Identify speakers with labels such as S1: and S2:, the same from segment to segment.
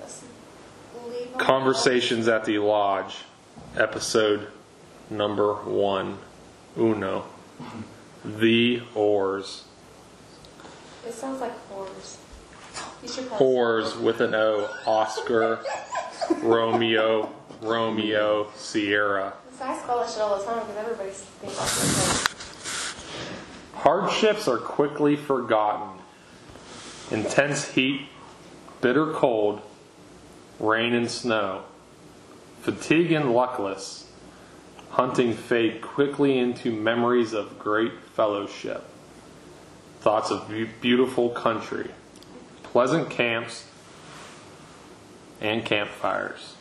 S1: Let's leave 'em
S2: Conversations at the Lodge, episode number one, uno. The oars.
S1: out. It sounds like whores. You should probably.
S2: Whores with an O. Oscar, Romeo, Romeo, Sierra.
S1: So I spell that shit all the time because everybody thinks it's like
S2: Hardships are quickly forgotten. Intense heat, bitter cold, rain and snow. Fatigue and luckless. Hunting fade quickly into memories of great fellowship. Thoughts of beau- beautiful country. Pleasant camps and campfires.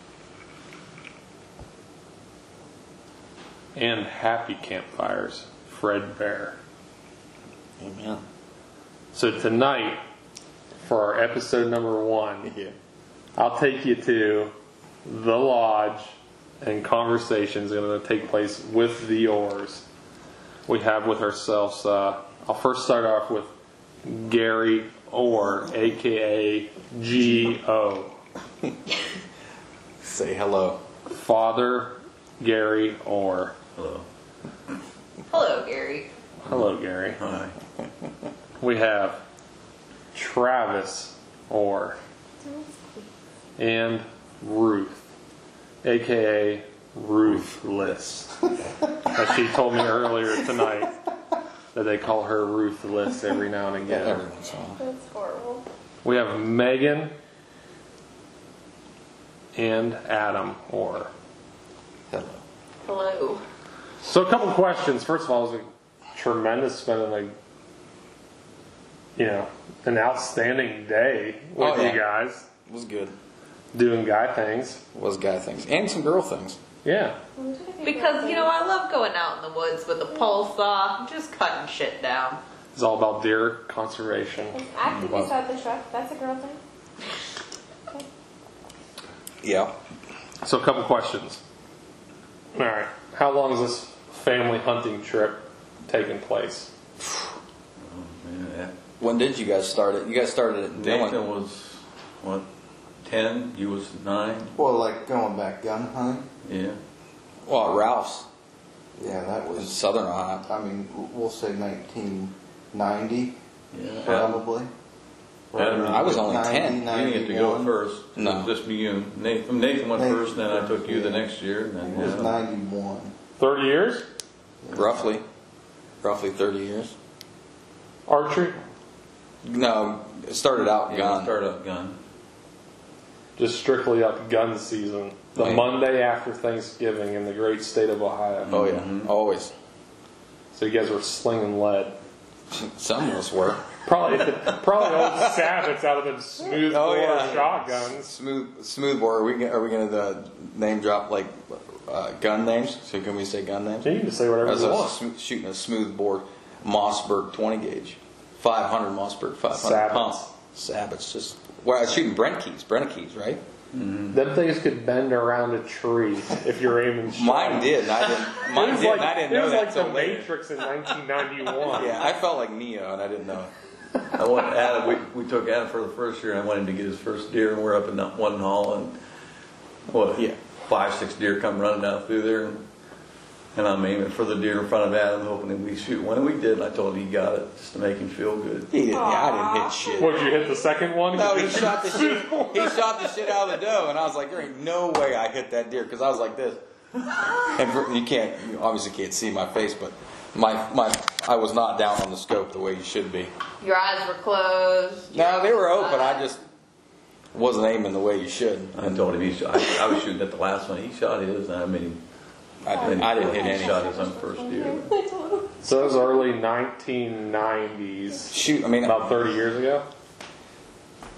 S2: And happy campfires. Fred Bear.
S3: Amen.
S2: So tonight, for our episode number one,
S3: Yeah.
S2: I'll take you to the lodge, and conversations are going to take place with the oars. We have with ourselves. Uh, I'll first start off with Gary Orr, aka G O,
S3: Say hello.
S2: Father Gary Orr.
S3: Hello.
S4: Hello, Gary.
S2: Hello, Gary.
S3: Hi.
S2: We have Travis Orr. and Ruth, aka Ruthless. As she told me earlier tonight that they call her Ruthless every now and
S3: Yeah,
S2: again.
S3: everyone's on.
S1: that's horrible.
S2: We have Megan and Adam Orr.
S3: Hello.
S4: Hello.
S2: So a couple questions. First of all, it was a tremendous spending like you know, an outstanding day with
S3: Oh, yeah.
S2: you guys
S3: Was good.
S2: doing guy things.
S3: Was guy things and some girl things.
S2: Yeah.
S4: Because, you know, I love going out in the woods with a pole saw, and just cutting shit down.
S2: It's all about deer conservation.
S1: Acting beside the truck, that's a girl thing.
S3: Yeah.
S2: So a couple questions. All right. How long is this family hunting trip taking place?
S5: Yeah,
S3: When did you guys start it? You guys started it. in
S5: Nathan
S3: Dillon.
S5: was what, ten? You was nine.
S6: Well, like going back gun hunting.
S5: Yeah,
S3: Well, Ralph's
S6: Yeah, that
S3: in
S6: was.
S3: Southern Ohio.
S6: I mean, we'll say 1990,
S5: yeah.
S6: probably.
S5: Adam-
S6: Right
S3: I was only
S6: around
S3: 10.
S5: You didn't get to go
S6: 91.
S5: first. It
S3: No.
S5: was Just me and Nathan. Nathan went
S6: Nathan
S5: first, then I took you the
S6: first, yeah.
S5: next year, and
S6: It
S5: then.
S6: was
S5: Adam.
S6: 91.
S2: Thirty years?
S3: Roughly. Roughly 30 years.
S2: Archery?
S3: No, it started out
S5: Yeah,
S3: gun.
S5: Start up gun.
S2: Just strictly up gun season. The
S3: Right.
S2: Monday after Thanksgiving in the great state of Ohio.
S3: Oh, yeah.
S5: Mhm.
S3: Always.
S2: So you guys were slinging lead.
S3: Some of us were.
S2: Probably, probably old sabots out of them smooth
S3: Oh,
S2: bore Oh, shotguns.
S3: Smooth, smooth bore. Are we gonna, are we gonna uh, name drop like uh, gun names? So can we say gun names?
S2: You can just say whatever
S3: I was
S2: you
S3: a
S2: want.
S3: sm- shooting a smooth bore Mossberg 20 gauge, 500 Mossberg 500
S2: Sabots.
S3: pump. Sabots just. Well, I was shooting Brentkes, Brentkes, right?
S2: Them things could bend around a tree if you're aiming. straight.
S3: Mine did, and I didn't.
S2: it
S3: Mine
S2: was
S3: did,
S2: like,
S3: and I didn't
S2: it
S3: know
S2: was
S3: that
S2: like
S3: till
S2: the
S3: later.
S2: Matrix in 1991.
S3: Yeah, I felt like Neo, and I didn't know.
S5: I went Adam. We, we took Adam for the first year. and I wanted to get his first deer, and we're up in that one hall, and what?
S3: Yeah.
S5: Five, six deer come running out through there, and, and I'm aiming for the deer in front of Adam, hoping that we shoot one. And we did. And I told him he got it just to make him feel good.
S3: He didn't, yeah, I didn't hit shit.
S2: Would you hit the second one?
S3: No, he shot the shit. He shot the shit out of the doe, and I was like, "There ain't no way I hit that deer," because I was like this. And for, you can't, you obviously can't see my face, but my my I was not down on the scope the way you should be.
S4: Your eyes were closed.
S3: No, they were open. I just wasn't aiming the way you should.
S5: I told him he shot. I, I was shooting at the last one. He shot his, and I made him.
S3: I didn't, I didn't hit
S5: He
S3: any.
S5: shot his own first deer.
S2: So it was early 1990s,
S3: Shoot, I mean,
S2: about 30 years ago.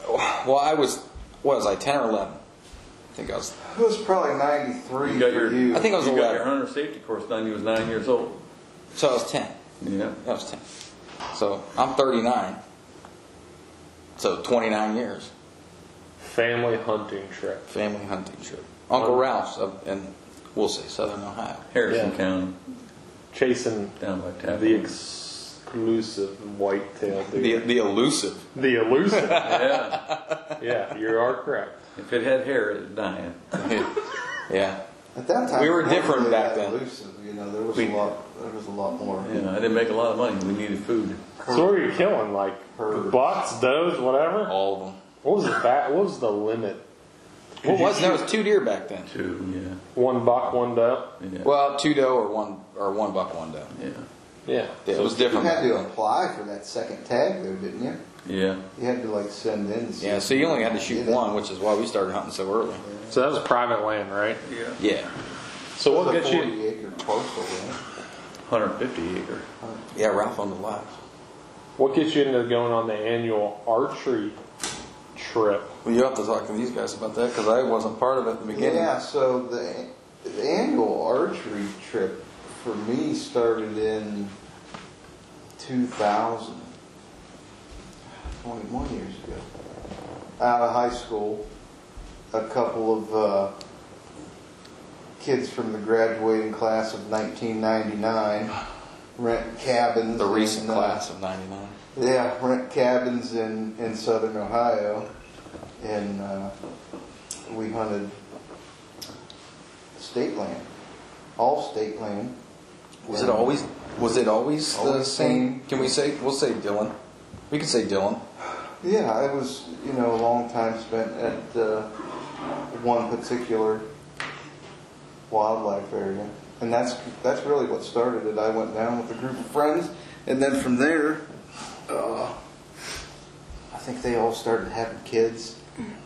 S3: well, I was what was I ten or eleven? I think I was.
S6: It was probably 93
S5: You got
S6: for
S5: your-
S6: you.
S3: I think I was
S5: You got your
S3: eleven.
S5: hunter safety course done. You was nine years old.
S3: So I was ten.
S5: Yeah.
S3: I was ten. So I'm 39. So 29 years.
S2: Family hunting trip.
S3: family hunting trip. Uncle Ralph's up in, we'll say, southern Ohio.
S5: Harrison
S2: Yeah.
S5: County,
S2: Chasing
S5: down by Tappan.
S2: the ex- exclusive whitetail
S3: The,
S2: deer.
S3: the elusive.
S2: The, elusive.
S5: Yeah.
S2: yeah, you are correct.
S5: If it had hair, it'd die.
S3: Yeah.
S6: At that time,
S3: We were
S6: it wasn't
S3: different
S6: really
S3: back
S6: that
S3: then.
S6: Elusive, you know, there was
S5: We-
S6: a lot. There was a lot more.
S5: You know, I didn't make a lot of money. We needed food.
S2: So what are you killing? Like
S6: Herds.
S2: bucks, does, whatever.
S3: All of them.
S2: What was the bat? What was the limit?
S3: What was there was two deer back then.
S5: Two,
S2: One buck, one doe.
S5: yeah. Yeah.
S3: Well, two doe or one or one buck, one doe.
S5: yeah.
S2: Yeah.
S3: Yeah, it was
S6: You
S3: different.
S6: had
S3: back
S6: to
S3: then.
S6: apply for that second tag, though, didn't you?
S5: Yeah.
S6: You had to like send in.
S3: Yeah, so you only had to shoot one, which is why we started hunting so early.
S2: So that was private land, right?
S3: Yeah.
S2: So what
S6: It was
S2: gets
S6: a
S2: you?
S6: Forty-acre parcel. wasn't it?
S5: 150 acre.
S3: Yeah, Ralph on the left.
S2: What gets you into going on the annual archery trip?
S3: Well, you have to talk to these guys about that because I wasn't part of it at the beginning.
S6: Yeah, so the, the annual archery trip for me started in 2000, 21 years ago. Out of high school, a couple of uh, kids from the graduating class of 1999 rent cabins.
S3: The recent
S6: in, uh,
S3: class of '99.
S6: yeah, rent cabins in, in southern Ohio, and uh, we hunted state land, all state land.
S3: Was it always? Was it always the
S6: Always
S3: same?
S6: same.
S3: Can we say? We'll say Dylan. We can say Dylan.
S6: Yeah, it was you know a long time spent at uh, one particular wildlife area, and that's that's really what started it. I went down with a group of friends, and then from there, uh, I think they all started having kids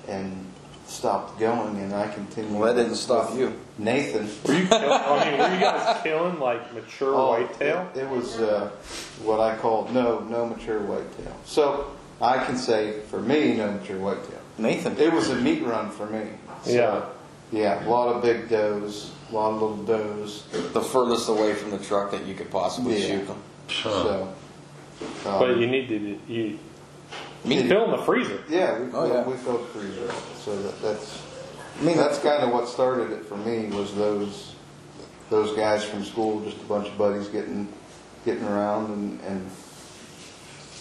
S6: and stopped going, and I continued.
S3: Well, that didn't stop you.
S6: Nathan.
S2: Were you? Killing, I mean, were you guys killing like mature
S3: Oh,
S2: whitetail?
S6: Oh, It, it was uh, what I called no no mature whitetail. So I can say for me no mature whitetail.
S3: Nathan.
S6: It was a meat run for me. So,
S2: Yeah.
S6: Yeah, a lot of big does, a lot of little does.
S3: the furthest away from the truck that you could possibly
S6: Yeah.
S3: shoot them.
S6: So, um,
S2: But you need to you
S3: Me,
S2: kill in the freezer.
S6: yeah, we,
S3: Oh, yeah.
S6: we filled the freezer. up. So that, that's
S3: I mean,
S6: that's kind of what started it for me was those those guys from school, just a bunch of buddies getting getting around, and, and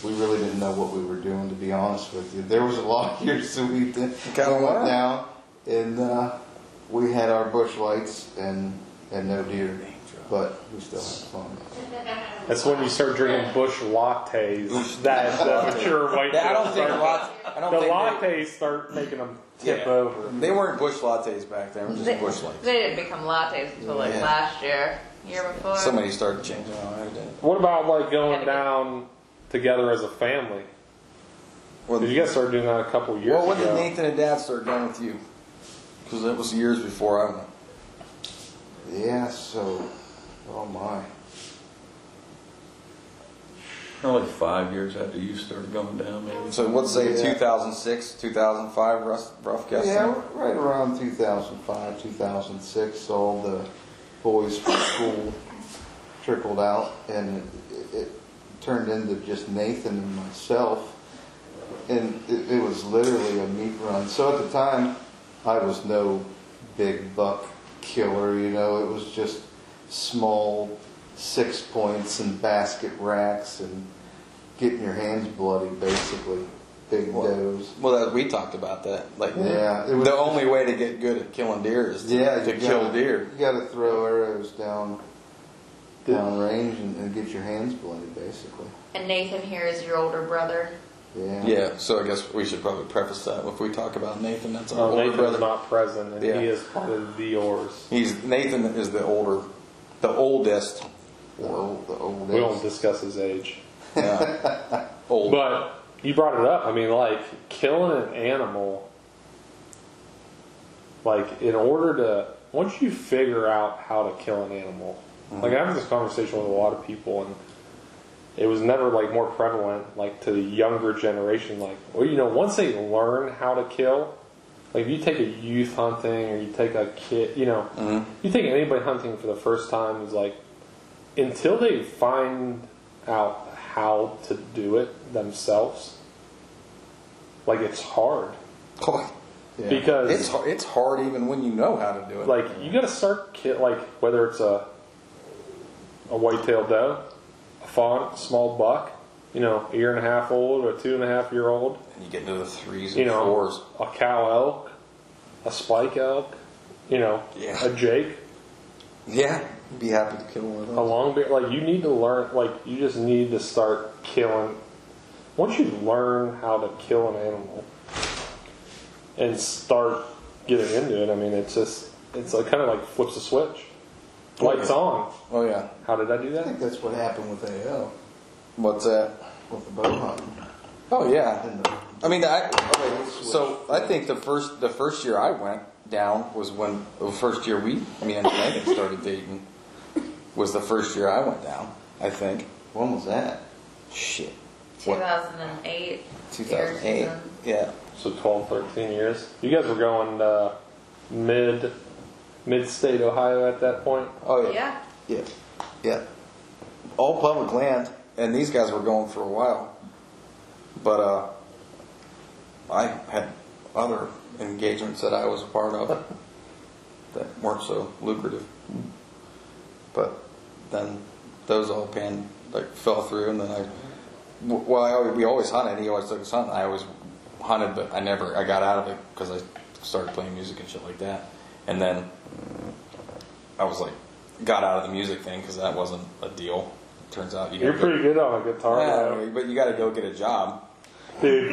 S6: we really didn't know what we were doing. To be honest with you, there was a lot of years that we did.
S3: Kinda
S6: we went
S3: wild.
S6: down, and uh, we had our bush lights and and no deer, but we still had fun.
S2: That's when you start drinking Bush lattes. That the mature whitetail.
S3: I don't think
S2: start-
S3: lots. I don't
S2: the
S3: think
S2: lattes
S3: they-
S2: start making them
S3: Yeah.
S2: tip over.
S3: they, weren't bush lattes back then. They were
S4: They,
S3: just bush lattes.
S4: they didn't become lattes until like
S6: Yeah.
S4: last year, year before.
S3: Somebody started changing. Oh, I did.
S2: What about like going down together as a family?
S3: Well,
S2: Did you guys start doing that a couple years
S3: well, when did
S2: ago?
S3: Nathan and Dad start going with you? Because that was years before I went.
S6: Yeah, so oh my,
S5: Only five years after you started going down, maybe.
S3: So let's say
S6: Yeah.
S3: 2006, 2005, rough, rough guess.
S6: yeah, right around 2005, 2006, all the boys from school trickled out, and it, it turned into just Nathan and myself, and it, it was literally a meat run. So at the time, I was no big buck killer, you know. It was just small six points and basket racks and getting your hands bloody, basically. Big
S3: Well,
S6: does.
S3: Well, that, we talked about that. Like,
S6: Yeah, it was-
S3: the only way to get good at killing deer is to,
S6: Yeah,
S3: to
S6: you
S3: kill
S6: gotta-
S3: deer.
S6: You got to throw arrows down,
S2: Did-
S6: down range and, and get your hands bloody, basically.
S4: and Nathan here is your older brother.
S6: Yeah.
S3: Yeah, so I guess we should probably preface that if we talk about Nathan. That's our
S2: Uh,
S3: older
S2: Nathan's
S3: brother.
S2: not present, and
S3: Yeah.
S2: he is part of the yours.
S3: He's Nathan is the older, the oldest.
S6: The old, the old
S2: We won't discuss his age.
S3: Yeah, old.
S2: But you brought it up. I mean, like killing an animal. Like in order to once you figure out how to kill an animal, like I have this conversation with a lot of people, and it was never like more prevalent like to the younger generation. Like, well, you know, once they learn how to kill, like if you take a youth hunting or you take a kid, you know, you take anybody hunting for the first time is like until they find out how to do it themselves, like it's hard
S6: Yeah.
S2: because
S3: It's hard, it's hard even when you know how to do it.
S2: like you got to start ki- like whether it's a a whitetail doe, a font, small buck, you know, a year and a half old or two and a half year old,
S3: And you get into the threes
S2: you
S3: and
S2: know,
S3: fours.
S2: a cow elk, a spike elk, you know,
S3: Yeah.
S2: a jake,
S3: Yeah, be happy to kill one of
S2: a
S3: those.
S2: long bear. Like you need to learn. Like you just need to start killing. Once you learn how to kill an animal and start getting into it, I mean, it's just it's like kind of like flips a switch. Lights on.
S3: Oh yeah,
S2: How did I do
S6: I
S2: that?
S6: think that's what happened with AL,
S3: what's that?
S6: with the bow hunting.
S3: Oh yeah.
S6: And the-
S3: I mean, I okay, so I think the first the first year I went down was when the first year we me and Megan started dating was the first year I went down. I think.
S6: When was that?
S3: Shit. What?
S4: 2008.
S3: Two thousand eight.
S4: Deer season.
S3: Yeah.
S2: So 12, 13 years. You guys were going uh, mid mid state Ohio at that point.
S3: Oh yeah.
S4: Yeah.
S3: Yeah. Yeah. All public land, and these guys were going for a while. But uh, I had other engagements that I was a part of that weren't so lucrative. But then those all pan like fell through, and then I well, I always, we always hunted. He always took us hunting. I always hunted, but I never I got out of it because I started playing music and shit like that. And then I was like, got out of the music thing because that wasn't a deal. Turns out you
S2: You're
S3: gotta go-
S2: pretty good on a guitar,
S3: Yeah,
S2: though.
S3: but you got to go get a job.
S2: dude.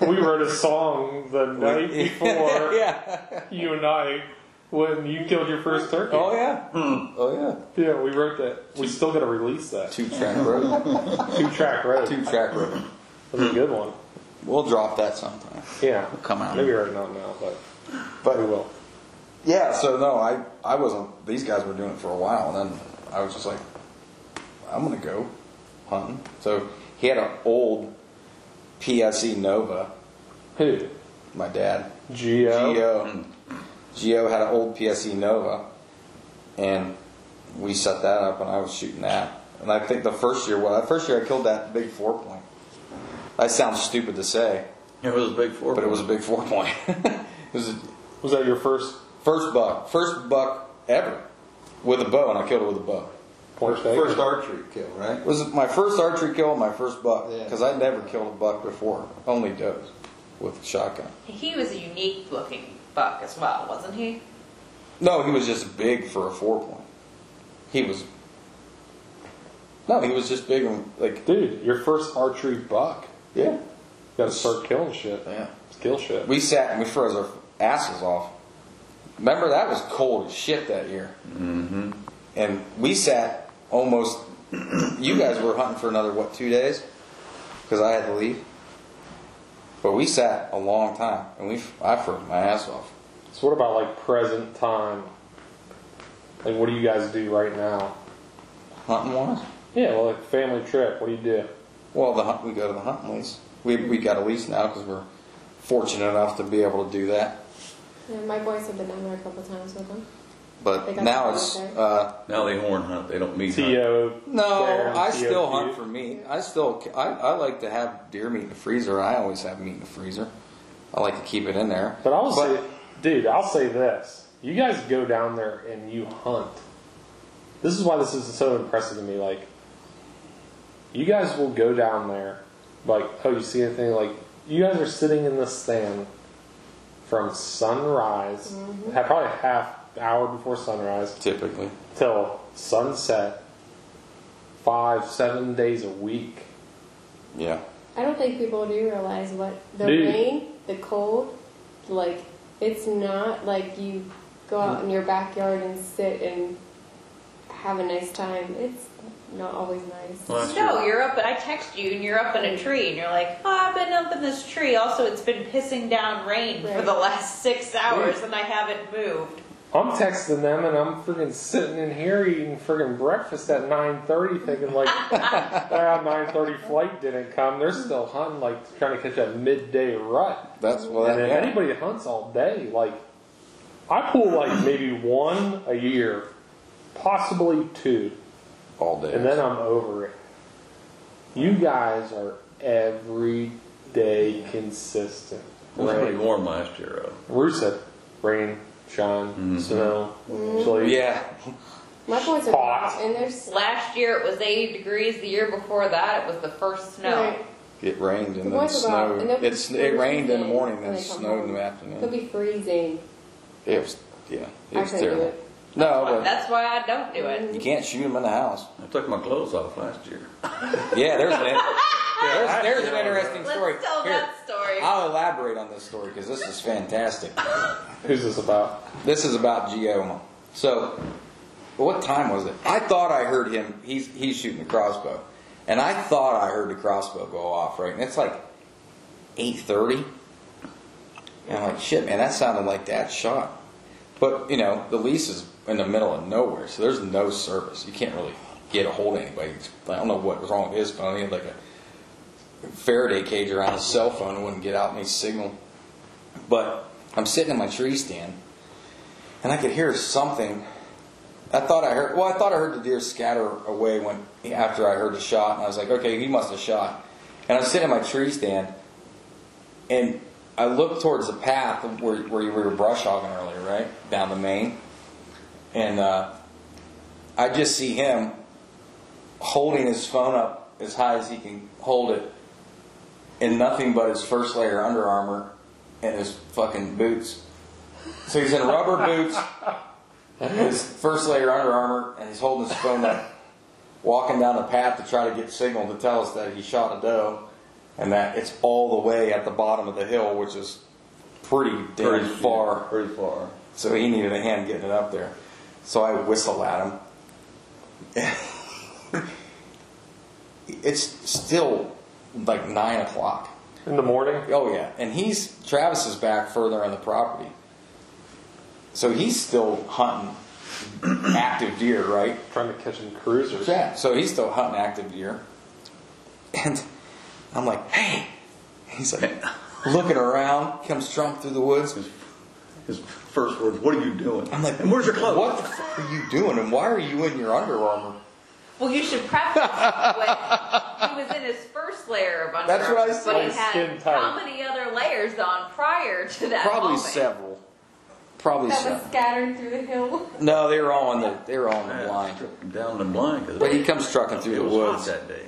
S2: we wrote a song the night before
S3: yeah.
S2: you and I when you killed your first turkey.
S3: Oh yeah. Oh
S2: Yeah, we wrote that. We still got to release
S3: yeah.
S2: that.
S3: Two track road.
S2: Two track road.
S3: Two track road.
S2: That was a good one.
S3: We'll drop that sometime.
S2: Yeah.
S3: Come out.
S2: Maybe right now, now, but
S3: But
S2: we will.
S3: Yeah, so no, I, I wasn't. These guys were doing it for a while, and then I was just like, I'm gonna go hunting. So he had an old PSE Nova.
S2: Who?
S3: My dad,
S2: Geo.
S3: Geo, Geo had an old PSE Nova, and we set that up, and I was shooting that. And I think the first year, well, the first year I killed that big four point. That sounds stupid to say,
S5: It was a big four.
S3: but it was a big four point. it was a,
S2: Was that your first
S3: First buck, first buck ever with a bow, and I killed it with a bow.
S2: point taken?
S6: First archery kill, right?
S3: It was my first archery kill, and my first buck,
S6: Yeah.
S3: because I'd never killed a buck before, only does with a shotgun.
S4: He was a unique looking buck as well, wasn't he?
S3: No, he was just big for a four point. He was. No, he was just big and like
S2: Dude, your first archery buck.
S3: yeah,
S2: You gotta start killing shit.
S3: yeah.
S2: Kill shit.
S3: We sat and we froze our asses off. Remember that was cold as shit that year. Mm-hmm. And we sat almost. you guys were hunting for another what two days? Because I had to leave. But we sat a long time, and we I froze my ass off.
S2: So what about like present time? Like what do you guys do right now?
S3: Hunting wise?
S2: Yeah, well, like family trip. What do you do?
S3: Well, the hunt, we go to the hunt lease. We we got a lease now because we're fortunate enough to be able to do that.
S1: Yeah, my boys have been down there a couple times with them.
S3: But
S1: They got
S3: now
S1: the
S3: it's.
S1: hunt,
S3: Uh,
S5: Now they horn hunt. They don't meet. hunt.
S2: T.O.
S3: No,
S2: Bear,
S3: I
S2: T.O.
S3: still hunt for meat. I still I, I like to have deer meat in the freezer. I always have meat in the freezer. I like to keep it in there.
S2: But I'll say, dude, I'll say this. You guys go down there and you hunt. This is why this is so impressive to me. Like, you guys will go down there, like, oh, you see anything? Like, you guys are sitting in the stand from sunrise, ha- probably a half hour before sunrise,
S3: typically,
S2: till sunset, five, seven days a week.
S3: yeah.
S1: I don't think people do realize what the
S2: Dude.
S1: rain, the cold, like it's not like you go out in your backyard and sit and have a nice time. It's not always nice.
S5: Well, that's
S4: No,
S5: true.
S4: you're up. I text you, and you're up in a tree, and you're like, "Oh, I've been up in this tree. Also, it's been pissing down rain for
S1: Right.
S4: the last six hours, and I haven't moved."
S2: I'm texting them and I'm freaking sitting in here eating freaking breakfast at 9:30, thinking like, ah, 9:30 flight didn't come. They're still hunting, like trying to catch that midday rut.
S3: That's well.
S2: And
S3: That,
S2: then
S3: yeah.
S2: anybody that hunts all day, like, I pull like maybe one a year, possibly two,
S3: All day.
S2: and then I'm over it. You guys are every day consistent.
S5: It was pretty
S2: Rain,
S5: warm last year. Though.
S2: Rue said, rain, shine, snow, chilly.
S3: yeah,
S1: My boys are
S2: Hot.
S1: hot, and they're s-
S4: Last year it was 80 degrees. The year before that it was the first snow.
S1: Right.
S3: It rained and
S1: The
S3: then
S1: boys are out,
S3: snowed.
S1: and they'll be
S3: It's, it rained in the
S1: freezing
S3: morning,
S1: when
S3: then
S1: they come
S3: snowed in
S1: home.
S3: the
S1: It'll
S3: afternoon.
S1: be freezing.
S3: It was, yeah, it
S1: I
S3: was
S1: couldn't do
S3: terrible.
S1: it.
S3: No, but
S4: That's why I don't do it.
S3: you can't shoot them in the house.
S5: I took my clothes off last year.
S3: Yeah, there's an,
S2: I
S3: there's, there's an
S2: feel
S3: interesting
S4: Let's
S3: story.
S4: tell
S3: Here,
S4: that story.
S3: I'll elaborate on this story because this is fantastic.
S2: Who's this about?
S3: This is about Gioma. So, what time was it? I thought I heard him. He's he's shooting the crossbow, and I thought I heard the crossbow go off. Right, and it's like eight thirty, and I'm like, shit, man, that sounded like that shot. But you know, the lease is in the middle of nowhere, so there's no service. You can't really get a hold of anybody. I don't know what was wrong with his phone. He had like a Faraday cage around his cell phone and wouldn't get out any signal. But I'm sitting in my tree stand and I could hear something. I thought I heard. Well, I thought I heard the deer scatter away when after I heard the shot, and I was like, okay, he must have shot. And I'm sitting in my tree stand, and I looked towards the path where where you were brush hogging earlier, right down the main, and uh, I just see him holding his phone up as high as he can hold it, in nothing but his first layer Under Armour and his fucking boots. So he's in rubber boots, his first layer Under Armour, and he's holding his phone up, walking down the path to try to get signal to tell us that he shot a doe, and that it's all the way at the bottom of the hill, which is pretty damn
S5: Pretty
S3: far.
S5: Pretty far.
S3: So he needed a hand getting it up there. So I whistle at him. it's still like nine o'clock.
S2: In the morning?
S3: Oh yeah, and he's Travis is back further on the property, so he's still hunting active deer, right?
S2: Trying to catch some cruisers.
S3: Yeah, so he's still hunting active deer. And I'm like, hey. He's like, looking around, comes drunk through the woods.
S5: His, his first words, "What are you doing?"
S3: I'm like,
S5: "And where's your clothes?"
S3: What the fuck are you doing? And why are you in your Under Armour?
S4: Well, you should preface it with he was in his first layer of underarmor.
S3: That's what I said.
S4: But he
S2: Skin
S4: had
S2: tight.
S4: how many other layers on prior to that?
S3: Probably
S4: moment?
S3: several. Probably
S1: That was
S3: several.
S1: scattered through the hill.
S3: No, they were all on the they were all on
S5: I
S3: the
S5: had
S3: blind.
S5: to strip Down the blind because
S3: But he comes trucking through
S5: it
S3: the
S5: was hot
S3: woods.
S5: that day.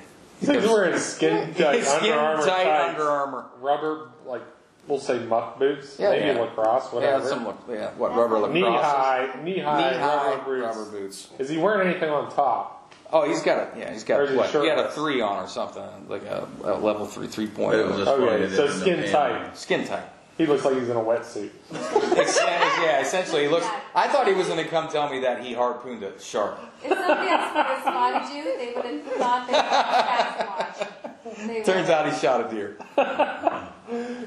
S2: He's wearing skin tight,
S3: His
S2: Under
S3: skin
S2: Armour
S3: tight
S2: tights,
S3: Under Armour.
S2: rubber, like we'll say muck boots,
S3: Yeah,
S2: maybe
S3: yeah.
S2: lacrosse,
S3: Yeah,
S2: whatever.
S3: some look, yeah, what rubber lacrosse?
S2: knee high, knee high,
S3: knee high
S2: rubber boots.
S3: boots.
S2: Is he wearing anything on top?
S3: Oh, he's got a yeah, he's
S2: Or
S3: got
S2: is he
S3: what? He had a
S2: shirtless?
S3: three on or something, like a, a level three three point. oh.
S5: But it was just
S2: Okay,
S5: funny that
S2: so
S5: in the
S2: skin
S5: pan-
S2: tight.
S3: skin tight.
S2: He looks like he's in a wetsuit.
S3: It's- yeah, essentially he looks. I thought he was going to come tell me that he harpooned a shark.
S1: If somebody else would have spotted you, they would have thought they were a cat watch.
S3: Turns out he shot a deer.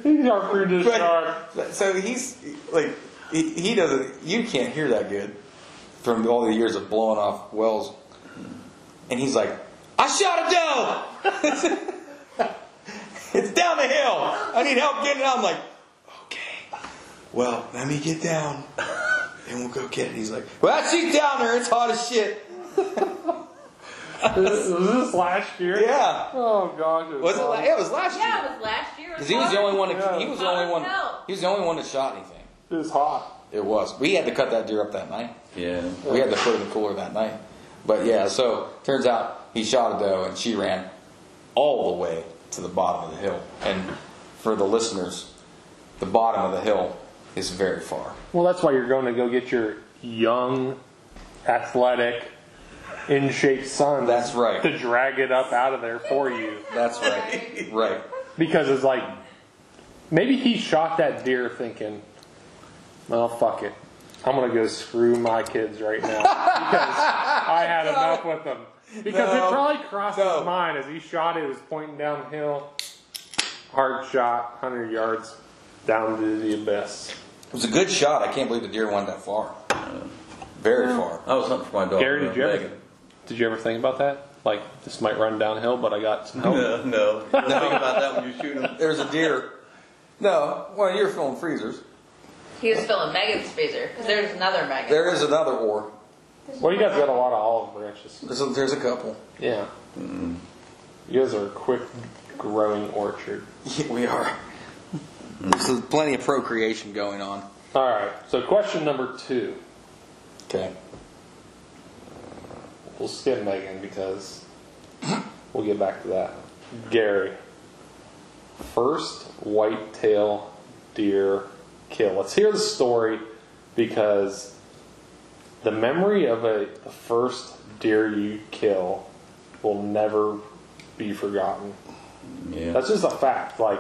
S2: He's our fruit dish shark.
S3: But, so he's like, he, he doesn't. You can't hear that good from all the years of blowing off wells. And he's like, I shot a doe. it's down the hill. I need help getting it out. I'm like, okay. Well, let me get down, and we'll go get it. He's like, well, she's down there. It's hot as shit.
S2: This- was this last year?
S3: Yeah.
S2: Oh gosh. It
S3: Was it? La-
S2: fun.
S3: yeah, it was last
S4: Yeah,
S3: year.
S4: it was last year.
S3: Because he was the only one.
S2: Yeah.
S3: That, he was the only one. He was the only one that shot anything.
S2: It was hot.
S3: It was. We had to cut that deer up that night.
S5: Yeah.
S3: We had to put it in the cooler that night. But yeah, so turns out he shot a doe and she ran all the way to the bottom of the hill. And for the listeners, the bottom of the hill is very far.
S2: Well, that's why you're going to go get your young, athletic, in shape son.
S3: That's right.
S2: To drag it up out of there for you,
S3: That's right. Right.
S2: because it's like maybe he shot that deer thinking, "Well, fuck it." I'm gonna go screw my kids right now because I had enough with them. Because
S3: No.
S2: it probably crossed
S3: No.
S2: his mind as he shot it, it was pointing downhill. Hard shot, 100 yards down to the abyss.
S3: It was a good shot. I can't believe the deer went that far. Very far.
S5: I was hunting for my dog.
S2: Gary, did you
S5: uh,
S2: ever-
S5: Megan.
S2: Did you ever think about that? Like, this might run downhill, but I got some help.
S5: No, no. Think about that when you shoot him.
S3: There's a deer. No, well, you're filling freezers.
S4: He was filling Megan's freezer 'cause there's another Megan.
S3: There is another ore.
S2: Well, you guys got a lot of olive branches.
S3: There's a, there's a couple.
S2: Yeah. You guys are a quick growing orchard.
S3: Yeah, we are. There's plenty of procreation going on.
S2: All right, so question number two.
S3: Okay.
S2: We'll skip Megan because we'll get back to that. Gary, first whitetail deer kill. Let's hear the story because the memory of a the first deer you kill will never be forgotten.
S5: Yeah.
S2: That's just a fact. Like,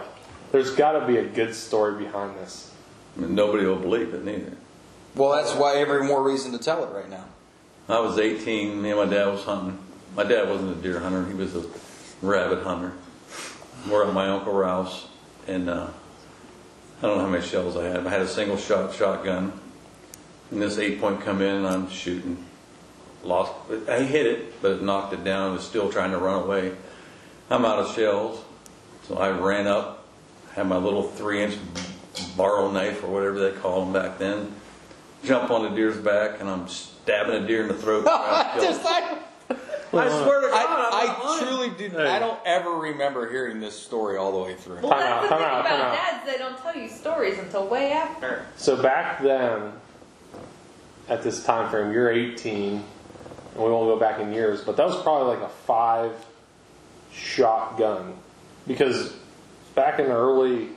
S2: there's got to be a good story behind this.
S5: And nobody will believe it neither.
S3: Well, that's why every more reason to tell it right now.
S5: I was 18. Me and my dad was hunting. My dad wasn't a deer hunter. He was a rabbit hunter. We're at my uncle Ralph's, and uh, I don't know how many shells I had. I had a single shot shotgun, and this eight point come in, and I'm shooting. Lost. I hit it, but it knocked it down. It was still trying to run away. I'm out of shells, so I ran up, had my little three inch barrel knife or whatever they called them back then. Jump on the deer's back, and I'm stabbing a deer in the throat.
S3: I just, I,
S5: I swear to
S3: I,
S5: God, I'm not
S3: I
S5: lying.
S3: truly do.
S2: Hey.
S3: I don't ever remember hearing this story all the way through.
S4: Well,
S2: Time out,
S4: that's the
S2: time
S4: thing
S2: out, time
S4: about
S2: out.
S4: dads, they don't tell you stories until way after.
S2: So back then, at this time frame, you're 18, and we won't go back in years, but that was probably like a five shotgun. Because back in the early,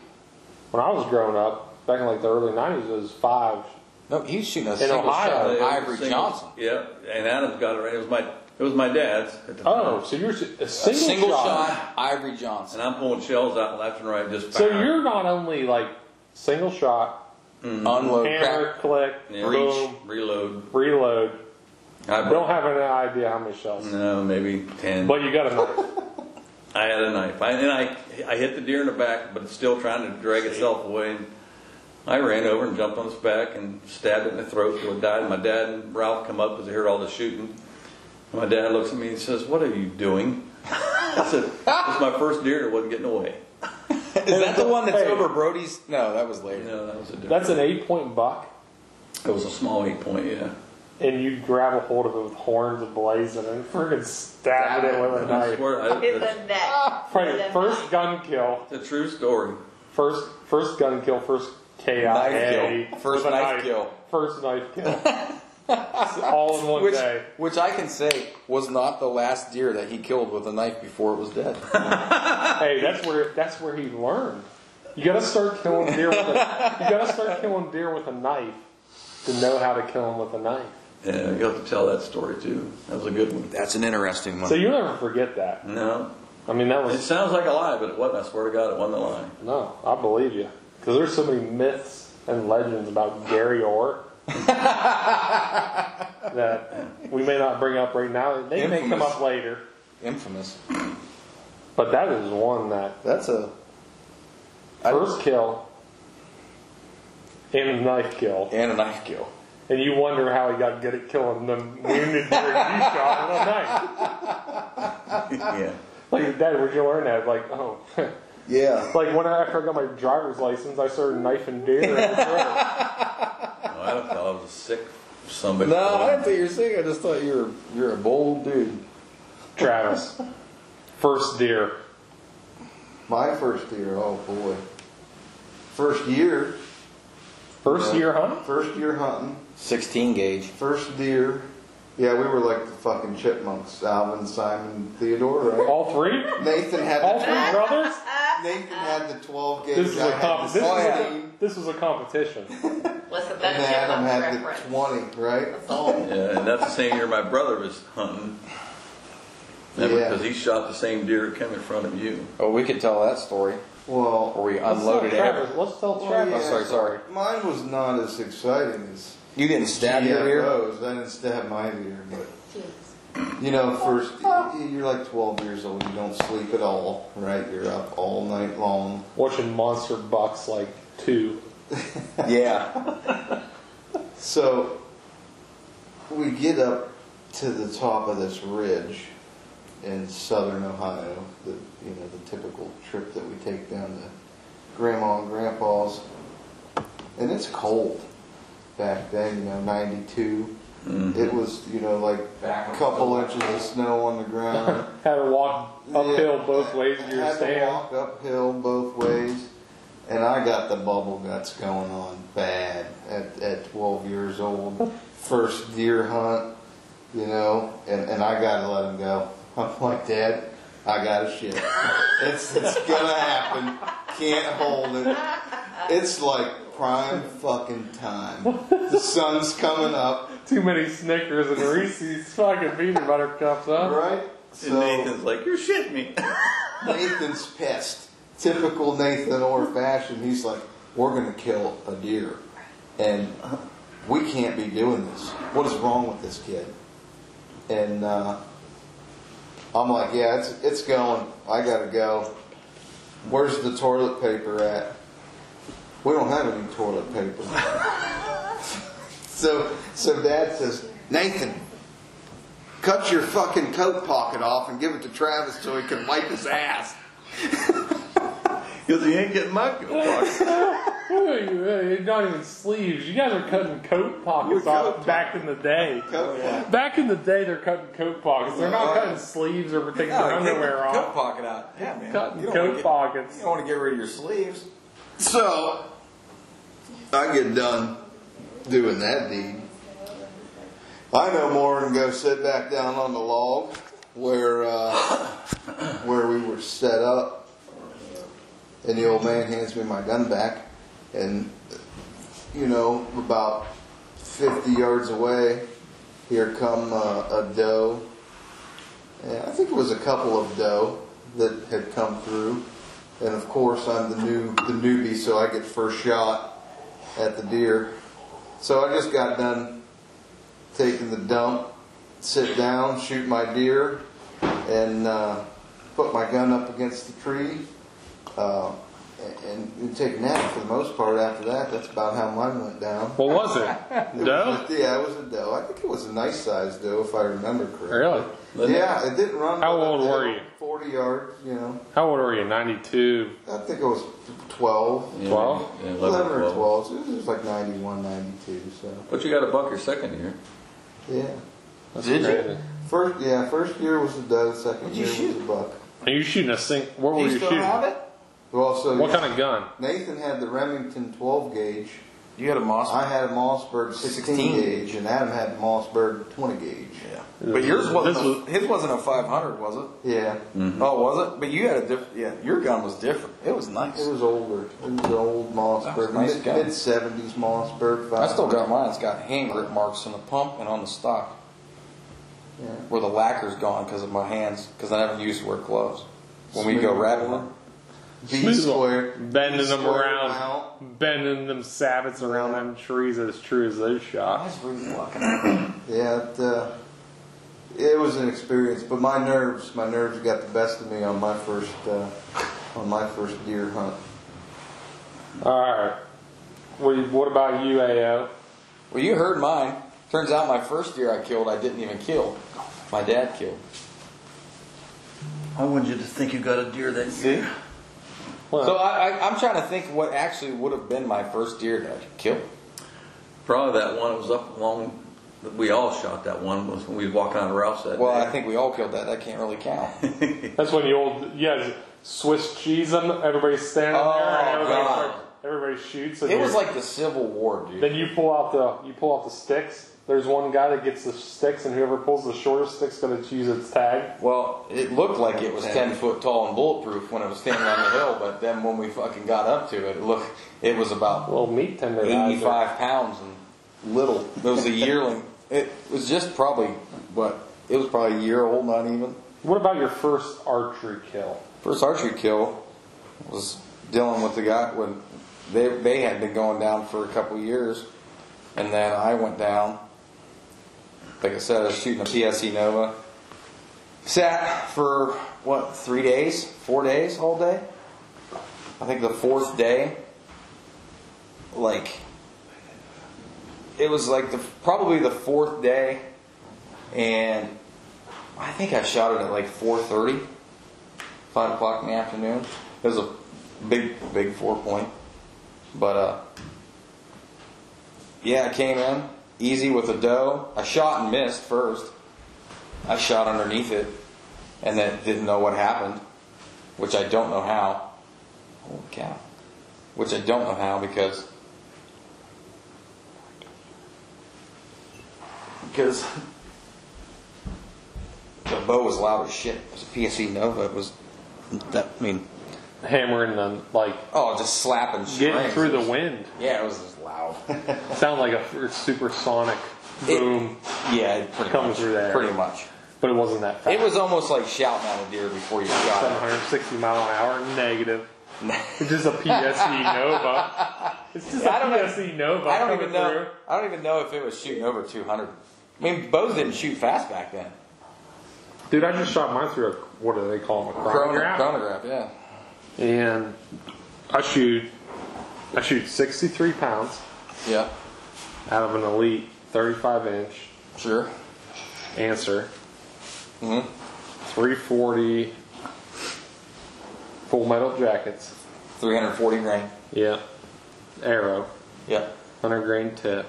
S2: when I was growing up, back in like the early 90s, it was five.
S3: No, he was shooting a
S2: In
S3: single shot
S2: Ohio,
S3: at
S5: Yeah,
S3: Ivory
S5: single-
S3: Johnson.
S5: Yeah, and Adam's got it right. It was my it was my dad's at the
S2: Oh,
S5: time.
S2: so you're s- a
S3: A
S2: single,
S3: single
S2: shot.
S3: shot, Ivory Johnson.
S5: And I'm pulling shells out left and right just
S2: So
S5: bang.
S2: you're not only like single shot,
S3: Unload
S2: hammer,
S3: crack.
S2: click,
S5: yeah,
S3: reach.
S2: boom,
S5: reload.
S2: reload.
S5: I
S2: I don't have any idea how many shells.
S5: no, maybe ten.
S2: But you got a knife.
S5: I had a knife. I, and I I hit the deer in the back, but it's still trying to drag itself away. And I ran over and jumped on its back and stabbed it in the throat till it died. My dad and Ralph come up because they heard all the shooting. And my dad looks at me and says, "What are you doing?" I said, "It's my first deer that wasn't getting away."
S3: Is that the one that's
S2: Hey.
S3: over Brody's? No, that was later.
S5: No, that was a different.
S2: That's an eight point buck,
S5: It was a small eight point, yeah.
S2: and you grab a hold of it with horns ablazing and freaking stab it with a
S5: I
S2: knife.
S5: swear, I,
S4: In the
S5: that's
S4: neck.
S2: Probably
S4: With a
S2: first gun kill,
S5: a true story.
S2: first first gun kill, first KIA,
S3: Knife kill. First
S2: with a
S3: knife kill.
S2: first knife kill, all in one
S3: Which,
S2: day.
S3: which I can say was not the last deer that he killed with a knife before it was dead.
S2: Hey, that's where that's where he learned. You gotta start killing deer. With a, you gotta start killing deer with a knife to know how to kill them with a knife.
S5: Yeah, you have to tell that story too. That was a good one.
S3: That's an interesting one.
S2: So you'll never forget that.
S5: No,
S2: I mean, that
S5: it
S2: was
S5: sounds like a lie, but it wasn't. I swear to God, it wasn't a lie.
S2: No, I believe you. Because there's so many myths and legends about Gary Orr that we may not bring up right now. They may come
S3: Infamous.
S2: up later.
S3: Infamous.
S2: But that is one that
S6: That's a
S2: first kill and a knife kill.
S3: And a knife kill.
S2: And you wonder how he got good at killing them wounded deer you shot with a knife.
S5: yeah.
S2: Like, Dad, where'd you learn that? Like, oh.
S6: yeah.
S2: like, when I, after I got my driver's license, I started knifing deer. in the trailer.
S5: No, Oh, I thought I was a sick somebody.
S3: No, I didn't
S5: I,
S3: think you were sick. I just thought you were you're a bold dude.
S2: Travis, first deer.
S6: My first year, oh boy. First year,
S2: First
S6: Yeah.
S2: year hunting?
S6: first year hunting,
S3: Sixteen gauge.
S6: first deer. Yeah, we were like the fucking chipmunks, Alvin, Simon, Theodore, right?
S2: All three?
S6: Nathan had
S2: All
S6: the,
S2: three brothers?
S6: Nathan had the 12 gauge.
S2: This is
S6: I
S2: a
S6: had
S2: comp-
S6: the
S2: this, was
S3: yeah.
S6: 16,
S2: a, this was a competition.
S4: Listen,
S6: and
S4: that's
S6: Adam had
S4: Chipmunk's
S6: the
S4: reference.
S6: 20, right?
S4: That's all.
S5: yeah, and that's the same year my brother was hunting.
S6: Yeah.
S5: Because he shot the same deer that came in front of you.
S3: Oh, we could tell that story. Or
S6: Well,
S3: we
S2: Let's tell
S3: unloaded
S2: Travis.
S3: everything.
S2: Let's tell
S6: Well,
S2: Travis.
S6: Oh,
S3: I'm
S6: yeah.
S3: sorry, sorry.
S6: mine was not as exciting as
S3: You didn't stab your
S6: GI
S3: ear.
S6: Rose. I didn't stab my ear, but You know, first, you're like 12 years old, you don't sleep at all, right? You're up all night long.
S2: Watching Monster Bucks like two.
S3: Yeah.
S6: So, we get up to the top of this ridge in southern Ohio, the, you know, the typical trip that we take down to grandma and grandpa's. And it's cold back then, you know, 92. It was, you know, like a couple inches of snow on the ground.
S2: Had to walk uphill
S6: Yeah.
S2: both ways to your
S6: had to
S2: stand.
S6: walk uphill both ways, and I got the bubble guts going on bad at, at 12 years old. First deer hunt, you know, and, and I gotta let him go. I'm like, Dad, I gotta shit. It's it's gonna happen. Can't hold it. It's like prime fucking time. The sun's coming up,
S2: Too many Snickers and Reese's fucking peanut butter cups, huh?
S6: right?
S5: And Nathan's like, you're shitting me.
S6: Nathan's pissed. Typical Nathan or fashion. He's like, we're going to kill a deer. And we can't be doing this. What is wrong with this kid? And uh, I'm like, yeah, it's, it's going. I got to go. Where's the toilet paper at? We don't have any toilet paper. so, so dad says, Nathan, cut your fucking coat pocket off and give it to Travis so he can wipe his ass.
S5: Because he ain't getting my coat pocket.
S2: Right. Not even sleeves. You guys are cutting coat pockets
S6: We're
S2: off
S6: coat
S2: back in the day.
S6: Coat pocket.
S2: Back in the day, they're cutting coat pockets. They're not
S3: Yeah.
S2: cutting sleeves or taking
S3: No,
S2: their
S3: you take the
S2: underwear
S3: Coat
S2: off.
S3: pocket out. Yeah, man.
S2: Cutting
S3: You don't wanna
S2: coat
S3: get-
S2: pockets.
S3: You don't want to get rid of your sleeves.
S6: So I get done doing that deed. I no more and go sit back down on the log where uh, where we were set up, and the old man hands me my gun back, and you know about fifty yards away, here come uh, a doe. Yeah, I think it was a couple of doe that had come through, and of course I'm the new the newbie, so I get first shot at the deer. So I just got done taking the dump, sit down, shoot my deer, and uh, put my gun up against the tree, uh, and, and take a nap for the most part. After that, that's about how mine went down.
S2: What was it?
S6: It
S2: Doe?
S6: Was a, yeah, it was a doe. I think it was a nice sized doe, if I remember correctly.
S2: Really?
S6: Yeah, it didn't run.
S2: How
S6: but
S2: old
S6: it
S2: were
S6: had
S2: you?
S6: Forty yards, you know.
S2: How old are you? 92.
S6: I think it was twelve.
S5: Yeah,
S2: Twelve?
S5: yeah,
S6: 11,
S5: 11
S6: or
S5: 12.
S6: 12. So it was like 91, 92, so.
S5: But you got a buck your second year.
S6: Yeah.
S2: That's
S3: Did you?
S2: crazy.
S6: First, yeah, first year was a dove, 2nd
S3: What'd you
S6: year was
S3: shoot?
S6: a buck.
S2: Are you shooting a sink? What were
S3: Do
S2: you
S3: you still
S2: shooting?
S3: have it?
S6: Well, so
S2: What
S6: yeah,
S2: kind of gun?
S6: Nathan had the Remington 12 gauge.
S3: You had a moss.
S6: I had a Mossberg 16,
S3: 16.
S6: gauge, and Adam had a Mossberg 20 gauge.
S3: yeah. But yours wasn't.
S2: This
S3: a- his wasn't a 500, was it?
S6: Yeah,
S3: Oh, was it? But you had a different. Yeah, your gun was different. It was nice.
S6: it was older. It was an old
S3: That was a
S6: Mossberg,
S3: nice
S6: mid,
S3: gun.
S6: mid 70s Mossberg.
S3: I still got mine. It's got hand grip marks on the pump and on the stock
S6: Yeah.
S3: where the lacquer's gone because of my hands because I never used to wear gloves. When we go
S6: Smooth.
S3: rabbit hunting,
S6: V
S2: Smooth.
S6: square.
S2: Bending them
S6: square
S2: around.
S6: mount.
S2: Bending them sabots around them trees as true as those
S3: I
S2: shots.
S3: was really lucky.
S6: Yeah, it, uh, it was an experience, but my nerves, my nerves got the best of me on my first, uh, on my first deer hunt.
S2: Alright. What, what about you, AO?
S3: Well, you heard mine. Turns out my first deer I killed, I didn't even kill. My dad killed.
S5: I wanted you to think you got a deer that year.
S2: Well,
S3: So I, I, I'm trying to think what actually would have been my first deer that I killed.
S5: Probably that one that was up along, we all shot that one was when we was walking out of Ralph's that
S3: Well,
S5: day.
S3: I think we all killed that. That can't really count.
S2: that's when you old, you guys Swiss cheese them, everybody's standing
S3: Oh,
S2: there, and everybody,
S3: God.
S2: starts, everybody shoots. And
S3: It was
S2: you-
S3: like the Civil War, dude.
S2: Then you pull out the you pull out the sticks. There's one guy that gets the sticks, and whoever pulls the shortest stick's gonna choose its tag.
S3: Well, it looked like it was ten foot tall and bulletproof when it was standing on the hill, but then when we fucking got up to it, look, it was about
S2: Little meat tender.
S3: eighty five pounds and little. It was a yearling. It was just probably, what it was probably a year old, not even.
S2: What about your first archery kill?
S3: First archery kill was dealing with the guy when they they had been going down for a couple years, and then I went down. Like I said, I was shooting a PSC Nova. Sat for what three days, four days, all day. I think the fourth day, like it was like the probably the fourth day, and I think I shot it at like four thirty five o'clock in the afternoon. It was a big, big four point. But uh, yeah, I came in easy with a doe. I shot and missed first. I shot underneath it, and then didn't know what happened, which I don't know how. Holy cow! Which I don't know how because because But Bo was loud as shit. It was a PSC Nova. It was, that, I mean,
S2: hammering them, like
S3: oh, just slapping
S2: getting
S3: strings.
S2: through the wind.
S3: Yeah, it was just loud.
S2: Sound like a supersonic boom,
S3: yeah, it pretty
S2: Coming
S3: much.
S2: through there.
S3: Pretty much.
S2: but it wasn't that fast.
S3: It was almost like shouting at a deer before you shot it.
S2: 760 mile an hour negative. It's just a PSE Nova. It's just a
S3: I don't know-
S2: PSE Nova.
S3: I don't
S2: coming
S3: even know.
S2: through.
S3: I don't even know if it was shooting over 200. I mean, Bose didn't shoot fast back then.
S2: Dude, I just shot mine through a, what do they call them, a chronograph?
S3: chronograph, yeah.
S2: And I shoot, I shoot 63 pounds
S3: Yeah,
S2: out of an elite 35 inch
S3: sure.
S2: answer.
S3: Mhm.
S2: 340 full metal jackets.
S3: 340 grain.
S2: Yeah. Arrow.
S3: Yeah.
S2: 100 grain tip.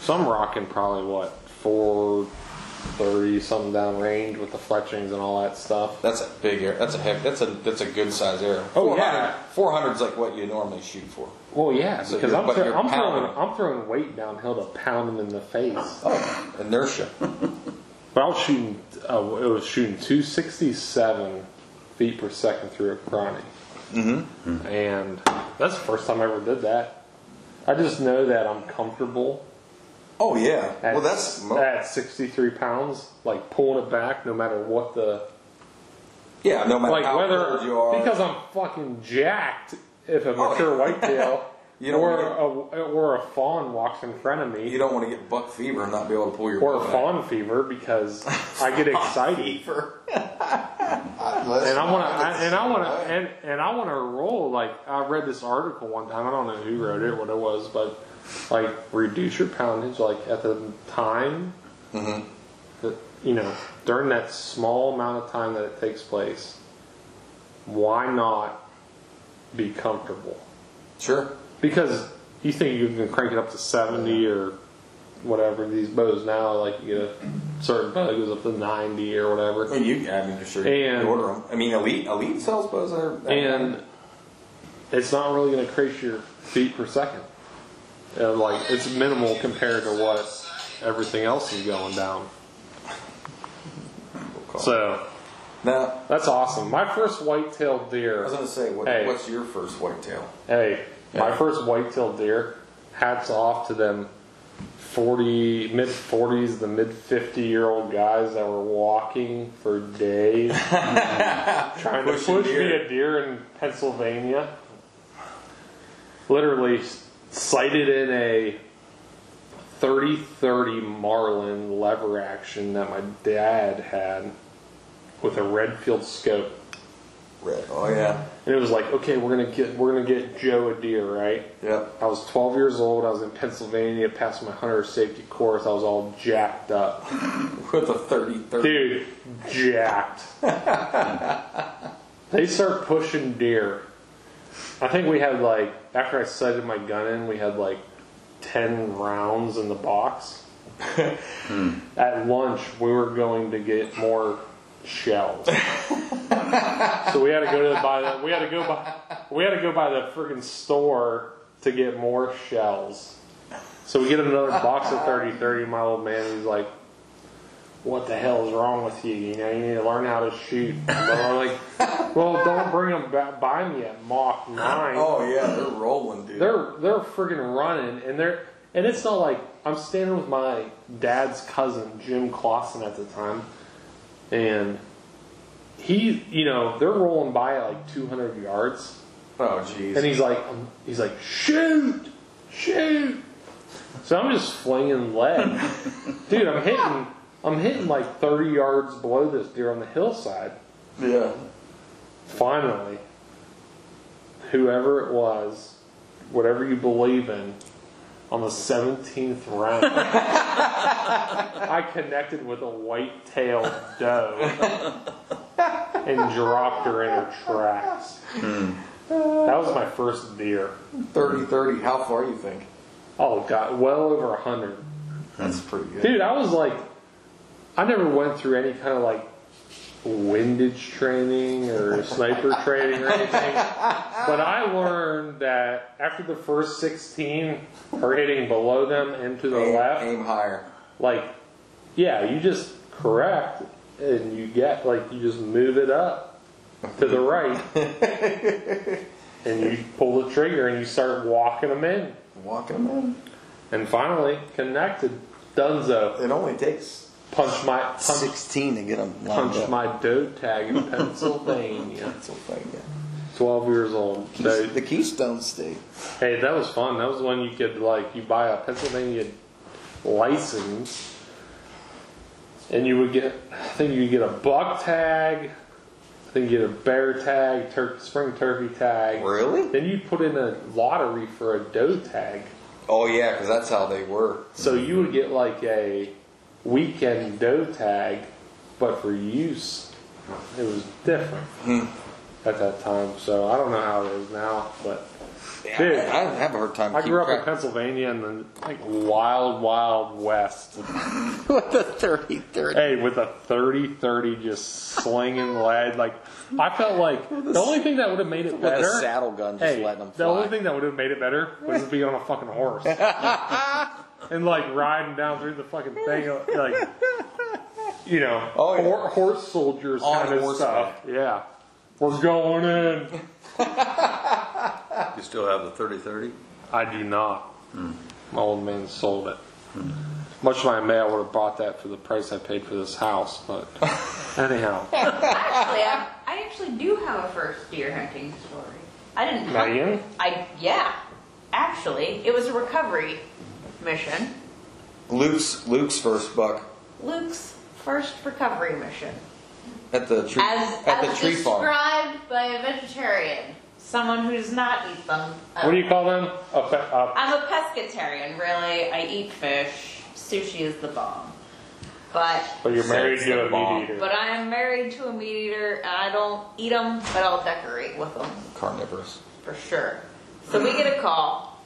S2: So I'm rocking probably what, 430 something down range with the fletchings and all that stuff.
S3: That's a big arrow. That's a heck. That's a that's a good size arrow.
S2: Oh, yeah.
S3: 400 is like what you normally shoot for.
S2: Well, yeah,
S3: So
S2: because
S3: you're-
S2: I'm,
S3: but
S2: thro-
S3: you're
S2: I'm, throwing,
S3: pounding.
S2: I'm throwing weight downhill to pound them in the face.
S3: Oh, inertia.
S2: But I was shooting, uh, it was shooting 267 feet per second through a chronic. Mm-hmm. And that's the first time I ever did that. I just know that I'm comfortable
S3: Oh yeah.
S2: at,
S3: well, that's mo-
S2: at 63 pounds, like pulling it back no matter what the
S3: yeah. No matter
S2: like
S3: how
S2: whether
S3: old you are,
S2: because I'm fucking jacked. If a
S3: Oh,
S2: mature
S3: yeah.
S2: whitetail
S3: You don't
S2: or a or a fawn walks in front of
S3: you
S2: me,
S3: don't want to get buck fever and not be able to pull your
S2: or
S3: bow back.
S2: fawn fever because I get excited and I want to and I want to and and I want to roll. Like I read this article one time. I don't know who wrote it, what it was, but like reduce your poundage. Like at the time that you know during that small amount of time that it takes place, why not be comfortable?
S3: Sure.
S2: because you think you can crank it up to 70 or whatever these bows now like you get a certain bow that goes up to 90 or
S3: I
S2: whatever
S3: mean, you. I mean, sure.
S2: And-
S3: you order them. I mean, elite elite sells bows are
S2: and it's not really going to increase your feet per second Uh, like it's minimal compared to what everything else is going down so
S3: now.
S2: that's awesome my first white-tailed
S3: I was
S2: deer
S3: gonna say, what,
S2: Hey.
S3: what's your first whitetail?
S2: hey my
S3: Yeah.
S2: first white-tailed deer hats off to them 40 mid 40s the mid 50 year old guys that were walking for days trying to
S3: Pushing
S2: push me
S3: deer.
S2: a deer in Pennsylvania literally sighted in a 30-30 Marlin lever action that my dad had with a Redfield scope
S3: Red. Oh yeah.
S2: and it was like okay we're going to get we're going to get Joe a deer right
S3: Yep.
S2: I was 12 years old. I was in Pennsylvania, passed my hunter safety course. I was all jacked up.
S3: With a 30, 30.
S2: Dude, jacked. they start pushing deer. I think we had like, after I sighted my gun in, we had like 10 rounds in the box. At lunch, we were going to get more shells. so we had to go to the, buy the we had to go buy we had to go by the friggin' store to get more shells. So we get another box of 30 30. My old man, he's like, What the hell is wrong with you? You know, you need to learn how to shoot. But I'm like, Well, don't bring them back by me at Mach 9.
S3: Oh yeah, they're rolling, dude.
S2: They're they're friggin' running, and they're and it's not like I'm standing with my dad's cousin Jim Clausen at the time, and he you know they're rolling by at like 200 yards,
S3: oh jeez.
S2: and he's like um, he's like shoot shoot, so I'm just flinging lead, dude. I'm hitting I'm hitting like 30 yards below this deer on the hillside.
S3: Yeah.
S2: Finally, whoever it was, whatever you believe in, on the 17th round, I connected with a white tailed doe and dropped her in her tracks. That was my first deer.
S3: 30, 30. How far you think?
S2: Oh, God, well over 100.
S3: That's pretty good.
S2: Dude, I was like, I never went through any kind of like windage training or sniper training or anything. But I learned that after the first 16 are hitting below them and to the
S3: aim,
S2: left,
S3: aim higher.
S2: like, yeah, you just correct, and you get like you just move it up to the right, and you pull the trigger and you start walking them in,
S6: Walking them in.
S2: and finally connected. Dunzo
S6: It only takes
S2: punch my punch,
S6: 16 to get them lined
S2: punch
S6: up.
S2: my doe tag in Pennsylvania.
S6: Pennsylvania.
S2: Twelve years old. So
S6: The Keystone State.
S2: Hey, that was fun. That was when you could like you buy a Pennsylvania license, and you would get. I think you could get a buck tag. I think you get a bear tag, tur- spring turkey tag.
S3: Really?
S2: Then you put in a lottery for a doe tag.
S3: Oh yeah, because that's how they were.
S2: So you would get like a weekend doe tag, but for use. It was different
S3: Hmm.
S2: at that time. So I don't know how it is now, but
S3: Yeah,
S2: Dude.
S3: I, I have a hard time.
S2: I
S3: keeping
S2: grew up
S3: track.
S2: in Pennsylvania in the like wild, wild west.
S6: What the 30 30.
S2: Hey, with a 30-30 just slinging lead. Like I felt like the only thing that would have made it
S3: With a
S2: better.
S3: saddle gun, just
S2: hey,
S3: letting them
S2: the only
S3: fly.
S2: thing that would have made it better was to be on a fucking horse and like riding down through the fucking thing, like you know,
S3: Oh, yeah.
S2: hor- horse soldiers
S3: On
S2: kind of
S3: horseback.
S2: stuff. Yeah, we're going in.
S5: You still have the 30-30?
S2: I do not. My old man sold it. Hmm. Much like may I would have bought that for the price I paid for this house, but anyhow,
S4: Actually, I, I actually do have a first deer hunting story. I didn't. hunt-
S2: Megan?
S4: I yeah. Actually, it was a recovery mission.
S3: Luke's Luke's first buck
S4: Luke's first recovery mission,
S3: at the tree
S4: as
S3: at
S4: as
S3: the tree farm.
S4: described by a vegetarian, someone who does not eat them. Um,
S2: what do you call them? A fe- a-
S4: I'm a pescatarian, really. I eat fish. Sushi is the bomb. But
S2: but you're married
S3: Sex
S2: to a
S3: bomb.
S2: meat eater.
S4: but I am married to a meat eater, and I don't eat them, but I'll decorate with them.
S3: Carnivorous.
S4: for sure. So we get a call.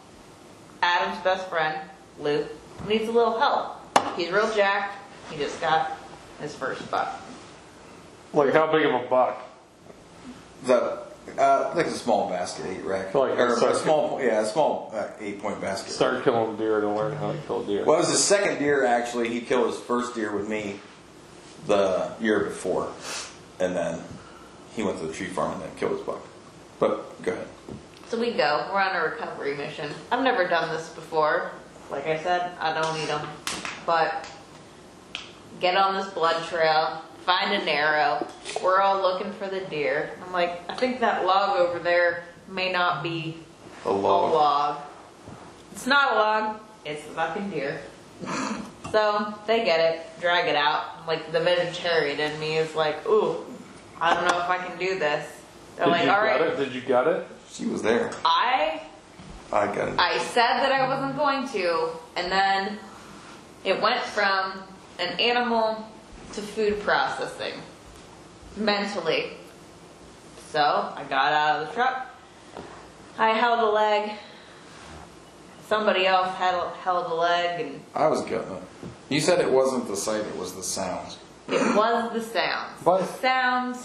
S4: Adam's best friend, Luke, needs a little help. He's real jacked. He just got his first buck.
S2: like how big of a buck?
S3: The uh, like a small basket eight rack.
S2: Like,
S3: or
S2: sorry.
S3: a small yeah, a small uh, eight point basket.
S2: Start killing deer to learn how to kill deer.
S3: Well, it was his second deer actually. He killed his first deer with me the year before, and then he went to the tree farm and then killed his buck. But go ahead.
S4: So we go. We're on a recovery mission. I've never done this before. Like I said, I don't eat them. But get on this blood trail, find an arrow. We're all looking for the deer. I'm like, I think that log over there may not be
S3: A
S4: A log. It's not a log. It's the fucking deer. so they get it, drag it out. Like the vegetarian in me is like, ooh, I don't know if I can do this. They're
S2: Did
S4: like,
S2: you
S4: all
S2: gut
S4: right.
S2: it? Did you gut it?
S3: She was there.
S4: I
S3: I got it.
S4: I said that I wasn't going to, and then it went from an animal to food processing mentally. So I got out of the truck. I held a leg. Somebody else had held a leg, and
S3: I was getting it. You said it wasn't the sight; it was the sound.
S4: it was the sounds.
S2: But-
S4: Sounds.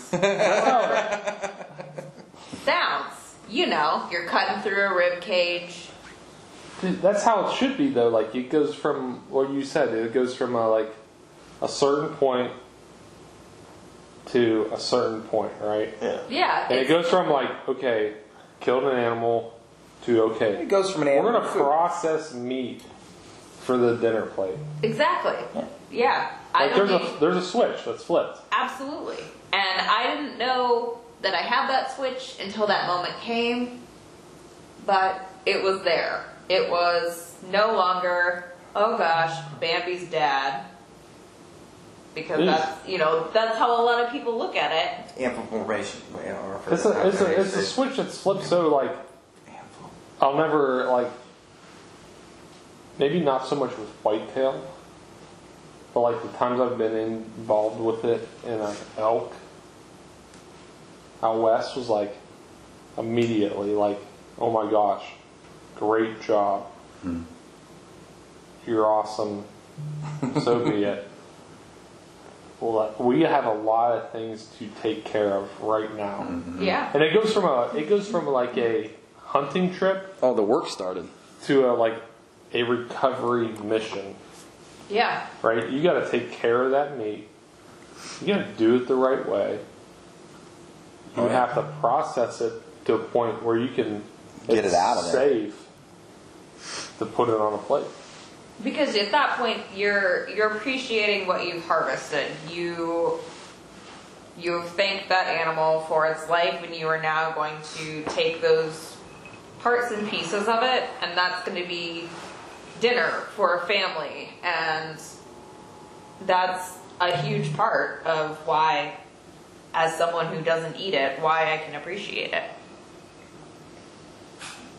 S4: sounds. You know, you're cutting through a rib cage.
S2: Dude, That's how it should be though. Like it goes from what you said. It goes from a, like a certain point to a certain point, right?
S4: Yeah.
S2: And it goes from like, okay, killed an animal to okay.
S3: It goes from an
S2: We're
S3: animal.
S2: gonna
S3: to food.
S2: process meat for the dinner plate.
S4: Exactly. Yeah. I
S2: Like
S4: don't
S2: there's
S4: need,
S2: a there's a switch that's flipped.
S4: absolutely. And I didn't know that I had that switch until that moment came, but it was there. It was no longer, oh gosh, Bambi's dad. Because
S2: Oof.
S4: that's you know that's how a lot of people look at it.
S3: Ample formation. Yeah, or for-
S2: It's a it's a it's a switch that's flipped. So like,
S3: Ample.
S2: I'll never like. Maybe not so much with whitetail, but like the times I've been involved with it in an elk, out west was like immediately like, oh my gosh, great job, you're awesome, so be it. Well, like, we have a lot of things to take care of right now,
S4: Yeah.
S2: and it goes from a it goes from like a hunting trip
S3: Oh, the work started.
S2: to a like a recovery mission,
S4: Yeah.
S2: right? You got to take care of that meat. You gotta do it the right way. You
S3: Right.
S2: have to process it to a point where you can
S3: Get
S2: it's
S3: it out of there.
S2: Safe to put it on a plate.
S4: Because at that point, you're you're appreciating what you've harvested. You you have thanked that animal for its life, and you are now going to take those parts and pieces of it, and that's going to be dinner for a family, and that's a huge part of why, as someone who doesn't eat it, why I can appreciate it.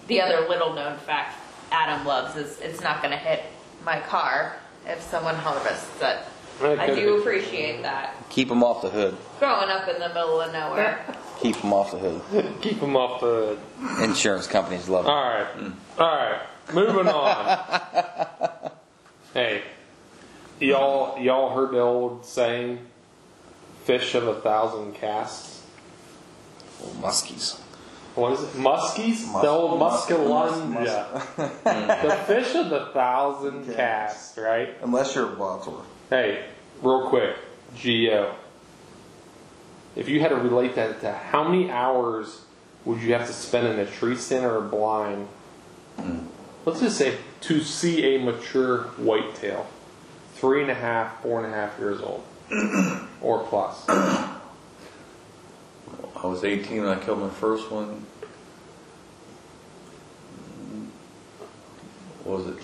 S4: The other little known fact Adam loves is it's not going to hit my car if someone harvests it.
S2: Right,
S4: I
S2: good.
S4: do appreciate that.
S3: Keep them off the hood.
S4: Growing up in the middle of nowhere.
S3: Keep them off the hood.
S2: Keep them off the.
S3: Insurance companies
S6: Uh,
S3: love it.
S2: All right, all right. Moving on. hey, y'all, y'all heard the old saying, "Fish of a thousand casts."
S3: Oh, muskies.
S2: What is it? Muskies?
S6: Mus-
S2: the old
S6: mus-
S2: musculungia. the fish of the thousand
S6: Yes.
S2: casts, right?
S6: Unless you're a bottler.
S2: Hey, real quick, Geo. If you had to relate that to how many hours would you have to spend in a tree stand or a blind? Let's just say to see a mature whitetail, three and a half, four and a half years old, or plus.
S5: I was 18 when I killed my first one. What was it?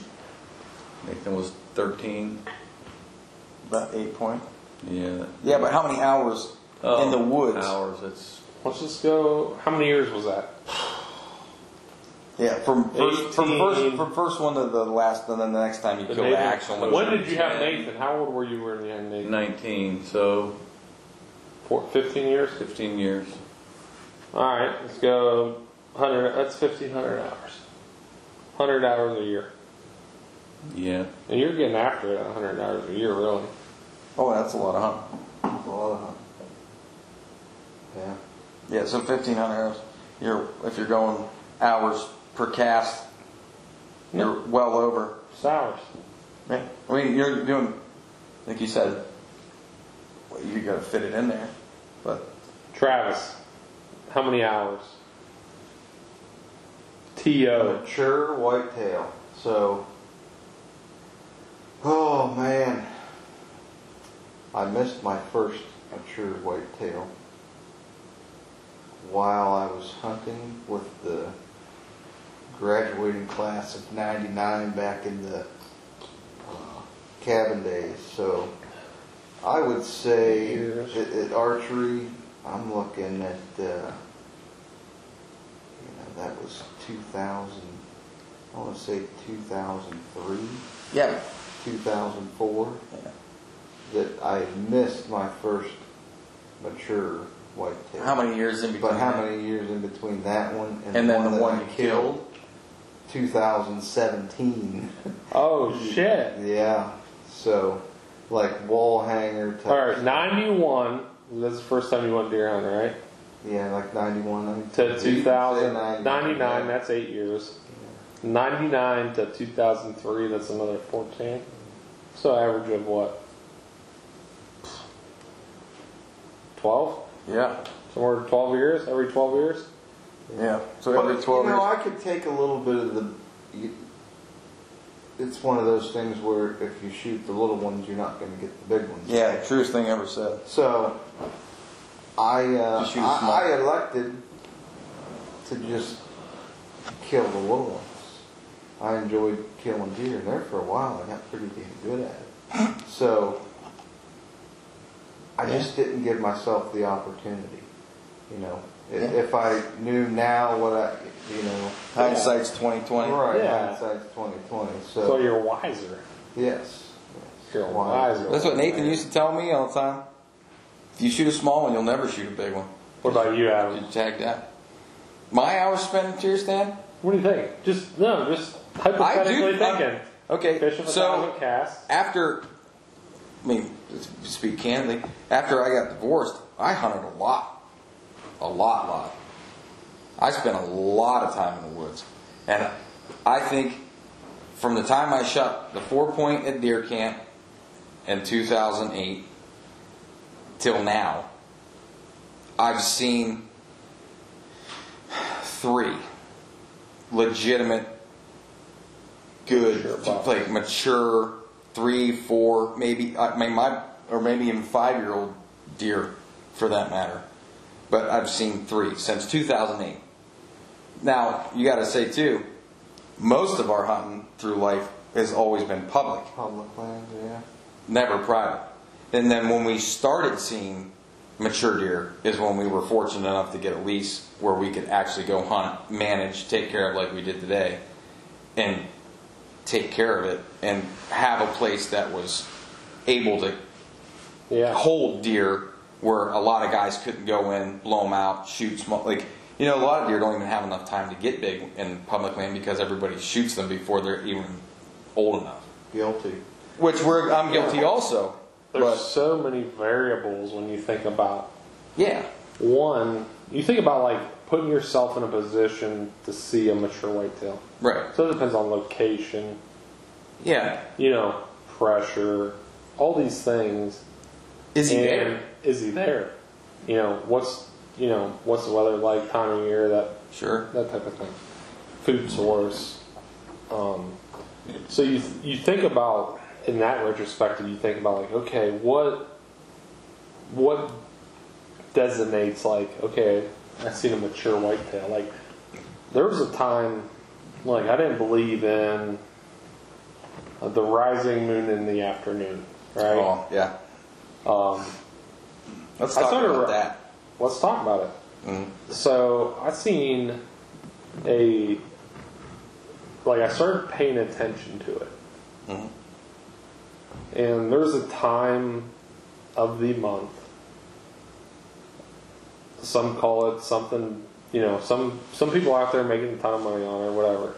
S5: Nathan was 13.
S6: About eight point.
S5: Yeah.
S6: Yeah, but how many hours
S5: Oh,
S6: in the woods?
S5: Hours. It's
S2: Let's just go. How many years was that?
S6: Yeah, from first, from
S2: 18.
S6: first from first one to the last, and then the next time you kill the
S2: Nathan-
S6: actual one.
S2: when did you have
S5: 10.
S2: Nathan? How old were you when you had Nathan?
S5: 19, so
S2: Four, 15 years?
S5: 15 years.
S2: All right, let's go. 100. That's 1,500 hours. 100 hours a year.
S5: Yeah.
S2: And you're getting after it at 100 hours a year, really.
S6: Oh, that's a lot of hunting. That's a lot of hunting. Yeah. Yeah, so fifteen hundred hours. You're if you're going hours per cast, you're well over.
S2: It's hours.
S6: Yeah. I mean, you're doing, like you said, well, you got to fit it in there, but
S2: Travis, how many hours? T.O.
S6: mature whitetail. So, oh man, I missed my first mature whitetail while I was hunting with the graduating class of '99 back in the uh, cabin days. So, I would say
S2: Years.
S6: at, at archery, I'm looking at. Uh, you know, that was 2000, I want to say 2003,
S3: Yeah.
S6: 2004,
S3: Yeah.
S6: that I missed my first mature whitetail.
S3: How many years in between?
S6: But how many years in between that one and,
S3: And
S6: the
S3: then
S6: one
S3: the
S6: that
S3: one
S6: I
S3: you
S6: killed?
S3: killed?
S6: 2017.
S2: Oh, shit.
S6: yeah. So, like wall hanger type.
S2: All right, 91. That's the first time you went deer hunting, right?
S6: Yeah, like 91, 92.
S2: To 2000,
S6: 99,
S2: 99, that's eight years. 99 to 2003, that's another 14. So average of what? 12?
S3: Yeah.
S2: Somewhere 12 years? Every 12 years?
S3: Yeah. So
S6: But, you know, I could take a little bit of the. You, it's one of those things where if you shoot the little ones, you're not going to get the big ones.
S3: Yeah, truest thing ever said.
S6: So, I uh,
S3: Just shoot small.
S6: I, I elected to just kill the little ones. I enjoyed killing deer, and there for a while I got pretty damn good at it. So, I just didn't give myself the opportunity. You know, if,
S3: Yeah.
S6: if I knew now what I, you know,
S3: Hindsight's twenty twenty.
S6: Right,
S2: Yeah.
S6: hindsight's twenty twenty. So,
S2: So you're wiser.
S6: yes,
S2: You're
S6: Why?
S2: wiser.
S3: That's what Nathan used to tell me all the time. If you shoot a small one, you'll never shoot a big one.
S2: What about you,
S3: You
S2: Adam?
S3: tag that. My hours spent in tear stand.
S2: What do you think? Just, no, just hypothetically thinking. Fish
S3: Okay,
S2: of a
S3: so
S2: thousand casts.
S3: after, I mean, let's speak candidly, after I got divorced, I hunted a lot, a lot, lot. I spent a lot of time in the woods, and I think from the time I shot the four point at deer camp in 2008 till now, I've seen three legitimate, good, like mature three, four, maybe I mean my or maybe even five year old deer for that matter. But I've seen three since 2008. Now you got to say too, most of our hunting through life has always been public
S6: Public land, yeah.
S3: never private. And then when we started seeing mature deer is when we were fortunate enough to get a lease where we could actually go hunt, manage, take care of like we did today, and take care of it and have a place that was able to
S2: Yeah.
S3: hold deer where a lot of guys couldn't go in, blow them out, shoot small. Like, you know, a lot of deer don't even have enough time to get big in public land because everybody shoots them before they're even old enough.
S6: Guilty.
S3: Which we're, I'm guilty also.
S2: There's
S3: But
S2: so many variables when you think about
S3: yeah,
S2: one. You think about like putting yourself in a position to see a mature whitetail.
S3: right.
S2: So it depends on location,
S3: Yeah.
S2: you know, pressure, all these things.
S3: Is he
S2: and
S3: there?
S2: Is he there? You know, what's you know what's the weather like, time of year, that
S3: Sure.
S2: that type of thing, food source. Um, so you you think about in that retrospective, you think about like, okay, what what designates like, okay, I seen a mature whitetail. Like there was a time, like I didn't believe in uh, the rising moon in the afternoon, right?
S3: Oh, yeah.
S2: Um,
S3: Let's
S2: I
S3: talk
S2: started
S3: about
S2: ra-
S3: that.
S2: let's talk about it. So I seen a like I started paying attention to it, and there's a time of the month. Some call it something, you know. Some some people out there making a ton of money on it, or whatever.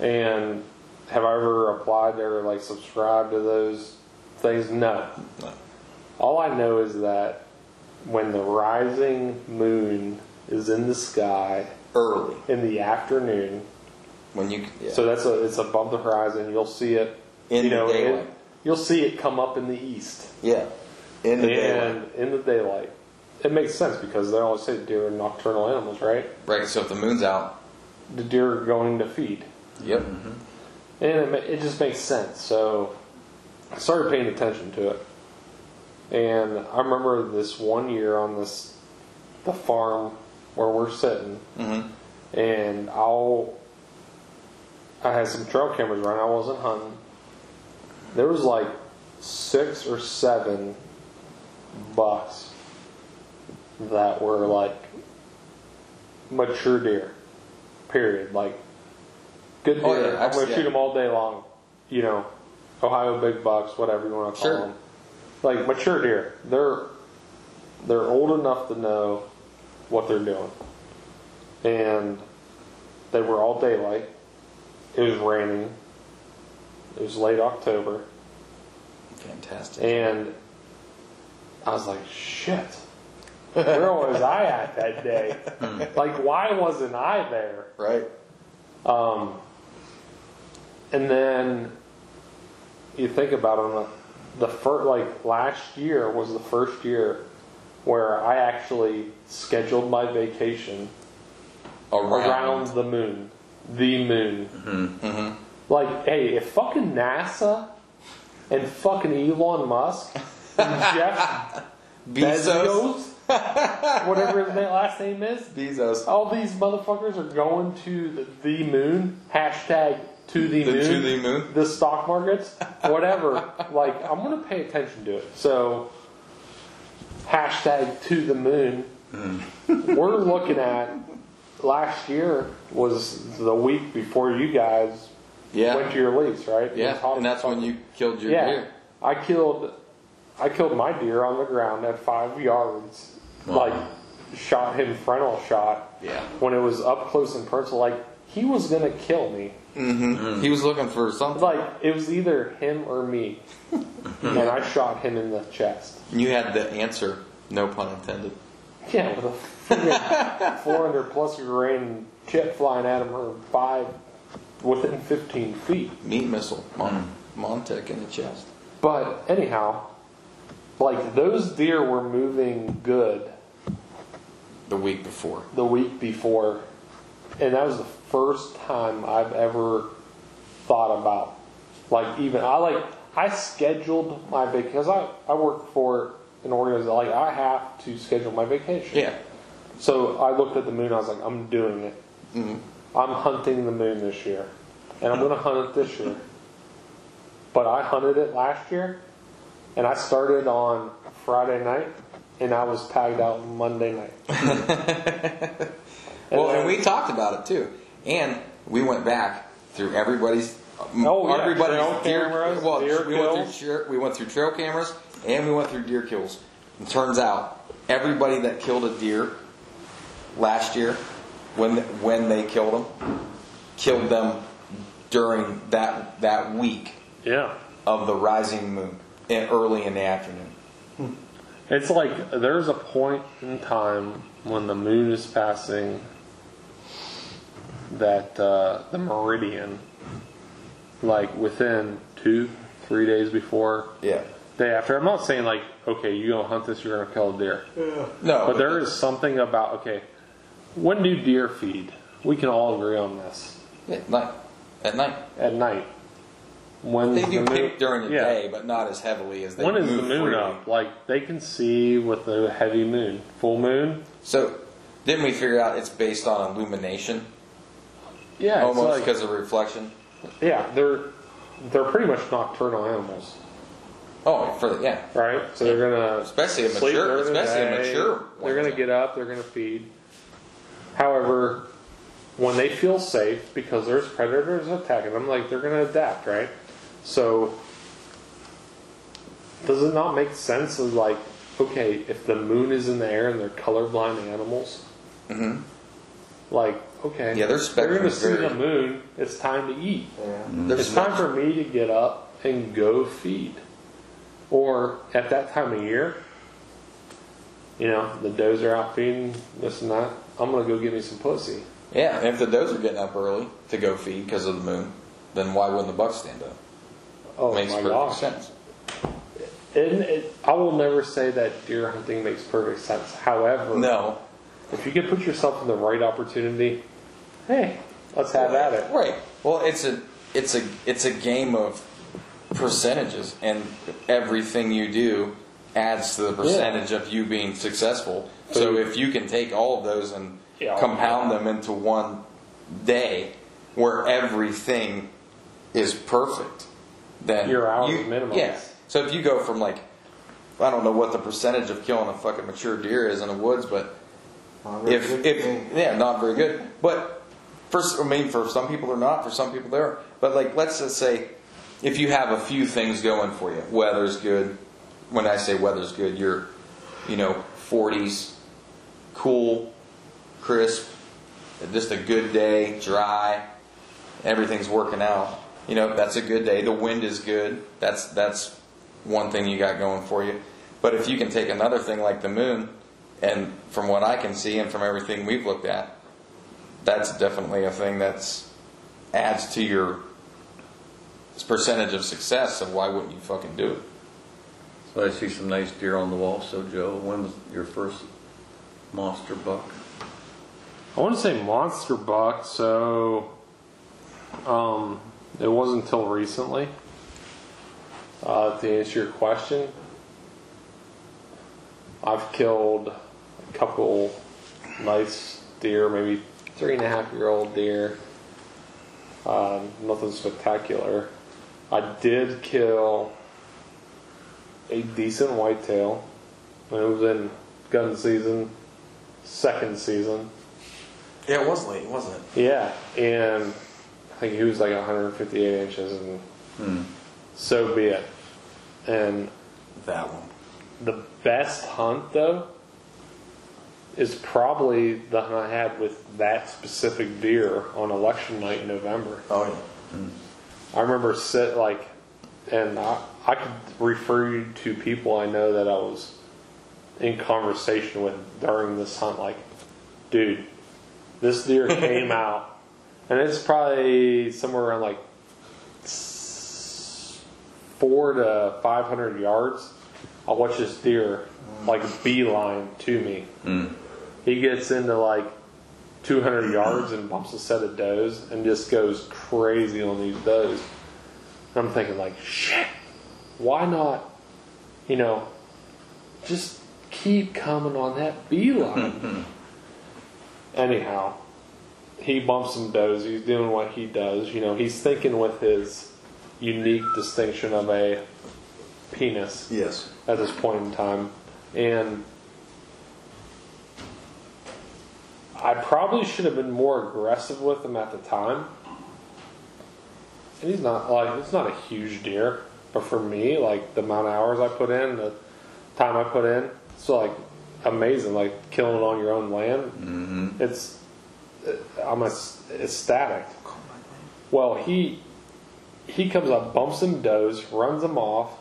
S2: And have I ever applied or like subscribed to those things? No.
S3: No.
S2: All I know is that when the rising moon is in the sky
S3: Early.
S2: in the afternoon.
S3: When you. Yeah.
S2: So that's a, it's above the horizon. You'll see it.
S3: In
S2: you
S3: the
S2: know, it-
S3: daylight.
S2: you'll see it come up in the east
S3: yeah. In the
S2: and
S3: daylight.
S2: in the daylight. It makes sense because they always say deer are nocturnal animals, right?
S3: Right, so if the moon's out.
S2: The deer are going to feed,
S3: Yep.
S2: and it, ma- it just makes sense. So I started paying attention to it, and I remember this one year on this the farm where we're sitting.
S3: Mm-hmm.
S2: and I'll I had some trail cameras running. I wasn't hunting. There was like six or seven bucks that were like mature deer. Period. Like good deer.
S3: Oh, yeah,
S2: I'm gonna
S3: absolutely.
S2: shoot them all day long. You know, Ohio big bucks, whatever you want to call
S3: Sure.
S2: them. Like mature deer. They're they're old enough to know what they're doing. And they were all daylight. It was raining. It was late October.
S3: Fantastic.
S2: And I was like, shit. Where was I at that day? like, why wasn't I there?
S3: right?
S2: Um, and then you think about it, the first, like last year was the first year where I actually scheduled my vacation
S3: Around.
S2: around the moon, the moon. Like, hey, if fucking NASA and fucking Elon Musk and Jeff
S3: Bezos.
S2: Bezos, whatever his name, last name is,
S3: Bezos.
S2: all these motherfuckers are going to the, the moon. Hashtag to the,
S3: The
S2: moon.
S3: to the moon.
S2: The stock markets, whatever. like I'm gonna pay attention to it. So hashtag to the moon.
S3: Mm.
S2: We're looking at last year was the week before you guys
S3: Yeah.
S2: went to your lease, right? We
S3: yeah.
S2: talked
S3: And that's when you killed your
S2: yeah,
S3: deer.
S2: I killed, I killed my deer on the ground at five yards. Like, shot him frontal shot.
S3: Yeah.
S2: When it was up close and personal, like he was gonna kill me.
S3: He was looking for something.
S2: Like it was either him or me, and I shot him in the chest.
S3: You had the answer. No pun intended.
S2: Yeah, with a friggin' 400 plus grain chip flying at him or five within 15 feet.
S3: Mm. Meat missile. Mon- Montec in the chest.
S2: But anyhow, like those deer were moving good
S3: the week before.
S2: the week before, and that was the first time I've ever thought about like even I like I scheduled my because I I work for an organization like I have to schedule my vacation.
S3: Yeah.
S2: So I looked at the moon. I was like, I'm doing it. I'm hunting the moon this year, and I'm going to hunt it this year. But I hunted it last year, and I started on Friday night, and I was tagged out Monday night.
S3: Well,
S2: then-
S3: and we talked about it too, and we went back through everybody's.
S2: Oh, yeah,
S3: everybody's
S2: trail
S3: deer,
S2: cameras,
S3: Well,
S2: deer
S3: we went
S2: kills.
S3: through tra- we went through trail cameras and we went through deer kills. And turns out everybody that killed a deer last year, when when they killed them, killed them during that that week
S2: Yeah.
S3: of the rising moon, in, early in the afternoon.
S2: It's like there's a point in time when the moon is passing that uh, the meridian, like within two, three days before,
S3: Yeah.
S2: day after. I'm not saying like, okay, you gonna hunt this, you're gonna kill a deer,
S3: No,
S2: but there is something about okay, when do deer feed? We can all agree on this.
S3: at night. At night,
S2: At night, when
S3: they do
S2: the moon-
S3: pick during the
S2: yeah.
S3: day, but not as heavily as they
S2: When is
S3: move
S2: the moon
S3: freely.
S2: up? Like they can see with the heavy moon, full moon.
S3: So then we figure out it's based on illumination,
S2: Yeah, it's
S3: almost
S2: like-
S3: because of reflection.
S2: Yeah, they're they're pretty much nocturnal animals,
S3: Oh, for the, yeah,
S2: right? So they're gonna
S3: Especially a
S2: sleep
S3: mature-
S2: during the
S3: especially a
S2: day,
S3: mature
S2: They're gonna
S3: ones.
S2: get up. They're gonna feed. However, when they feel safe because there's predators attacking them, like they're gonna adapt, right? So does it not make sense? Of like, okay, if the moon is in the air and they're colorblind animals,
S3: Mm-hmm.
S2: like okay,
S3: Yeah, their
S2: they're
S3: spectrum
S2: gonna
S3: is
S2: see
S3: very-
S2: the moon. It's time to eat.
S6: Yeah.
S3: There's
S2: It's time for me to get up and go feed. Or at that time of year, you know, the does are out feeding, this and that. I'm going to go get me some pussy.
S3: yeah. and If the does are getting up early to go feed because of the moon, then why wouldn't the bucks stand up?
S2: Oh
S3: Makes
S2: my
S3: perfect
S2: gosh.
S3: sense.
S2: And it, I will never say that deer hunting makes perfect sense. However,
S3: No,
S2: if you can put yourself in the right opportunity, hey, let's have at it.
S3: Right. Well, it's a it's a it's a game of percentages, and everything you do adds to the percentage of you being successful. So if you can take all of those and
S2: Yeah.
S3: compound them into one day where everything is perfect, then
S2: Your hourly
S3: you-
S2: minimum.
S3: Yeah. So if you go from like I don't know what the percentage of killing a fucking mature deer is in the woods, but
S6: Not very
S3: if,
S6: good game.
S3: if yeah, not very good. But first, I mean, for some people they're not. For some people they are. But like, let's just say, if you have a few things going for you, weather's good. When I say weather's good, you're, you know, 40s, cool, crisp, just a good day, dry. Everything's working out. You know, that's a good day. The wind is good. That's that's one thing you got going for you. But if you can take another thing like the moon, and from what I can see and from everything we've looked at, that's definitely a thing that's adds to your percentage of success. So why wouldn't you fucking do it?
S5: So I see some nice deer on the wall. So Joe, when was your first monster buck?
S2: I want to say monster buck. So, um, it wasn't until recently. Uh, to answer your question, I've killed a couple nice deer, maybe three and a half year old deer. Um, nothing spectacular. I did kill a decent whitetail. It was in gun season, second season.
S3: Yeah, it was late, wasn't it?
S2: Yeah, and I think he was like 158 inches, and
S3: Hmm.
S2: so be it. And
S3: That one.
S2: the best hunt though is probably the hunt I had with that specific deer on election night in November.
S3: Oh yeah. Hmm.
S2: I remember sit like, and I, I could refer you to people I know that I was in conversation with during this hunt. Like, dude, this deer came out, and it's probably somewhere around like s- four to five hundred yards, I watch this deer like beeline to me.
S5: Mm.
S2: He gets into like 200 yards and bumps a set of does and just goes crazy on these does. And I'm thinking like, shit, why not, you know, just keep coming on that beeline. Anyhow, he bumps some does. He's doing what he does. You know, he's thinking with his unique distinction of a penis
S6: Yes.
S2: at this point in time. And I probably should have been more aggressive with him at the time. And he's not like it's not a huge deer, but for me, like the amount of hours I put in, the time I put in, it's like amazing. Like killing it on your own land, mm-hmm. it's I'm ec- ecstatic. Well, he he comes up, bumps him does, runs him off,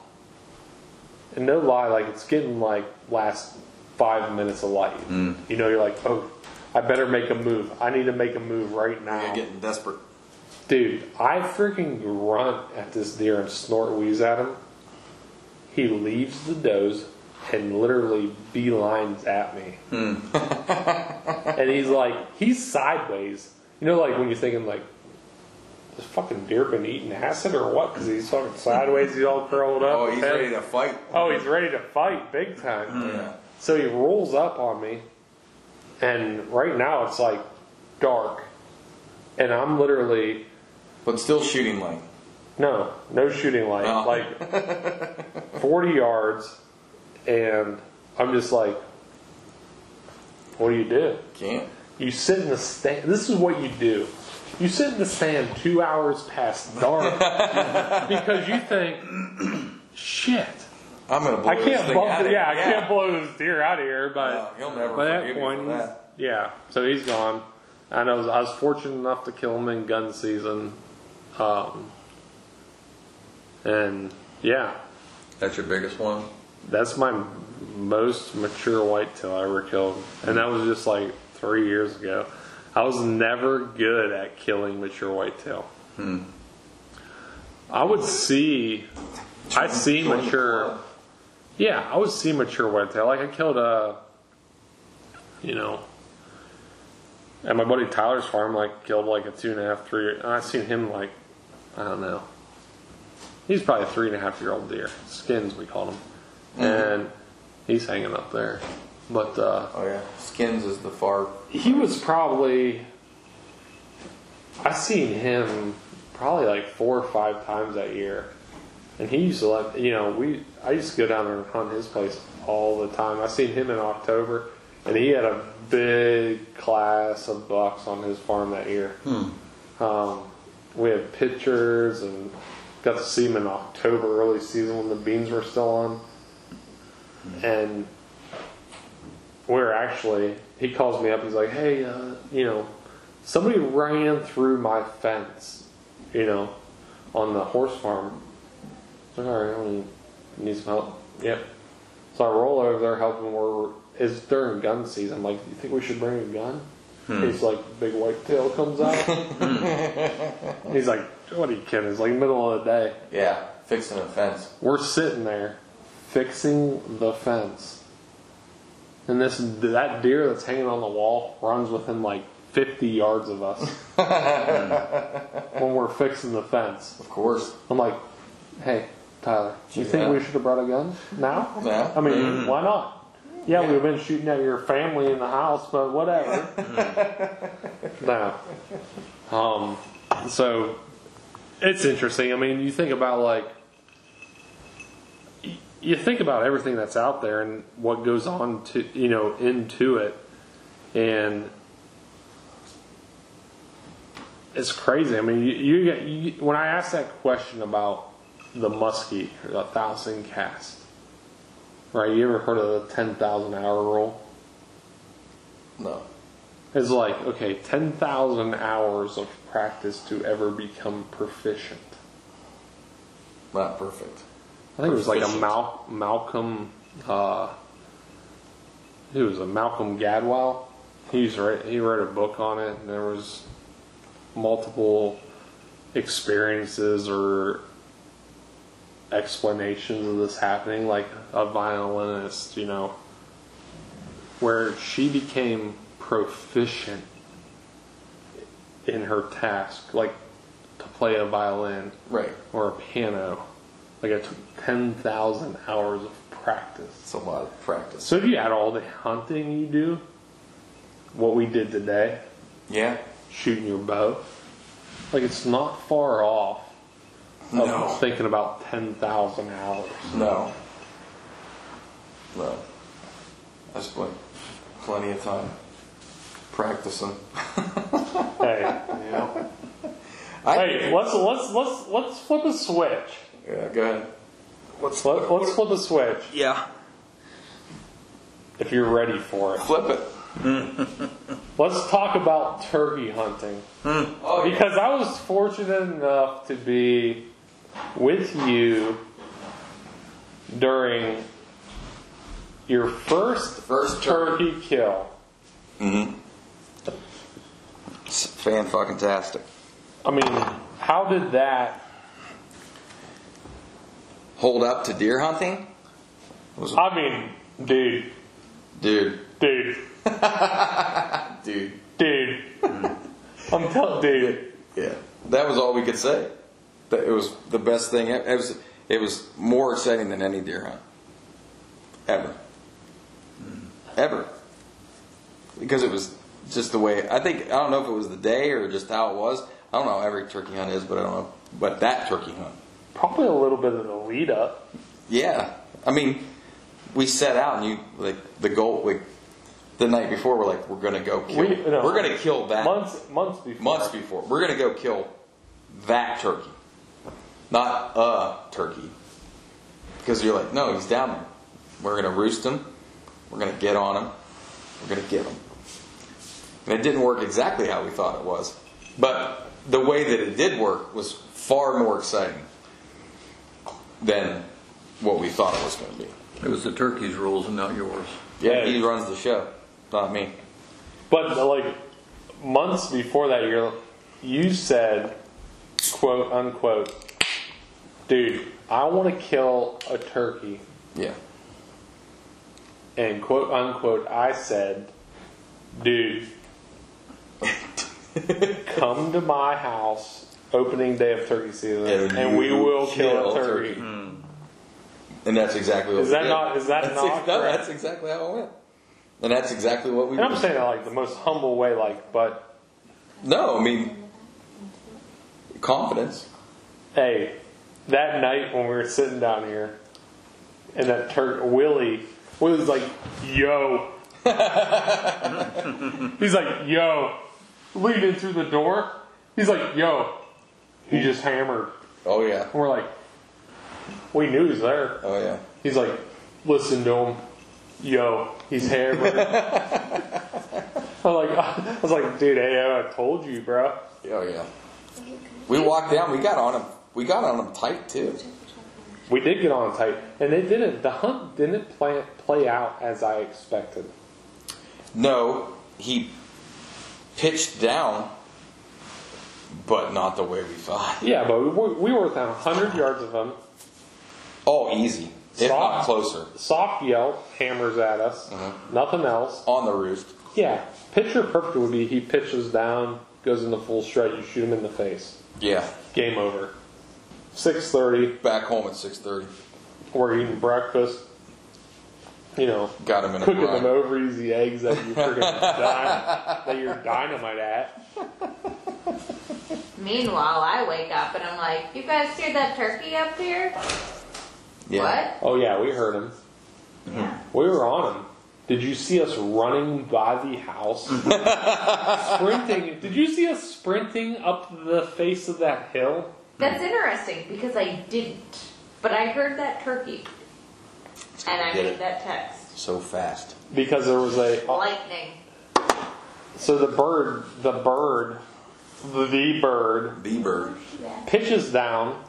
S2: and no lie, like it's getting like last five minutes of light. You know, you're like, oh, I better make a move. I need to make a move right now.
S3: You're getting desperate.
S2: Dude, I freaking grunt at this deer and snort wheeze at him. He leaves the does and literally beelines at me.
S3: Hmm.
S2: and he's like, he's sideways. You know, like when you're thinking, like, this fucking deer been eating acid or what? Because he's fucking sideways, he's all curled up.
S3: Oh, he's
S2: his head-
S3: ready to Hmm. fight.
S2: Oh, he's ready to fight big time.
S3: Yeah.
S2: So he rolls up on me, and right now it's like dark, and I'm literally
S3: But still shooting like.
S2: no, no shooting light,
S3: Oh.
S2: like 40 yards, and I'm just like, what do you do?
S3: Can't.
S2: You sit in the stand. This is what you do. You sit in the stand two hours past dark because you think, shit.
S3: I'm gonna blow
S2: I
S3: this
S2: can't
S3: thing
S2: bump
S3: out
S2: it.
S3: of
S2: Yeah, I
S3: here. Oh.
S2: can't blow this deer out of here. But
S3: No, he'll never
S2: by that
S3: forgive you
S2: point,
S3: for that.
S2: yeah. So he's gone. And I was I was fortunate enough to kill him in gun season, um, and yeah,
S5: That's your biggest one?
S2: that's my most mature whitetail I ever killed, and that was just like three years ago. I was never good at killing mature whitetail. I would see, I see mature. Yeah, I would see mature whitetail. Like I killed a, you know, at my buddy Tyler's farm. Like killed like a two and a half, three. I seen him like, I don't know. He's probably a three and a half year old deer. Skins we called him, and he's hanging up there. But uh,
S3: Oh yeah. Skins is the far.
S2: he was probably I seen him probably like four or five times that year. And he used to let you know, we I used to go down there and hunt his place all the time. I seen him in October and he had a big class of bucks on his farm that year. Um, we had pictures and got to see him in October, early season when the beans were still on. And we're actually he calls me up he's like hey uh, you know somebody ran through my fence you know on the horse farm I was like all right well, you need some help yep so i roll over there helping we're it's during gun season I'm like you think we should bring a gun he's like big white tail comes out he's like what are you kidding it's like middle of the day
S3: Yeah. Fixing a fence.
S2: we're sitting there fixing the fence. And this that deer that's hanging on the wall runs within like 50 yards of us when we're fixing the fence.
S3: Of course.
S2: I'm like, hey, Tyler, you think we should have brought a gun now?
S3: Yeah.
S2: I mean, why not? Yeah, we've been shooting at your family in the house, but whatever. no. Mm-hmm. Um, so it's interesting. I mean, you think about like y- you think about everything that's out there and what goes on to you know into it, and it's crazy. I mean, you, you, get- you when I asked that question about the muskie, or the thousand cast, right? You ever heard of the ten thousand hour rule?
S3: No.
S2: It's like, okay, 10,000 hours of practice to ever become proficient.
S3: Not perfect.
S2: I think it was like a
S3: Proficient.
S2: Mal- Malcolm, uh, who was a Malcolm Gadwell. He's right. He wrote a book on it, and there was multiple experiences or explanations of this happening, like a violinist, you know, where she became proficient in her task, like to play a violin
S3: Right.
S2: or a piano. Like it took 10,000 hours of practice.
S3: It's a lot of practice.
S2: So if you add all the hunting you do, what we did today,
S3: Yeah.
S2: shooting your bow, like it's not far off of
S3: No.
S2: thinking about 10,000 hours.
S3: No. No. I spent plenty of time practicing.
S2: Hey,
S6: Yeah.
S3: I,
S2: hey, let's let's let's let's flip a switch.
S3: Yeah, go ahead. What's
S2: Let, let's flip a switch
S3: Yeah.
S2: if you're ready for it.
S3: Flip it.
S2: Let's talk about turkey hunting.
S3: Oh, yeah.
S2: Because I was fortunate enough to be with you during your first
S3: First turn.
S2: turkey kill.
S3: Fan fucking tastic.
S2: I mean, how did that?
S3: Hold up to deer hunting? Was
S2: I mean, dude,
S3: dude.
S2: dude,
S3: Dude.
S2: dude.
S3: Hmm.
S2: I'm telling, dude.
S3: Yeah. That was all we could say. That it was the best thing ever. It was, it was more exciting than any deer hunt. Ever. Ever. Because it was just the way, I think, I don't know if it was the day or just how it was. I don't know how every turkey hunt is, but I don't know. But that turkey hunt.
S2: Probably a little bit of the lead up.
S3: Yeah, I mean, we set out and you like the goal like the night before. We're like, we're gonna go kill.
S2: We-
S3: We,
S2: no.
S3: are gonna kill that
S2: Months, months before.
S3: months before. We're gonna go kill that turkey, not a turkey, because you're like, no, he's down there. We're gonna roost him. We're gonna get on him. We're gonna get him. And it didn't work exactly how we thought it was, but the way that it did work was far more exciting than what we thought it was gonna be.
S5: It was the turkey's rules and not yours.
S3: Yeah,
S2: Yeah.
S3: he runs the show, not me.
S2: But like months before that, you you said, quote unquote, dude, I want to kill a turkey,
S3: Yeah,
S2: and quote unquote, I said, dude, come to my house opening day of turkey season,
S3: And
S2: and, we
S3: you
S2: will kill,
S3: kill
S2: a turkey.
S3: and that's exactly what.
S2: Is
S3: we
S2: that
S3: did.
S2: not- is that
S3: that's
S2: not
S3: no,
S2: correct?
S3: that's exactly how it went, and that's exactly what we.
S2: And I'm
S3: were-
S2: saying that like the most humble way, like, but
S3: No, Oh, I mean confidence.
S2: hey, that night when we were sitting down here, and that turk Willie, Willie was like, "Yo," he's like, "Yo," leaning through the door. He's like, "Yo," he just hammered.
S3: Oh yeah.
S2: And we're like, we knew he was there.
S3: Oh yeah.
S2: He's like, listen to him, yo, he's hammered. I'm like, I was like, dude, hey, I told you, bro.
S3: Oh yeah. We walked down. We got on him. We got on him tight too.
S2: We did get on tight, and they didn't. The hunt didn't play play out as I expected.
S3: No, he pitched down, but not the way we thought.
S2: Yeah, but we were, we were within hundred yards of them.
S3: Oh, easy. If not
S2: Soft.
S3: closer.
S2: Soft yelp, hammers at us. Nothing else.
S3: On the roost.
S2: Yeah, picture perfect would be he pitches down, goes into full strut, you shoot him in the face.
S3: Yeah.
S2: Game over. Six thirty,
S3: Back home at six thirty.
S2: we're eating breakfast. You know,
S3: Got him in a
S2: cooking
S3: brine.
S2: them ovaries, the eggs that you freaking dyn- that you're dynamite at.
S4: Meanwhile, I wake up and I'm like, you guys hear that turkey up there? What?
S2: Oh yeah, we heard him.
S3: Mm-hmm.
S2: We were on him. Did you see us running by the house? sprinting. Did you see us sprinting up the face of that hill?
S4: That's interesting because I didn't. But I heard that turkey. And I
S3: Get
S4: made
S3: it.
S4: that text.
S3: So fast.
S2: Because there was a
S4: Lightning.
S2: so the bird, the bird, the bird
S3: The bird.
S2: pitches down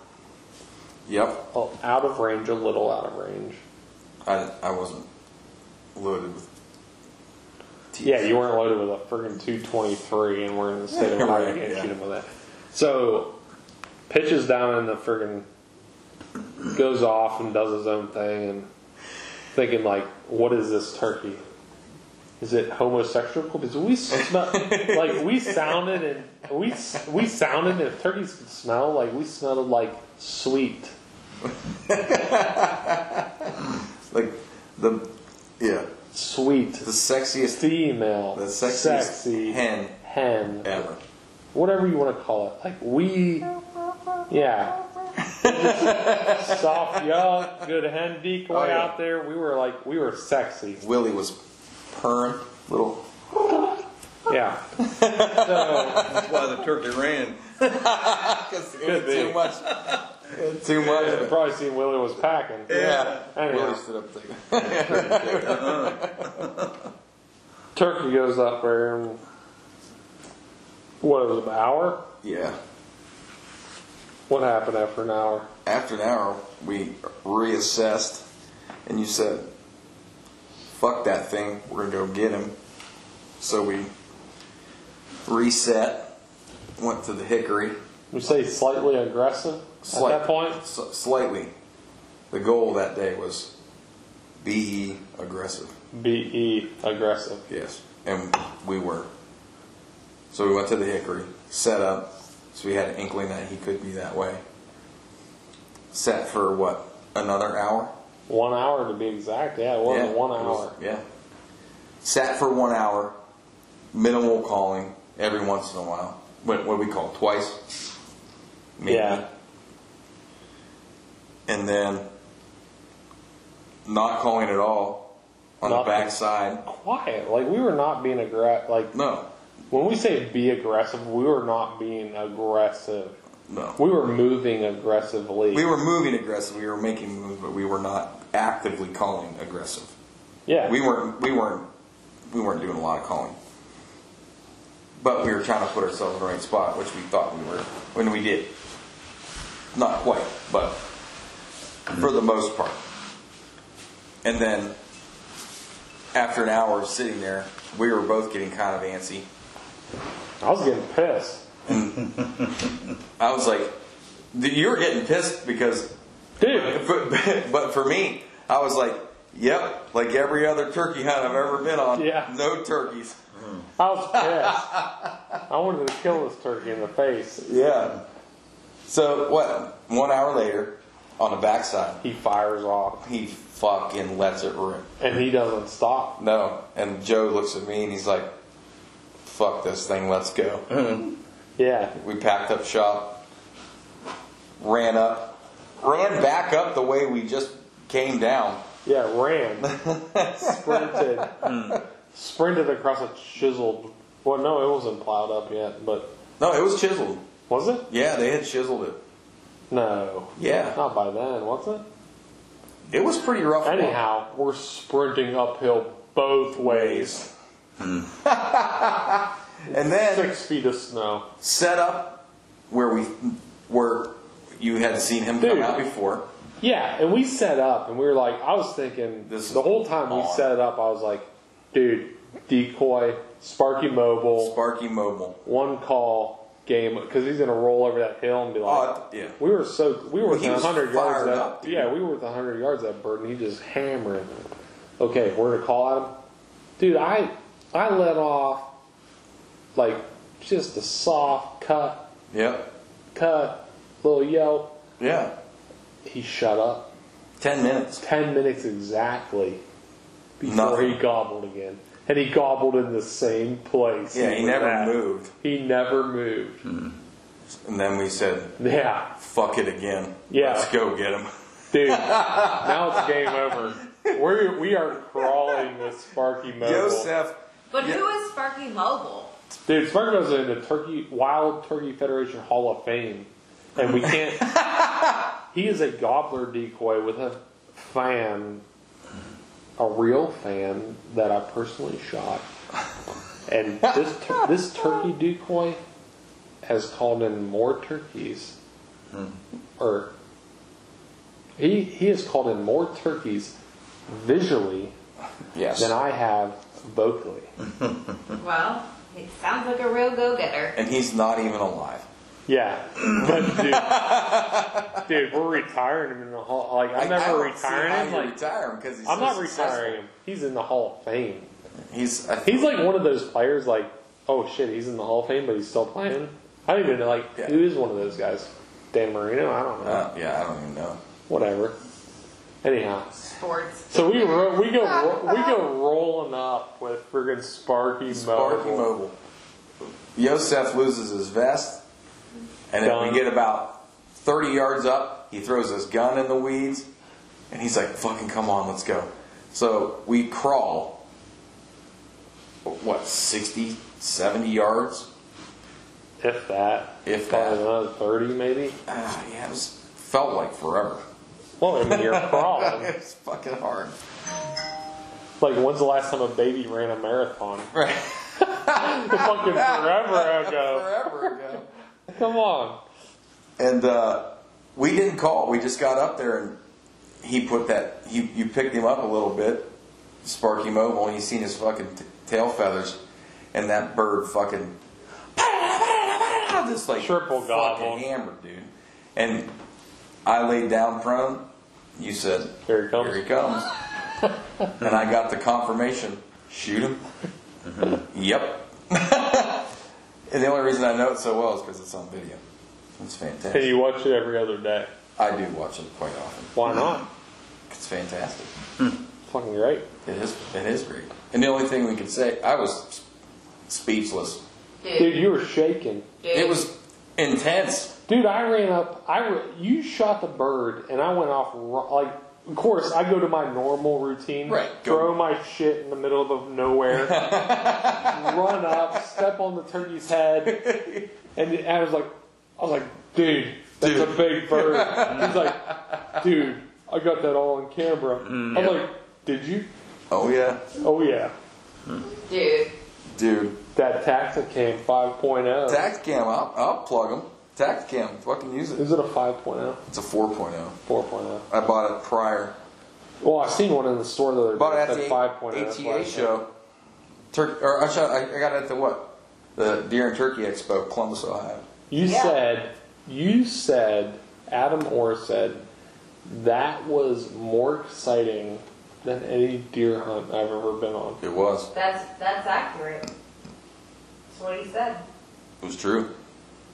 S3: Yep.
S2: oh, out of range, a little out of range.
S3: I, I wasn't loaded with teeth.
S2: Yeah, you weren't loaded with a friggin' 223, and we're in the state of Ohio.
S3: Right,
S2: You can't
S3: yeah.
S2: shoot him with that. So, pitches down in the friggin' goes off and does his own thing and thinking like, what is this turkey? Is it homosexual? Because we smell like we sounded and we we sounded. and If turkeys could smell, like we smelled like sweet.
S3: Like the yeah,
S2: sweet
S3: the sexiest
S2: female,
S3: the sexiest
S2: sexy
S3: hen
S2: hen,
S3: ever.
S2: whatever you want to call it. Like we, yeah, soft, young, good hen decoy
S3: Oh, yeah.
S2: out there. We were like, we were sexy.
S3: Willie was purring little.
S2: Yeah. So
S5: That's why the turkey ran.
S3: Cause it was
S2: Could be.
S3: too much. It was too much.
S2: you
S3: but-
S2: probably seen Willie was packing.
S3: Yeah.
S2: Anyhow.
S3: Willie stood up there.
S2: Turkey goes up there. And, what it was an hour?
S3: Yeah.
S2: What happened after an hour?
S3: After an hour, we reassessed, and you said, "Fuck that thing. We're gonna go get him." So we reset. Went to the Hickory.
S2: We say slightly aggressive
S3: Slight-
S2: at that point.
S3: s- slightly. The goal that day was be aggressive.
S2: Be E aggressive.
S3: Yes, and we were. So we went to the Hickory, set up, so we had an inkling that he could be that way. Set for what? Another hour?
S2: One hour to be exact. Yeah, it wasn't one
S3: it was-
S2: hour.
S3: yeah. Sat for one hour, minimal calling every once in a while. What, what do we call it? Twice? Maybe.
S2: Yeah.
S3: And then not calling at all on
S2: Nothing.
S3: the backside.
S2: Quiet. Like we were not being aggressive. Like
S3: No,
S2: when we say be aggressive, we were not being aggressive.
S3: no.
S2: We were moving aggressively.
S3: We were moving aggressive. We were making moves, but we were not actively calling aggressive.
S2: yeah.
S3: We weren't. We weren't. We weren't doing a lot of calling. But we were trying to put ourselves in the right spot, which we thought we were when we did. Not quite, but for the most part. And then after an hour of sitting there, we were both getting kind of antsy.
S2: I was getting pissed.
S3: I was like, "You were getting pissed because
S2: Dude,
S3: But, but for me, I was like, yep, like every other turkey hunt I've ever been on,
S2: Yeah.
S3: no turkeys.
S2: I was pissed. I wanted to kill this turkey in the face.
S3: Yeah. So, what, one hour later, on the backside,
S2: He fires off
S3: he fucking lets it rip.
S2: and he doesn't stop.
S3: No. And Joe looks at me and he's like, fuck this thing, let's go.
S2: Yeah.
S3: we packed up shop, ran up, ran back up the way we just came down.
S2: Yeah, ran. sprinted.
S3: Hmm.
S2: Sprinted across a chiseled. Well, no, it wasn't plowed up yet, but.
S3: No, it was chiseled.
S2: Was it?
S3: Yeah, they had chiseled it.
S2: No.
S3: Yeah.
S2: Not by then, was it?
S3: It was pretty rough.
S2: Anyhow, we're sprinting uphill both ways.
S3: And then
S2: Six feet of snow.
S3: set up where we where you had seen him come
S2: Dude.
S3: out before.
S2: Yeah, and we set up, and we were like, I was thinking
S3: This is
S2: the whole time we
S3: on.
S2: set up, I was like, dude, decoy, Sparky Mobile,
S3: Sparky Mobile.
S2: one call game, because he's gonna roll over that hill and be like,
S3: Oh, I- yeah.
S2: we were so we were
S3: He
S2: within
S3: was
S2: 100 yards.
S3: fired
S2: That,
S3: up, dude.
S2: yeah, we were within 100 yards of that bird, and he just hammering. it. Okay, we're gonna call at him, dude. I I let off like just a soft cut,
S3: Yep.
S2: cut, little yelp.
S3: Yeah.
S2: He shut up.
S3: Ten minutes.
S2: Ten minutes exactly before
S3: Nothing.
S2: he gobbled again, and he gobbled in the same place.
S3: Yeah, he
S2: was
S3: never
S2: at.
S3: moved.
S2: He never moved.
S3: And then we said,
S2: Yeah,
S3: "Fuck it again.
S2: Yeah.
S3: Let's go get him."
S2: Dude, now it's game over. We're, we are crawling with Sparky Mobile.
S3: Joseph.
S4: But
S3: Yeah.
S4: who is Sparky Mobile?
S2: Dude, Sparky Mobile's in the Turkey Wild Turkey Federation Hall of Fame. And we can't. he is a gobbler decoy with a fan, a real fan that I personally shot. And this, tur- this turkey decoy has called in more turkeys. Or he, he has called in more turkeys visually
S3: Yes.
S2: than I have vocally.
S4: Well, he sounds like a real go-getter.
S3: and he's not even alive.
S2: Yeah, but dude, dude, we're retiring him in the hall. Like I'm
S3: I
S2: never
S3: don't see
S2: retiring
S3: how
S2: him.
S3: you
S2: Like
S3: retire him because he's.
S2: I'm
S3: so
S2: not
S3: successful.
S2: retiring him. He's in the Hall of Fame.
S3: He's. I think
S2: He's like one of those players. Like oh shit, he's in the Hall of Fame, but he's still playing. I don't even know. Like
S3: Yeah.
S2: who is one of those guys? Dan Marino. I don't know.
S3: uh, yeah, I don't even know.
S2: Whatever. Anyhow,
S4: Sports.
S2: so we ro- we go ro- we go rolling up with friggin' Sparky,
S3: Sparky
S2: Mobile.
S3: Mobile. Yosef loses his vest, and then
S2: Done.
S3: we get about 30 yards up. He throws his gun in the weeds, and he's like, fucking come on, let's go. So we crawl, what, 60, 70 yards?
S2: If that,
S3: If
S2: Probably
S3: that.
S2: another thirty maybe.
S3: Ah, yeah, it was, felt like forever.
S2: Well, I mean, you're crawling.
S3: it was fucking hard.
S2: Like, when's the last time a baby ran a marathon?
S3: Right.
S2: Fucking forever ago.
S3: forever ago.
S2: Come on.
S3: And uh, we didn't call. We just got up there, and he put that. You you picked him up a little bit, Sparky Mobile, and you seen his fucking t- tail feathers, and that bird fucking just like
S2: Triple
S3: fucking
S2: gobbled.
S3: hammered, dude. And I laid down prone. You said,
S2: Here he comes.
S3: "Here he comes," and I got the confirmation. Shoot him.
S2: Mm-hmm.
S3: yep. and the only reason I know it so well is because it's on video. It's fantastic.
S2: And you watch it every other day.
S3: I do watch it quite often.
S2: Why not?
S3: It's fantastic.
S2: Fucking great.
S3: It is. It is great. And the only thing we could say, I was speechless.
S2: Dude,
S4: Dude,
S2: you were shaking.
S3: It was intense.
S2: Dude, I ran up. I re- you shot the bird, and I went off ro- like. Of course, I go to my normal routine.
S3: Right, go.
S2: Throw my shit in the middle of nowhere. run up, step on the turkey's head, and I was like, I was like, dude, that's a
S3: Dude.
S2: big bird. He's like, dude, I got that all on camera. I'm like, did you?
S3: Mm, Oh yeah,
S2: Oh yeah,
S4: Dude.
S3: dude.
S2: that Taxicam 5.0.
S3: Tactcam. I'll, I'll plug them. Tactcam. Fucking use it.
S2: Is it a oh? 5.0?
S3: It's a 4.0.
S2: 4.0.
S3: I bought it prior.
S2: Well, I seen one in the store the other day.
S3: Bought it at
S2: that
S3: the
S2: 5.0. oh, That's why I
S3: ATA
S2: said-
S3: show. Turkey. Or I shot. I I got it at the what? The Deer and Turkey Expo, Columbus, Ohio.
S2: You
S4: Yeah.
S2: said, you said, Adam Orr said, that was more exciting than any deer hunt I've ever been on.
S3: It was.
S4: That's that's accurate. That's what he said.
S3: It was true.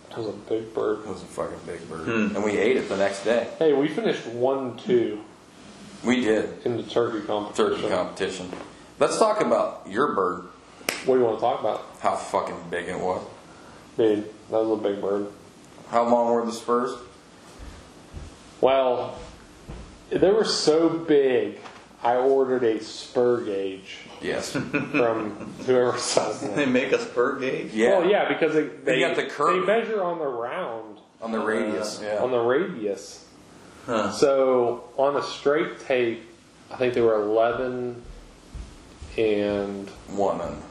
S2: That was a big bird.
S3: It was a fucking big bird.
S2: Hmm.
S3: And we ate it the next day.
S2: Hey, we finished 1 2
S3: We did.
S2: in the turkey competition.
S3: turkey competition. Let's talk about your bird.
S2: What do you want to talk about?
S3: How fucking big it was.
S2: Dude, that was a big bird.
S3: How long were the spurs?
S2: Well, they were so big, I ordered a spur gauge
S3: Yes.
S2: from whoever sells them.
S5: They make us bird gauge?
S3: Yeah.
S2: Well, yeah, because they, they,
S3: got the curve.
S2: they measure on the round,
S3: On the radius. Yeah.
S2: Uh, on the radius.
S5: Huh.
S2: So on a straight tape, I think they were 11 and
S3: one and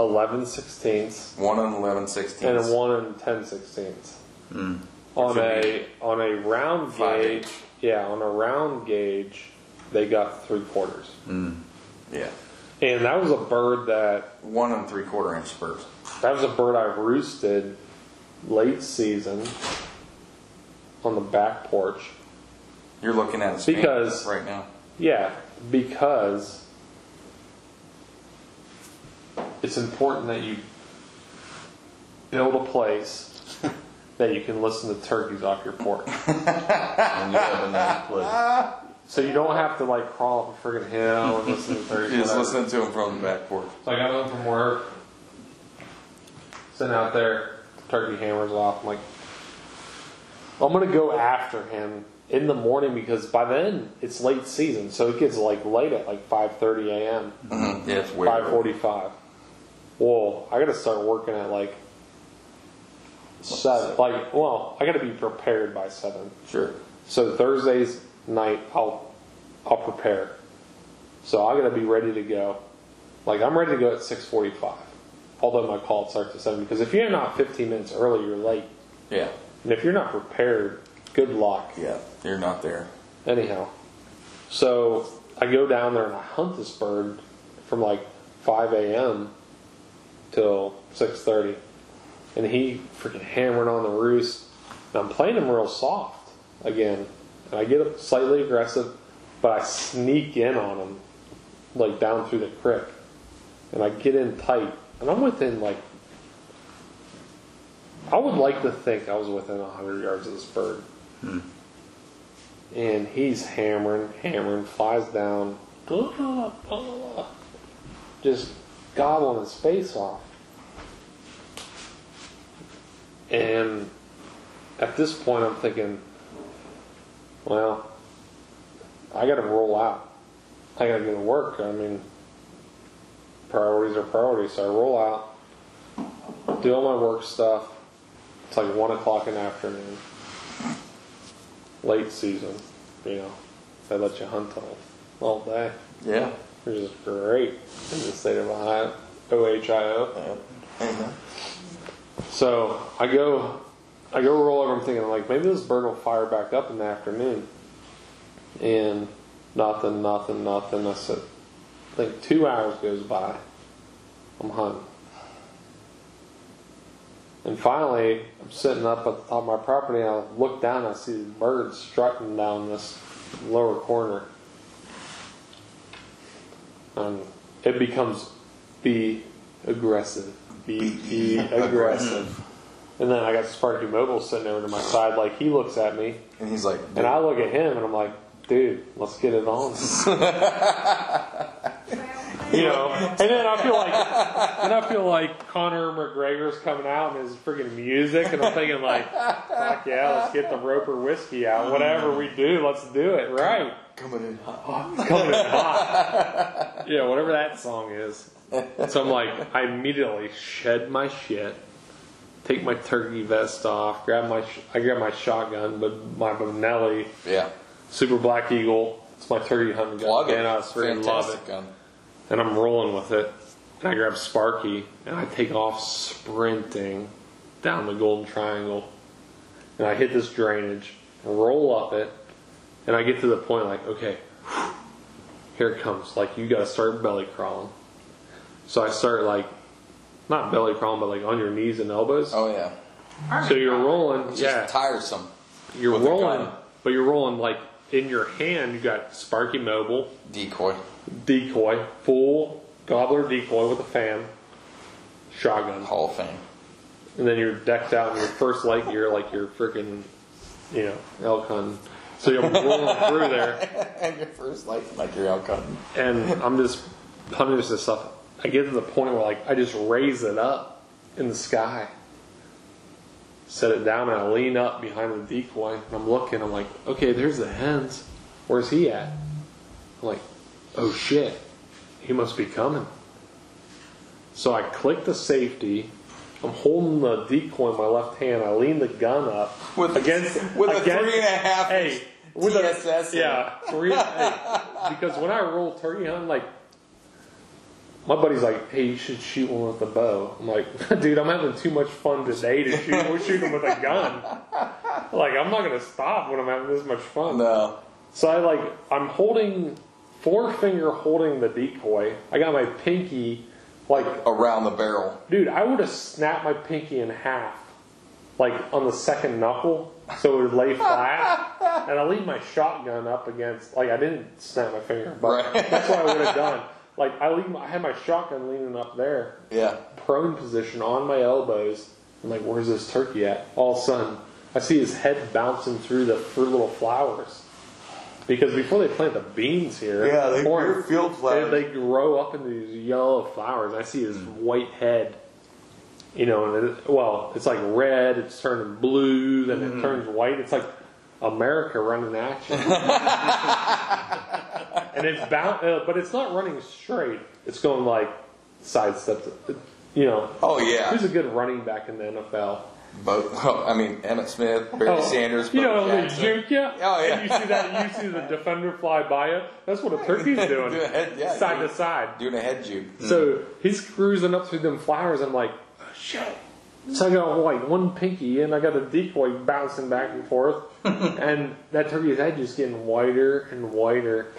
S2: 11 sixteenths
S3: one and eleven sixteen.
S2: and 1 and 10 sixteenths. On
S3: Which would
S2: a on a round
S3: Hmm. Five
S2: gauge, yeah, on a round gauge, they got three quarters,
S3: Yeah.
S2: and that was a bird that
S3: One and three quarter inch spurs.
S2: That was a bird I roosted late season on the back porch.
S3: You're looking at a span
S2: Because-
S3: right now.
S2: Yeah, because it's important that you build a place that you can listen to turkeys off your porch.
S5: And you have a nice place.
S2: So you don't have to like crawl up a friggin' hill and listen to
S3: You're
S2: turkeys.
S3: just
S2: whatever.
S3: listening to him from the back porch.
S2: So I got home from work, sitting out there, turkey hammers off. I'm like, I'm gonna go after him in the morning because by then it's late season, so it gets like late at like 5:30 a.m.,
S3: Mm-hmm. Yeah, it's weird.
S2: 5:45. Whoa, I gotta start working at like seven. Like, well, I gotta be prepared by seven.
S3: Sure.
S2: So Thursday's night, I'll I'll prepare. So I gotta be ready to go. Like I'm ready to go at 6:45. Although my call starts at seven, because if you're not 15 minutes early, you're late.
S3: Yeah.
S2: And if you're not prepared, good luck.
S3: Yeah. You're not there.
S2: Anyhow, so I go down there and I hunt this bird from like 5 a.m. till 6:30, and he freaking hammered on the roost. And I'm playing him real soft again, and I get slightly aggressive, but I sneak in on him, like down through the crick, and I get in tight, and I'm within like. I would like to think I was within 100 yards of this bird. And he's hammering, hammering, flies down, blah, blah, blah, just gobbling his face off. And at this point, I'm thinking, well, I got to roll out. I got to go to work. I mean, priorities are priorities. So I roll out, do all my work stuff. It's like one o'clock in the afternoon, late season. You know, they let you hunt all all day,
S3: Yeah.
S2: which is great in the state of Ohio. OHIO.
S3: Amen.
S2: So I go, I go roll over. I'm thinking like maybe this bird will fire back up in the afternoon, and nothing, nothing, nothing. I said, I think two hours goes by. I'm hunting, and finally I'm sitting up at the top of my property. And I look down. I see the bird strutting down this lower corner, and Um, it becomes be aggressive, be, be aggressive. And then I got Sparky Mobile sitting over to my side, like he looks at me,
S3: And he's like,
S2: and I look at him, and I'm like, dude, let's get it on. you know, and then I feel like, then I feel like Connor McGregor's coming out and his freaking music, and I'm thinking like, fuck yeah, let's get the Roper whiskey out. Whatever we do, let's do it right.
S3: coming in hot.
S2: Coming in hot. Yeah, whatever that song is. So I'm like, I immediately shed my shit, take my turkey vest off, grab my, sh- I grab my shotgun, but my Bonelli
S3: Yeah.
S2: Super Black Eagle. It's my turkey hunting gun,
S3: Love it.
S2: and I freaking love it.
S3: Fantastic gun.
S2: And I'm rolling with it. And I grab Sparky, and I take off sprinting down the Golden Triangle, and I hit this drainage, and roll up it, and I get to the point like, okay, here it comes. Like you gotta start belly crawling. So I start like, not belly crawling, but like on your knees and elbows.
S3: Oh, yeah.
S2: So you're rolling,
S3: It's
S2: yeah
S3: just tiresome.
S2: you're
S3: with a
S2: rolling,
S3: gun.
S2: but you're rolling like in your hand. You got Sparky Mobile
S3: Decoy.
S2: decoy, full gobbler decoy with a fan, shotgun,
S3: Hall of Fame.
S2: and then you're decked out in your first light gear, like you're freaking, you know, elk hunting. So you're rolling through there,
S3: and your first life, like your outcome.
S2: and I'm just hunting this stuff. I get to the point where like I just raise it up in the sky. Set it down and I lean up behind the decoy and I'm looking, I'm like, okay, there's the hens. Where's he at? I'm like, oh shit, he must be coming. So I click the safety. I'm holding the decoy in my left hand. I lean the gun up
S3: With a-
S2: against
S3: with a
S2: against-
S3: three and a half
S2: Hey, with
S3: TSS.
S2: a, yeah, three. hey, because when I roll turkey hunting, like my buddy's like, "Hey, you should shoot one with a bow." I'm like, "Dude, I'm having too much fun today to shoot. We're shooting with a gun. Like, I'm not gonna stop when I'm having this much fun."
S3: No.
S2: So I like I'm holding forefinger holding the decoy. I got my pinky like
S3: Around the barrel.
S2: dude, I would have snapped my pinky in half. Like on the second knuckle, so it would lay flat, and I leave my shotgun up against. Like I didn't snap my finger, but
S3: Right.
S2: that's what I would have done. Like I leave, my, I had my shotgun leaning up there,
S3: Yeah.
S2: prone position on my elbows. I'm like, where's this turkey at? All of a sudden, I see his head bouncing through the fruit little flowers. Because before they plant the beans here,
S3: Yeah, they-
S2: corn,
S3: they're field flowers.
S2: They, they grow up into these yellow flowers. I see his
S3: Hmm.
S2: white head. You know, and it, well, it's like red. It's turning blue, then
S3: Hmm.
S2: it turns white. It's like America running at you, and it's bound, uh, but it's not running straight. It's going like sidestep. You know,
S3: Oh, yeah.
S2: Who's a good running back in the NFL?
S3: Both. Oh, I mean, Emmett Smith, Barry
S5: Oh.
S3: Sanders,
S2: You
S3: Bo
S2: know, they
S3: Jackson.
S2: juke you.
S3: Oh, yeah.
S2: And you see that? You see the defender fly by you. That's what a turkey's doing,
S3: Do a head- yeah,
S2: side
S3: dude.
S2: to side.
S3: doing a head juke.
S2: So he's cruising up through them flowers. I'm like, oh, shit. So I got like one pinky, and I got a decoy bouncing back and forth, and that turkey's head just getting whiter and whiter.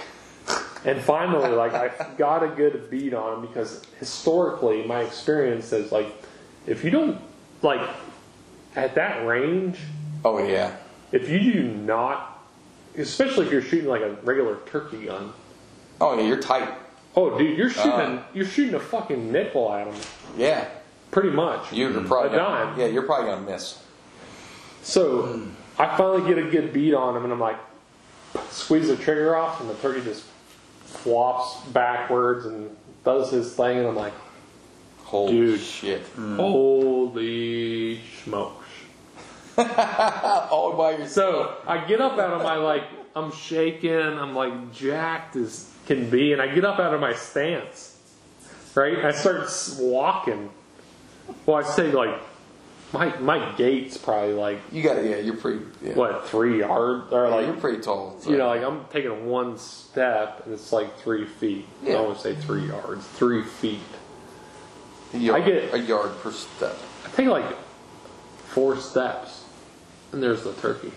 S2: And finally, like I got a good beat on him because historically, my experience is like, if you don't like at that range,
S3: Oh yeah.
S2: if you do not, especially if you're shooting like a regular turkey gun,
S3: Oh yeah, you're tight.
S2: oh dude, you're shooting
S3: Uh.
S2: you're shooting a fucking nipple at them,
S3: Yeah.
S2: pretty much.
S3: You're probably
S2: Mm.
S3: gonna-
S2: A dime.
S3: Yeah, you're probably gonna miss.
S2: So I finally get a good beat on him, and I'm like, squeeze the trigger off, and the turkey just flops backwards and does his thing, and I'm like,
S3: Holy
S2: Dude. Mm.
S3: shit!
S2: holy smokes!
S3: All by yourself.
S2: So I get up out of my like, I'm shaking, I'm like jacked as can be, and I get up out of my stance, right? I start s- walking. Well, I say like, my my gait's probably like
S3: You got yeah. You're pretty. Yeah.
S2: what three yards or
S3: Yeah,
S2: like
S3: you're pretty tall. so-
S2: you know, like I'm taking one step and it's like three feet. I
S3: Yeah.
S2: don't want to say three yards, three feet.
S3: a yard,
S2: get-
S3: a yard per step.
S2: I take like four steps and there's the turkey.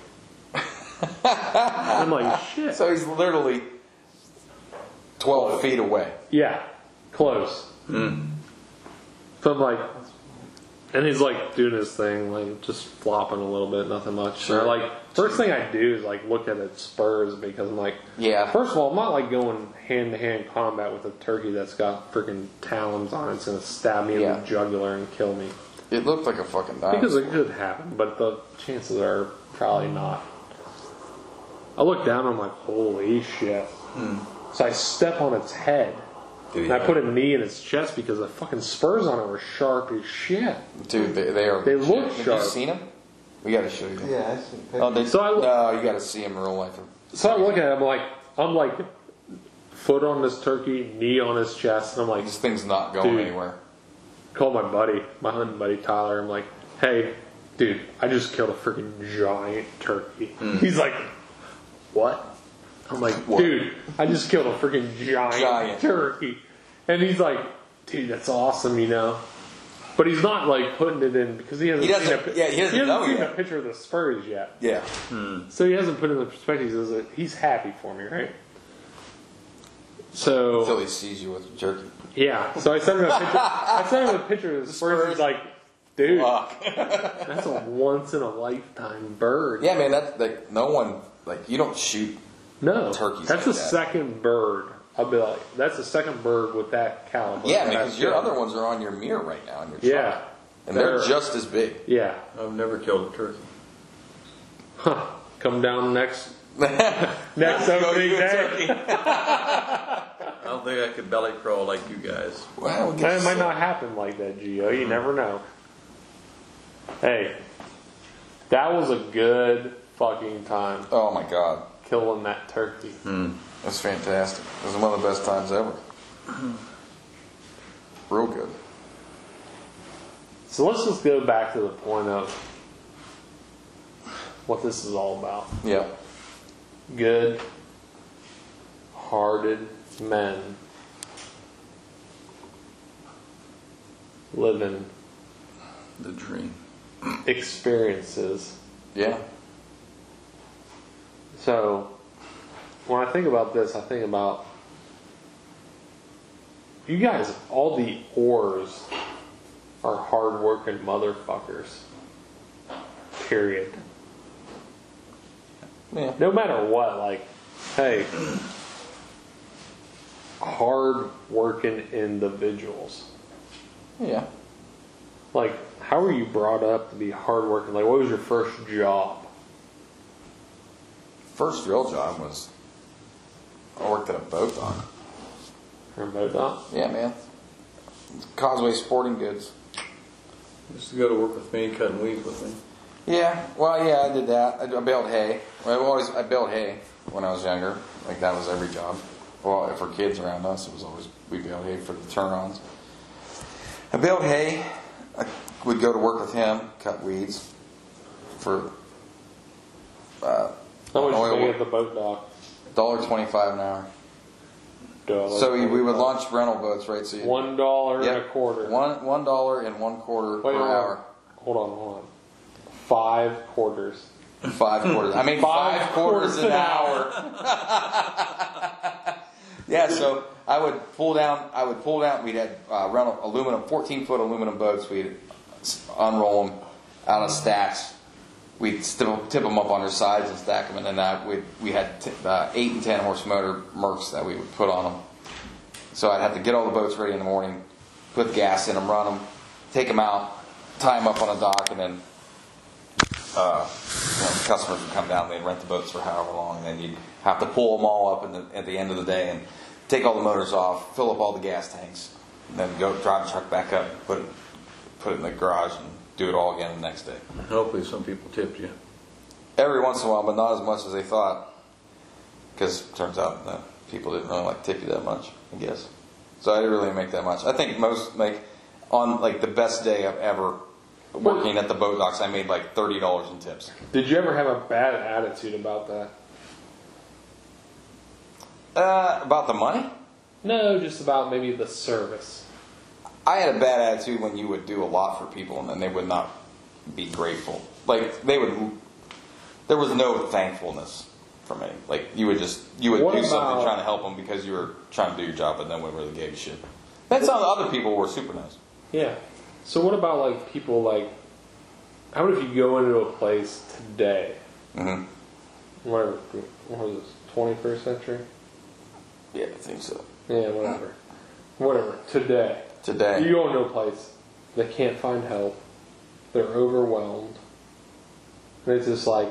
S2: I'm like, shit.
S3: So he's literally twelve feet away.
S2: yeah, close. So I'm like, and he's like doing his thing, like just flopping a little bit, nothing much.
S3: Sure.
S2: Or like, first thing I do is like look at its spurs because I'm like,
S3: Yeah.
S2: First of all, I'm not like going hand to hand combat with a turkey that's got freaking talons on it. It's gonna stab me in
S3: Yeah. Uh,
S2: the jugular and kill me.
S3: It looked like a fucking
S2: Because
S3: dinosaur.
S2: it could happen, but the chances are probably not. I look down and I'm like, holy shit. So I step on its head.
S5: Dude,
S2: and I put a knee in its chest because the fucking spurs on it were sharp as shit.
S3: Dude, they, they are.
S2: They look
S3: Have
S2: sharp.
S3: you seen them? We gotta show you.
S6: Yeah, I see.
S3: Oh, they,
S2: So I-
S3: no, you gotta see him in real life.
S2: So I look at it, I'm like, I'm like, foot on this turkey, knee on his chest, and I'm like,
S3: This thing's not going
S2: Dude.
S3: anywhere.
S2: called my buddy, my hunting buddy Tyler. I'm like, hey, dude, I just killed a freaking giant turkey. He's like, what? I'm like,
S3: Hmm. What?
S2: dude, I just killed a freaking giant,
S3: Giant.
S2: turkey. And he's like, dude, that's awesome, you know. But he's not like putting it in because he hasn't,
S3: He doesn't-
S2: seen, a, pi-
S3: yeah, he doesn't know
S2: seen
S3: yet.
S2: a picture of the spurs yet.
S3: Yeah.
S2: So he hasn't put it in the perspective. He says, he's happy for me, right? So
S3: Until he sees you with jerky.
S2: yeah, so I sent him a picture. I sent him a picture of the Spurs. He's
S3: Spurs.
S2: like, dude,
S3: Fuck.
S2: that's a once in a lifetime bird.
S3: Yeah, man. That's like no one. Like you don't shoot.
S2: no,
S3: turkeys
S2: That's
S3: like
S2: a
S3: that.
S2: second bird. I'll be like, that's a second bird with that caliber.
S3: Yeah, man.
S2: That's
S3: Because your
S2: good.
S3: other ones are on your mirror right now in your truck,
S2: Yeah,
S3: and they're,
S2: They're-
S3: just as big.
S2: yeah.
S5: I've never killed a turkey.
S2: Huh. Come down next next
S3: Go
S2: opening
S3: you a
S2: day.
S3: turkey.
S5: I don't think I could belly crawl like you guys.
S3: Wow, we
S2: That
S3: get
S2: might
S3: sick.
S2: not happen like that, Geo. You never know. Hey, that was a good fucking time
S3: Oh my god,
S2: killing that turkey.
S3: that's fantastic. This is one of the best times ever. Real good.
S2: So let's just go back to the point of what this is all about.
S3: Yeah.
S2: Good hearted men living
S5: The dream.
S2: experiences.
S3: Yeah.
S2: So when I think about this, I think about you guys, all the ors are hard working motherfuckers. Period.
S3: Yeah.
S2: no matter what, like, hey, hard working individuals.
S3: Yeah.
S2: Like, how were you brought up to be hard working? Like, what was your first job?
S3: First real job was I worked at a boat dock.
S2: Remote op?
S3: Yeah, man. Causeway Sporting Goods.
S5: Used to go to work with me, cutting weeds with me.
S3: Yeah, well, yeah, I did that. I, I baled hay. I always I baled hay when I was younger. Like that was every job. Well, for kids around us, it was always we baled hay for the turn-ons. I baled hay. I would go to work with him, cut weeds for uh,
S2: How much
S3: Oil.
S2: did you make at the boat dock?
S3: dollar twenty-five an hour.
S2: Dollar.
S3: So we, we would launch rental boats, right? So you
S2: One dollar
S3: Yep.
S2: and a quarter.
S3: One one dollar and one quarter
S2: Wait,
S3: per
S2: hold on.
S3: hour.
S2: Hold on, hold on. Five quarters.
S3: Five quarters. I mean,
S2: Five
S3: five, quarters,
S2: quarters
S3: an
S2: an
S3: hour. yeah, so I would pull down. I would pull down. We'd had uh, rental aluminum, fourteen foot aluminum boats. We'd s- unroll them out of stacks. We'd still tip them up on their sides and stack them, and then that we we had t- uh, eight and ten horse motor mercs that we would put on them. So I'd have to get all the boats ready in the morning, put gas in them, run them, take them out, tie them up on a dock, and then you know, customers would come down, they'd rent the boats for however long, and then you'd have to pull them all up in the, at the end of the day and take all the motors off, fill up all the gas tanks, and then go drive the truck back up, put it, put it in the garage, and do it all again the next day.
S5: Hopefully, some people tipped you.
S3: Every once in a while, but not as much as they thought, because turns out that people didn't really like tip you that much, I guess. So I didn't really make that much. I think most like on like the best day I've ever working at the boat docks, I made like thirty dollars in tips.
S2: Did you ever have a bad attitude about that?
S3: Uh, about the money.
S2: No, just about maybe the service.
S3: I had a bad attitude when you would do a lot for people and then they would not be grateful. Like they would, there was no thankfulness for me. Like you would just you would
S2: What
S3: do something
S2: about-
S3: trying to help them because you were trying to do your job, but no one really gave you shit. That's how other people were super nice.
S2: Yeah. So what about like people like? How about if you go into a place today?
S3: Mhm.
S2: Whatever. What was this? Twenty first century?
S3: Yeah, I think so.
S2: Yeah, whatever. Whatever. Today,
S3: Today,
S2: you go into a place, they can't find help. They're overwhelmed. And it's just like,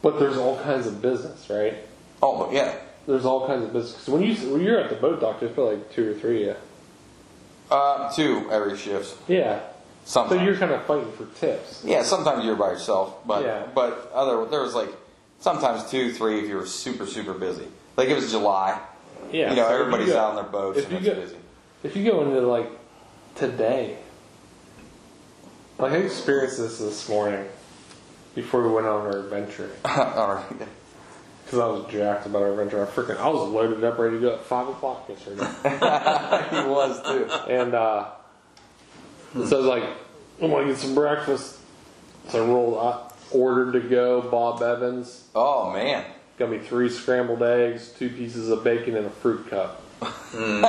S2: but there's all kinds of business, right?
S3: oh yeah,
S2: There's all kinds of business. 'Cause when you when you're at the boat dock, there's probably like two or three. Yeah.
S3: uh, two every shift.
S2: Yeah. So
S3: Something.
S2: you're kind of fighting for tips.
S3: Yeah, sometimes you're by yourself, but
S2: Yeah.
S3: but other there was like sometimes two, three if you were super super busy. Like it was July,
S2: Yeah.
S3: you know,
S2: so if
S3: everybody's
S2: go-
S3: out on their boats
S2: if
S3: and
S2: you
S3: it's
S2: go-
S3: busy.
S2: If you go into like today, like I experienced this this morning before we went on our adventure
S3: All right.
S2: because I was jacked about our adventure. I freaking I was loaded up, ready to go at five o'clock yesterday,
S3: he was too.
S2: and uh, so I was like, I'm gonna get some breakfast. So I rolled, I ordered to go Bob Evans.
S3: Oh man,
S2: Got me three scrambled eggs, two pieces of bacon, and a fruit cup. fruit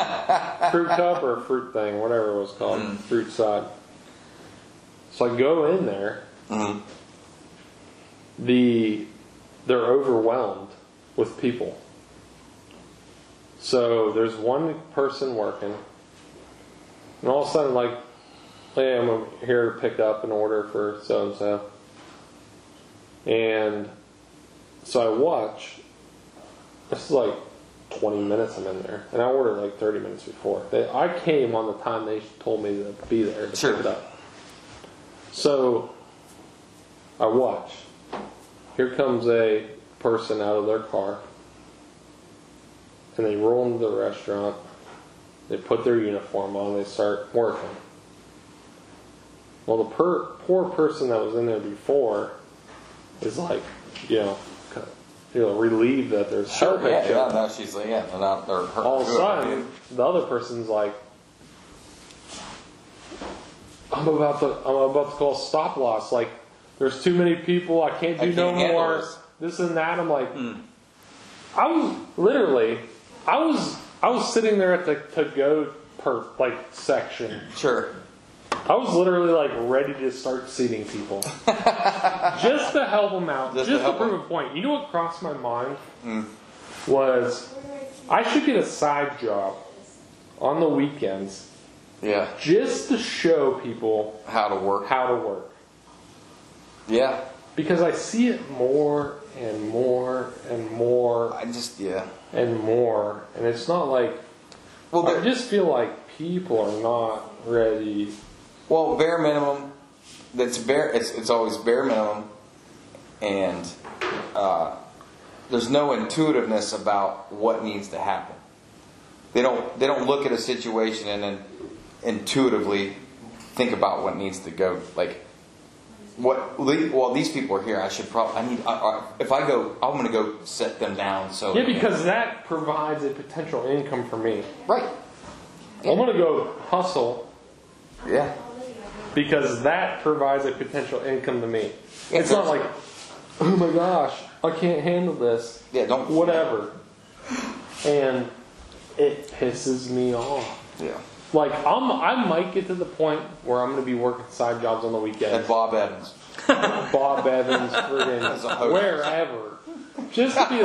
S2: cup or a fruit thing, whatever it was called, fruit side. So I go in there. The they're overwhelmed with people. So there's one person working, and all of a sudden, like, hey, I'm here to pick up an order for so and so, and so I watch. This is like 20 minutes I'm in there, and I ordered like 30 minutes before. They, I came on the time they told me to be there to
S3: Sure.
S2: pick it up. So I watch. Here comes a person out of their car, and they roll into the restaurant. They put their uniform on. They start working. Well, the per- poor person that was in there before is like, you know, kind of, you know, relieved that there's
S3: sure.
S2: help
S3: Yeah,
S2: at
S3: yeah,
S2: you.
S3: no, she's like, yeah, and out there.
S2: All of a sudden, the other person's like, I'm about to, I'm about to call stop loss. Like, there's too many people. I can't do
S3: I
S2: no
S3: can't handle
S2: more.
S3: this. Hmm.
S2: This and that. I'm like, I was literally, I was, I was sitting there at the to go per like section.
S3: sure.
S2: I was literally like ready to start seating people, just to help them out,
S3: Just
S2: just,
S3: to
S2: to,
S3: help Hmm.
S2: prove a point. You know what crossed my mind was I should get a side job on the weekends
S3: Yeah,
S2: just to show people
S3: how to work.
S2: how to work
S3: Yeah,
S2: because I see it more and more and more
S3: I just yeah.
S2: and more, and it's not like
S3: Well,
S2: I
S3: there,
S2: just feel like people are not ready.
S3: well, bare minimum. That's bare. It's it's always bare minimum, and uh, there's no intuitiveness about what needs to happen. They don't they don't look at a situation and then intuitively think about what needs to go like what le- well these people are here i should probably i need I, I, if i go i'm going to go set them down so
S2: Yeah, because that provides a potential income for me.
S3: right
S2: I'm gonna go hustle
S3: yeah
S2: because that provides a potential income to me.
S3: Yeah,
S2: It's not
S3: that's-
S2: like, oh my gosh, I can't handle this.
S3: Yeah, don't-
S2: Whatever. And it pisses me off.
S3: yeah
S2: Like I'm, I might get to the point where I'm going to be working side jobs on the
S3: And
S2: weekends.
S3: Bob Evans.
S2: Bob Evans,
S3: As a
S2: friggin'
S3: host.
S2: wherever. Just to,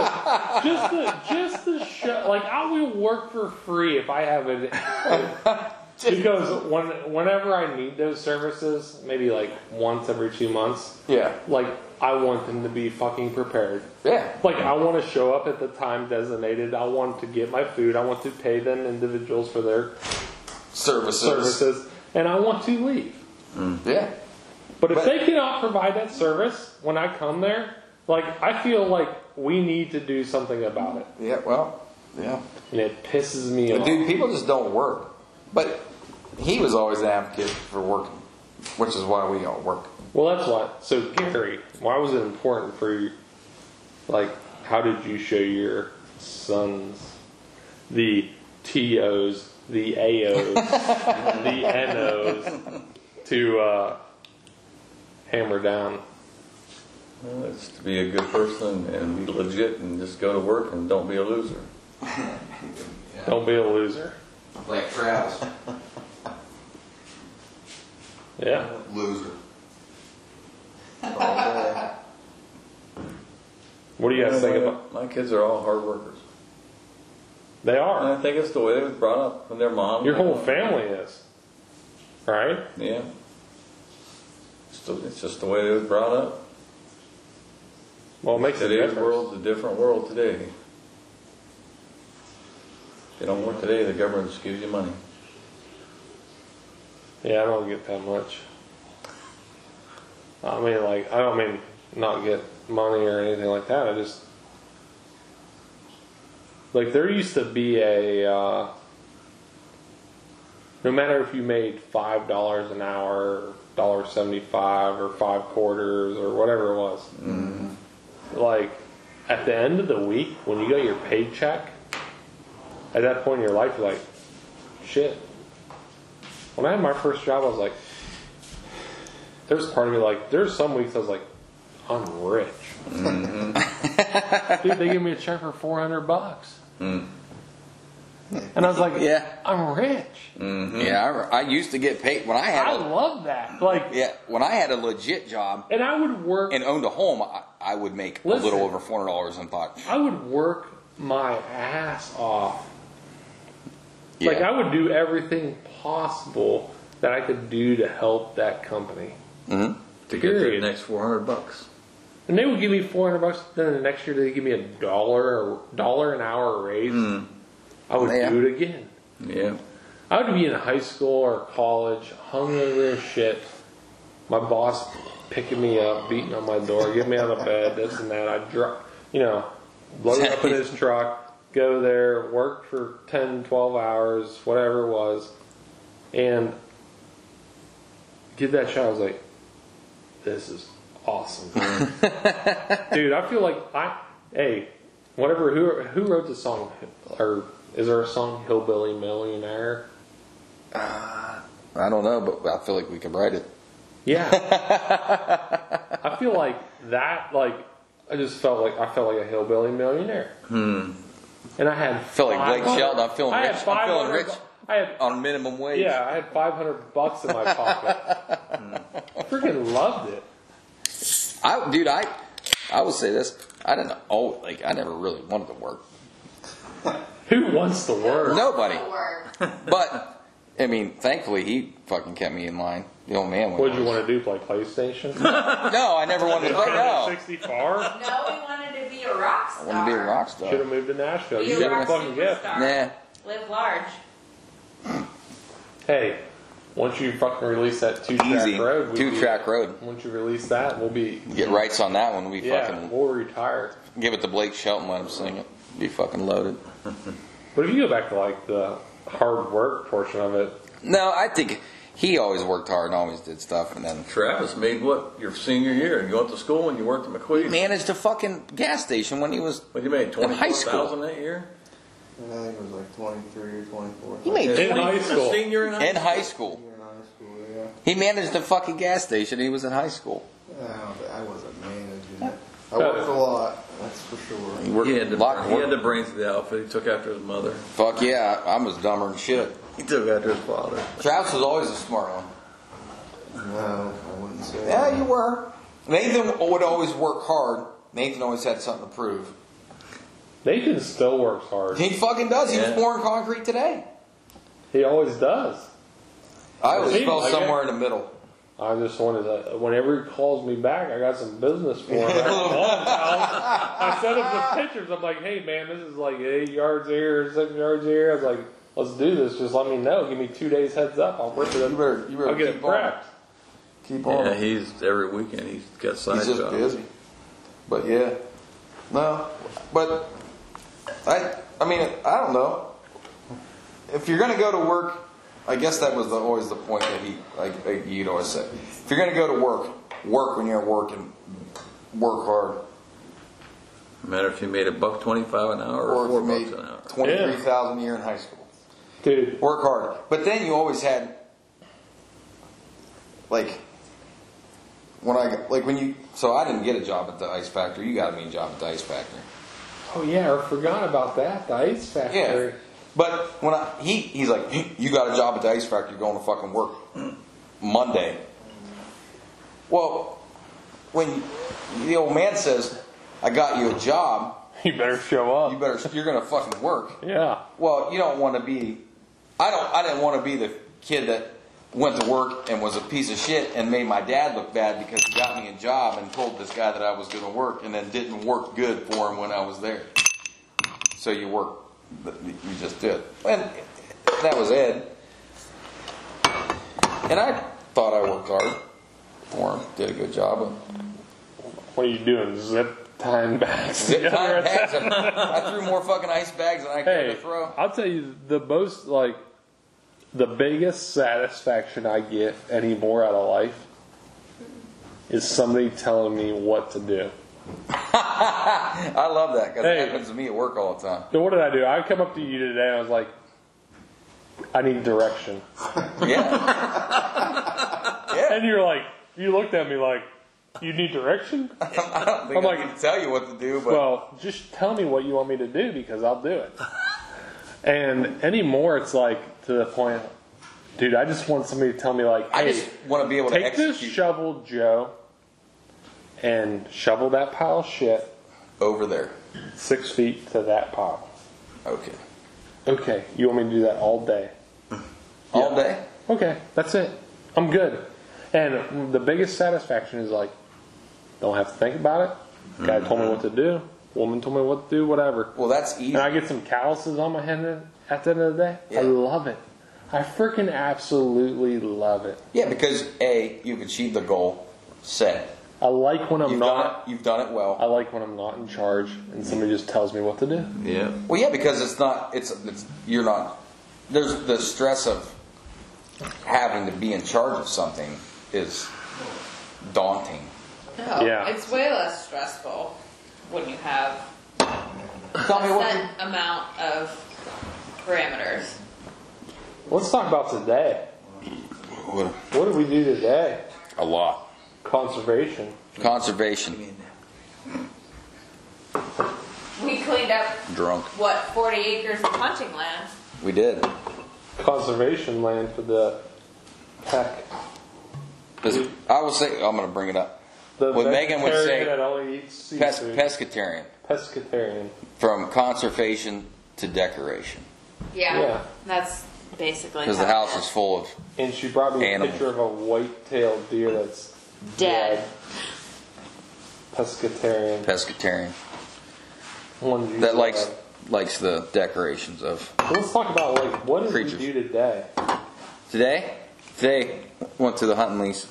S2: just to, just to show. Like I will work for free if I have it. Because when, whenever I need those services, maybe like once every two months,
S3: Yeah.
S2: like I want them to be fucking prepared.
S3: Yeah.
S2: Like I want to show up at the time designated. I want to get my food. I want to pay them individuals for their
S3: Services.
S2: services, and I want to leave.
S3: Yeah.
S2: But if
S3: But-
S2: they cannot provide that service when I come there, like I feel like we need to do something about it,
S3: Yeah. Well. Yeah.
S2: and it pisses me
S3: But
S2: off.
S3: dude, people just don't work. But he was always an advocate for working, which is why we all work.
S2: Well, that's why. So Gary, why was it important for you? Like, how did you show your sons the tos, the aos, the nos to uh, hammer down?
S5: Well, it's to be a good person and be legit and just go to work and don't be a loser.
S2: Don't be a loser.
S3: Like Travis.
S2: Yeah.
S6: Loser. All day.
S2: What do you guys think about?
S5: My kids are all hard workers.
S2: They
S5: And
S2: are.
S5: I think it's the way they was brought up from their mom.
S2: Your whole family is. Right?
S5: Yeah. It's, the, it's just the way they was brought up.
S2: Well, it makes a
S5: Today's
S2: difference.
S5: world's a different world today. If you don't work today, the government just gives you money.
S2: Yeah, I don't get that much. I mean, like, I don't mean not get money or anything like that. I just like there used to be a uh, no matter if you made five dollars an hour, dollar seventy five, or five quarters, or whatever it was. Like at the end of the week, when you got your paycheck, at that point in your life, you're like, shit. When I had my first job, I was like, there's part of me like, there's some weeks I was like, I'm rich. Dude, they gave me a check for 400 bucks. And I was like,
S3: Yeah.
S2: I'm rich.
S5: Mm-hmm.
S3: Hmm. Yeah. I, I used to get paid when I had
S2: I
S3: a,
S2: love that. Like,
S3: yeah when I had a legit job
S2: and I would work,
S3: and owned a home. I, I would make a
S2: Listen.
S3: little over four hundred dollars in pot.
S2: I would work my ass off.
S3: Yeah.
S2: Like, I would do everything possible that I could do to help that company.
S5: To
S2: get their Period.
S5: next 400 bucks.
S2: And they would give me four hundred bucks. Then the next year they give me a dollar or dollar an hour raise. I would
S3: Yeah.
S2: do it again.
S5: Yeah.
S2: I would be in high school or college, hungover as shit. My boss picking me up, beating on my door, getting me out of bed, this and that. I'd dri you know, load up in his truck, go there, work for 10, 12 hours, whatever it was, and give that shot. I was like, this is awesome. Dude, I feel like I, hey, whatever, who, who wrote the song? Or is there a song, Hillbilly Millionaire?
S3: I don't know, but I feel like we could write it.
S2: Yeah. I feel like that, like, I just felt like, I felt like a hillbilly millionaire. Hmm. And I had. I
S3: feel like Blake Shelton. I'm feeling
S2: I had
S3: rich. I'm feeling
S2: 500
S3: rich.
S2: I had,
S3: On minimum wage.
S2: yeah, I had 500 bucks in my pocket.
S3: Hmm.
S2: I freaking loved it.
S3: I, dude, I, I will say this. I didn't. Oh, like I never really wanted to work.
S2: Who wants the word?
S3: Nobody.
S4: It'll work.
S3: But I mean, thankfully, he fucking kept me in line. The old man.
S2: What did you want to do? Play PlayStation?
S3: No, I never wanted to play. Oh, No,
S2: 64?
S4: No, we wanted to be a rock
S3: I
S4: star.
S3: wanted to be a rock
S2: Should have
S3: star.
S2: moved to Nashville.
S4: Be
S2: You
S4: a
S2: got
S4: rock
S2: a fucking gift.
S4: superstar.
S3: Nah.
S4: Live large.
S2: Hey, once you fucking release that two
S3: Easy.
S2: track road, we'll
S3: Two
S2: be-
S3: track road.
S2: Once you release that, we'll be
S3: Get rights on that one. We
S2: yeah,
S3: fucking
S2: we'll retire.
S3: give it to Blake Shelton. Let him sing it. Be fucking loaded.
S2: But if you go back to like the hard work portion of it,
S3: No, I think he always worked hard and always did stuff, and then
S5: Travis made what? Your senior year. You went to school and you worked at McQueen's.
S3: managed a fucking gas station when he was.
S5: What you made?
S3: In high
S5: Twenty-four
S3: school.
S5: thousand that year.
S6: I think it was like 23 or 24.
S3: He made
S2: In high
S5: You're a
S2: school.
S5: Senior in high
S3: in high school.
S6: You're in high school, yeah.
S3: He managed a fucking gas station. He was in high school.
S6: Oh, but I wasn't managing it. I worked a lot, that's for
S3: He
S6: sure.
S3: worked
S5: He had, the,
S3: lock-
S5: he had the brains of the outfit. He took after his mother.
S3: Fuck yeah, I'm as dumber than shit.
S6: He took after his father.
S3: Travis was always a smart one.
S6: No, I wouldn't say
S3: Yeah,
S6: that.
S3: you were. Nathan would always work hard. Nathan always had something to prove.
S2: Nathan still works hard.
S3: He fucking does. He
S5: Yeah.
S3: was pouring concrete today.
S2: He always does.
S3: I always
S2: Seems
S3: fell
S2: like
S3: somewhere in the middle.
S2: I just wanted to. Whenever he calls me back, I got some business for him. I, call him. I sent him the pictures. I'm like, hey man, this is like eight yards here, six yards here. I was like, let's do this. Just let me know. Give me two days heads up. I'll whip it
S3: You
S2: up.
S3: better, you better
S2: I'll get it
S3: keep on.
S2: prepped.
S3: Keep on.
S5: Yeah, he's every weekend he's got side
S3: He's just
S5: jobs.
S3: busy. But yeah, no. But I, I mean, I don't know. If you're gonna go to work, I guess that was the, always the point that he, like, like you'd always say, if you're gonna go to work, work when you're at work and work hard.
S5: No matter if you made a buck twenty-five an hour
S3: Or if
S5: or uh, four
S3: you made
S5: bucks an hour.
S3: twenty-three thousand a year in high school.
S2: Dude,
S3: Work hard. But then you always had, like, when I like when you. So I didn't get a job at the ice factory. You got me a job at the ice factory.
S2: oh yeah, I forgot about that. The ice factory.
S3: Yeah. But when I he he's like, you got a job at the ice factory, you're going to fucking work Monday. Well, when the old man says, I got you a job,
S2: You better show
S3: you
S2: up.
S3: better you're gonna fucking work.
S2: Yeah.
S3: Well, you don't want to be. I don't. I didn't want to be the kid that went to work and was a piece of shit and made my dad look bad because he got me a job and told this guy that I was going to work and then didn't work good for him when I was there. So you work. You just did. And that was Ed. And I thought I worked hard for him. Did a good job.
S2: What are you doing? Zip tying bags.
S3: Zip
S2: together?
S3: tying bags. I threw more fucking ice bags than I could
S2: Hey,
S3: ever throw.
S2: I'll tell you the most like the biggest satisfaction I get anymore out of life is somebody telling me what to do.
S3: I love that because
S2: Hey.
S3: it happens to me at work all the time.
S2: So what did I do? I come up to you today and I was like, I need direction.
S3: Yeah.
S2: And you're like you looked at me like, You need direction?
S3: I don't think
S2: I'm
S3: I'm
S2: like-
S3: like, can tell you what to do, but
S2: Well, just tell me what you want me to do because I'll do it. And anymore it's like to the point dude, I just want somebody to tell me like,
S3: I
S2: hey,
S3: just want to be able to
S2: Take this
S3: execute
S2: shovel, Joe, and shovel that pile of shit
S3: over there.
S2: six feet to that pile.
S3: Okay.
S2: Okay, you want me to do that all day?
S3: All day.
S2: Okay, that's it. I'm good. And the biggest satisfaction is like, don't have to think about it. Guy told me what to do. Woman told me what to do. Whatever.
S3: Well, that's easy.
S2: And I get some calluses on my hand at the end of the day. I
S3: Yeah.
S2: love it. I freaking absolutely love it.
S3: yeah, because a you've achieved the goal set.
S2: I like when I'm
S3: You've
S2: not.
S3: done it. You've done it
S2: I
S3: well.
S2: like when I'm not in charge and somebody just tells me what to do.
S5: Yeah.
S3: Well, yeah, because it's not. It's, it's you're not. There's the stress of having to be in charge of something is daunting.
S4: No,
S2: Yeah.
S4: It's way less stressful when you have
S3: Tell me
S4: a
S3: what. you-
S4: set amount of parameters.
S2: Let's talk about today.
S3: What-
S2: What did we do today?
S3: A lot.
S2: Conservation.
S3: Conservation.
S4: We cleaned up
S3: Drunk.
S4: what 40 acres of hunting land.
S3: We did.
S2: Conservation land for the heck.
S3: Does- I will say I'm going to bring it up.
S2: The
S3: Well, Megan would
S2: vegetarian
S3: say
S2: that only eats
S3: Pes-
S2: seafood.
S3: pescatarian.
S2: pescatarian.
S3: From conservation to decoration.
S4: Yeah.
S2: Yeah.
S4: That's basically
S3: Because the
S4: how-
S3: house is full of.
S2: And she brought me a
S3: Animal.
S2: picture of a white-tailed deer that's
S4: Dead.
S2: Pescatarian.
S3: pescatarian
S2: One you
S3: that
S2: said.
S3: likes likes the decorations of
S2: Let's talk about like what did
S3: Creatures.
S2: we do today?
S3: today. Today went to the hunting lease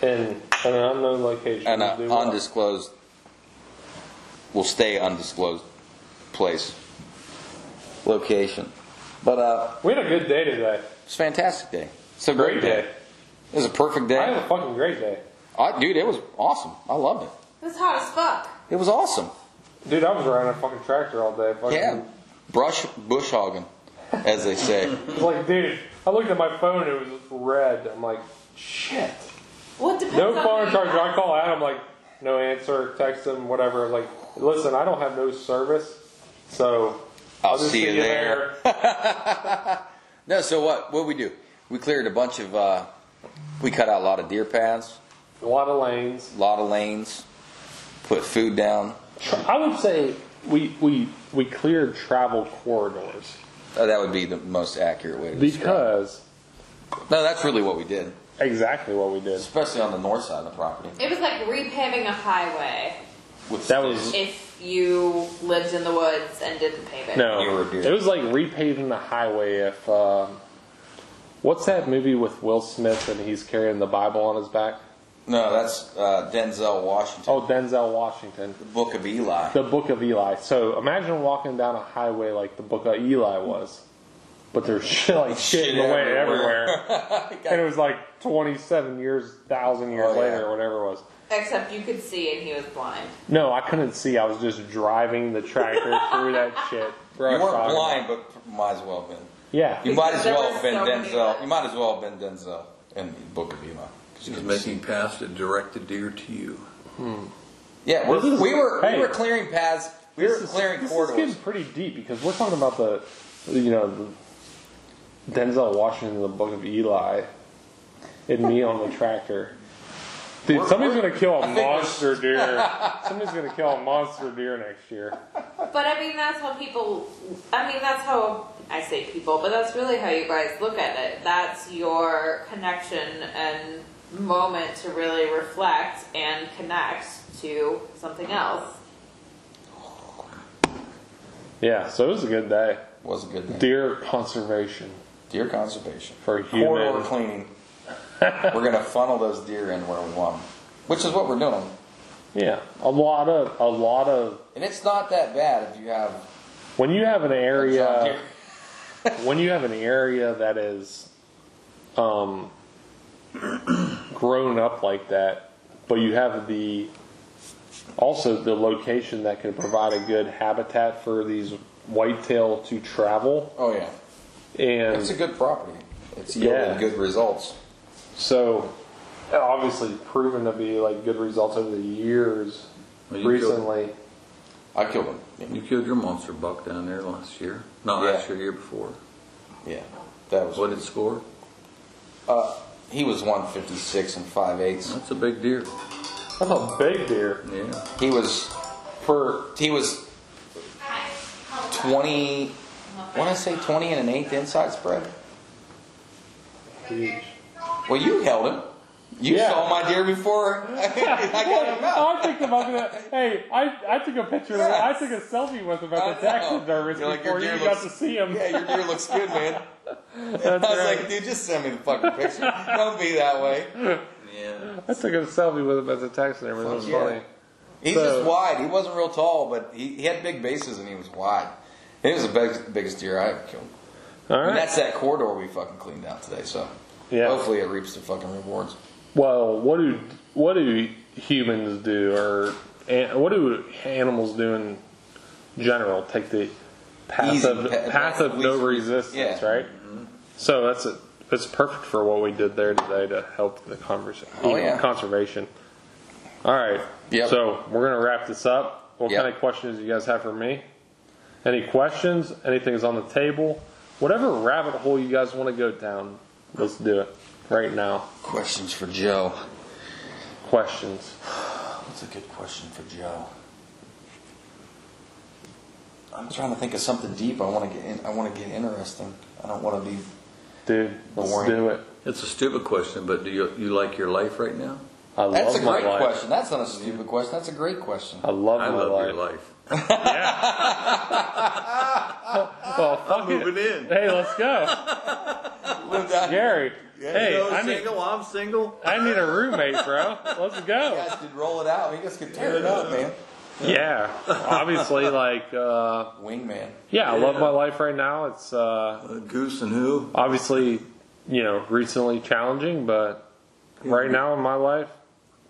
S2: In an unknown location.
S3: and uh,
S2: We
S3: an
S2: do what?
S3: undisclosed will stay undisclosed place location. But uh,
S2: we had a good day today.
S3: it's a fantastic day. It's a great, day. It was a perfect
S2: I had
S3: day.
S2: a fucking great day,
S3: I, dude, it was awesome. I loved it.
S4: It's hot as fuck.
S3: It was awesome.
S2: dude. I was riding a fucking tractor all day. Fucking
S3: Yeah, brush bush hogging, as they say.
S2: It's like, dude, I looked at my phone and it was red. I'm like, shit.
S4: What depends
S2: No
S4: on
S2: phone
S4: who
S2: charger.
S4: you are.
S2: I call Adam, like, no answer, text him, whatever. I'm like, listen, I don't have no service, so
S3: I'll see you there. No, so what? What we do? We cleared a bunch of. Uh, we cut out a lot of deer paths,
S2: A lot of lanes.
S3: a lot of lanes, put food down.
S2: I would say we we we cleared travel corridors
S3: Uh, that would be the most accurate way to describe.
S2: because
S3: it. No, that's really what we did,
S2: exactly what we did.
S3: especially on the north side of the property.
S4: It was like repaving a highway
S3: With
S2: That was
S4: if you lived in the woods and didn't pave it.
S2: no.
S3: You were a deer.
S2: It was like repaving the highway. If um, what's that movie with Will Smith and he's carrying the Bible on his back?
S3: no, that's uh, Denzel Washington,
S2: Oh, Denzel Washington.
S3: the Book of Eli.
S2: The Book of Eli. So imagine walking down a highway like the Book of Eli was, but there's shit like shit, in the way everywhere. and it was like 27 years, thousand years
S3: Oh, yeah.
S2: later, or whatever it was.
S4: Except you could see and he was blind.
S2: No, I couldn't see. I was just driving the tractor through that shit.
S3: you weren't blind, but might as well have been.
S2: Yeah.
S3: You might as
S4: There
S3: well
S4: were
S3: have been
S4: so many
S3: Denzel.
S4: lines.
S3: You might as well have been Denzel in the Book of Eli. 'Cause you
S5: He's
S3: can
S5: making paths that direct the deer to you.
S3: Yeah, we're,
S2: This is-
S3: we were
S2: hey.
S3: we were clearing paths. We were
S2: This is-
S3: clearing
S2: this
S3: corridors.
S2: is getting pretty deep because we're talking about the, you know, the Denzel Washington, the Book of Eli, and me on the tractor. Dude,
S3: We're-
S2: somebody's
S3: we're-
S2: gonna kill a
S3: I think we're-
S2: monster deer. somebody's gonna kill a monster deer next year.
S4: But I mean, that's how people. I mean, that's how I say people, but that's really how you guys look at it. That's your connection and moment to really reflect and connect to something else.
S2: Yeah, so it was a good day.
S3: was a good day.
S2: Deer conservation
S3: Deer conservation.
S2: for
S3: Corridor
S2: human.
S3: cleaning. we're gonna funnel those deer in where we want them, which is what we're doing.
S2: Yeah, a lot of a lot of
S3: And it's not that bad if you have
S2: when you have an area
S3: deer.
S2: when you have an area that is um, grown up like that, but you have the also the location that can provide a good habitat for these whitetail to travel
S3: Oh yeah,
S2: and
S3: it's a good property. It's yielding
S2: Yeah.
S3: good results.
S2: So, obviously, proven to be like good results over the years.
S5: Well, you
S2: recently,
S3: I killed them. Yeah.
S5: You killed your monster buck down there last year. Not
S3: Yeah.
S5: last year, the year before.
S3: Yeah, that was
S5: What did it score?
S3: Uh, he was 156 and 5 eighths.
S5: That's a big deer.
S2: that's a big deer.
S5: Yeah.
S3: He was
S2: For
S3: he was 20. When I say 20 and an eighth inside spread,
S2: huge.
S3: well, you held him. You
S2: Yeah.
S3: saw my deer before I got him out.
S2: I picked him up. And, I- hey, I I took a picture. I took a selfie with him
S3: I
S2: at the taxi
S3: know.
S2: service
S3: You're like, your
S2: before you
S3: deer
S2: got
S3: looks-
S2: to see him.
S3: Yeah, your deer looks good, man. I
S2: That's
S3: was
S2: right.
S3: like, dude, just send me the fucking picture. Don't be that way.
S5: Yeah.
S2: I took a selfie with him at the taxi service. It was
S3: Yeah.
S2: funny.
S3: He's
S2: So-
S3: just wide. He wasn't real tall, but he, he had big bases and he was wide. It was the big, biggest deer I ever killed.
S2: All
S3: And
S2: right.
S3: that's that corridor we fucking cleaned out today. So
S2: Yeah.
S3: hopefully it reaps the fucking rewards.
S2: Well, what do what do humans do, or an- what do animals do in general? Take the passive
S3: Easy, pa-
S2: passive
S3: least-
S2: no resistance,
S3: yeah. Mm-hmm.
S2: right? So that's a, that's perfect for what we did there today to help the conversation,
S3: Oh, yeah.
S2: conservation. All right.
S3: Yep.
S2: So we're gonna wrap this up. What
S3: Yep.
S2: kind of questions do you guys have for me? Any questions? Anything's on the table? Whatever rabbit hole you guys want to go down, let's do it right now.
S3: Questions for Joe.
S2: Questions.
S3: What's a good question for Joe? I'm trying to think of something deep. I want to get. In, I want to get interesting. I don't want to be.
S2: Dude, let's
S3: Boring.
S2: do it.
S5: It's a stupid question, but do you, you like your life right now?
S2: I
S3: That's
S2: love
S3: a
S2: my
S3: great
S2: life.
S3: question. That's not a stupid question. That's a great question.
S2: I love
S5: I
S2: my
S5: love your
S2: life.
S5: life.
S2: Well, Oh, fuck it.
S5: in.
S2: Hey, let's go,
S3: Live down here.
S2: Gary. hey, I need
S5: I'm single.
S2: I need a roommate, bro. Let's
S3: You
S2: go.
S3: guys could roll it out. You guys could tear it up, man.
S2: Yeah, obviously, like, uh,
S3: Wingman.
S2: yeah, I love
S5: Yeah.
S2: my life right now. It's uh,
S5: Goose and who?
S2: obviously, you know, recently challenging, but right now in my life,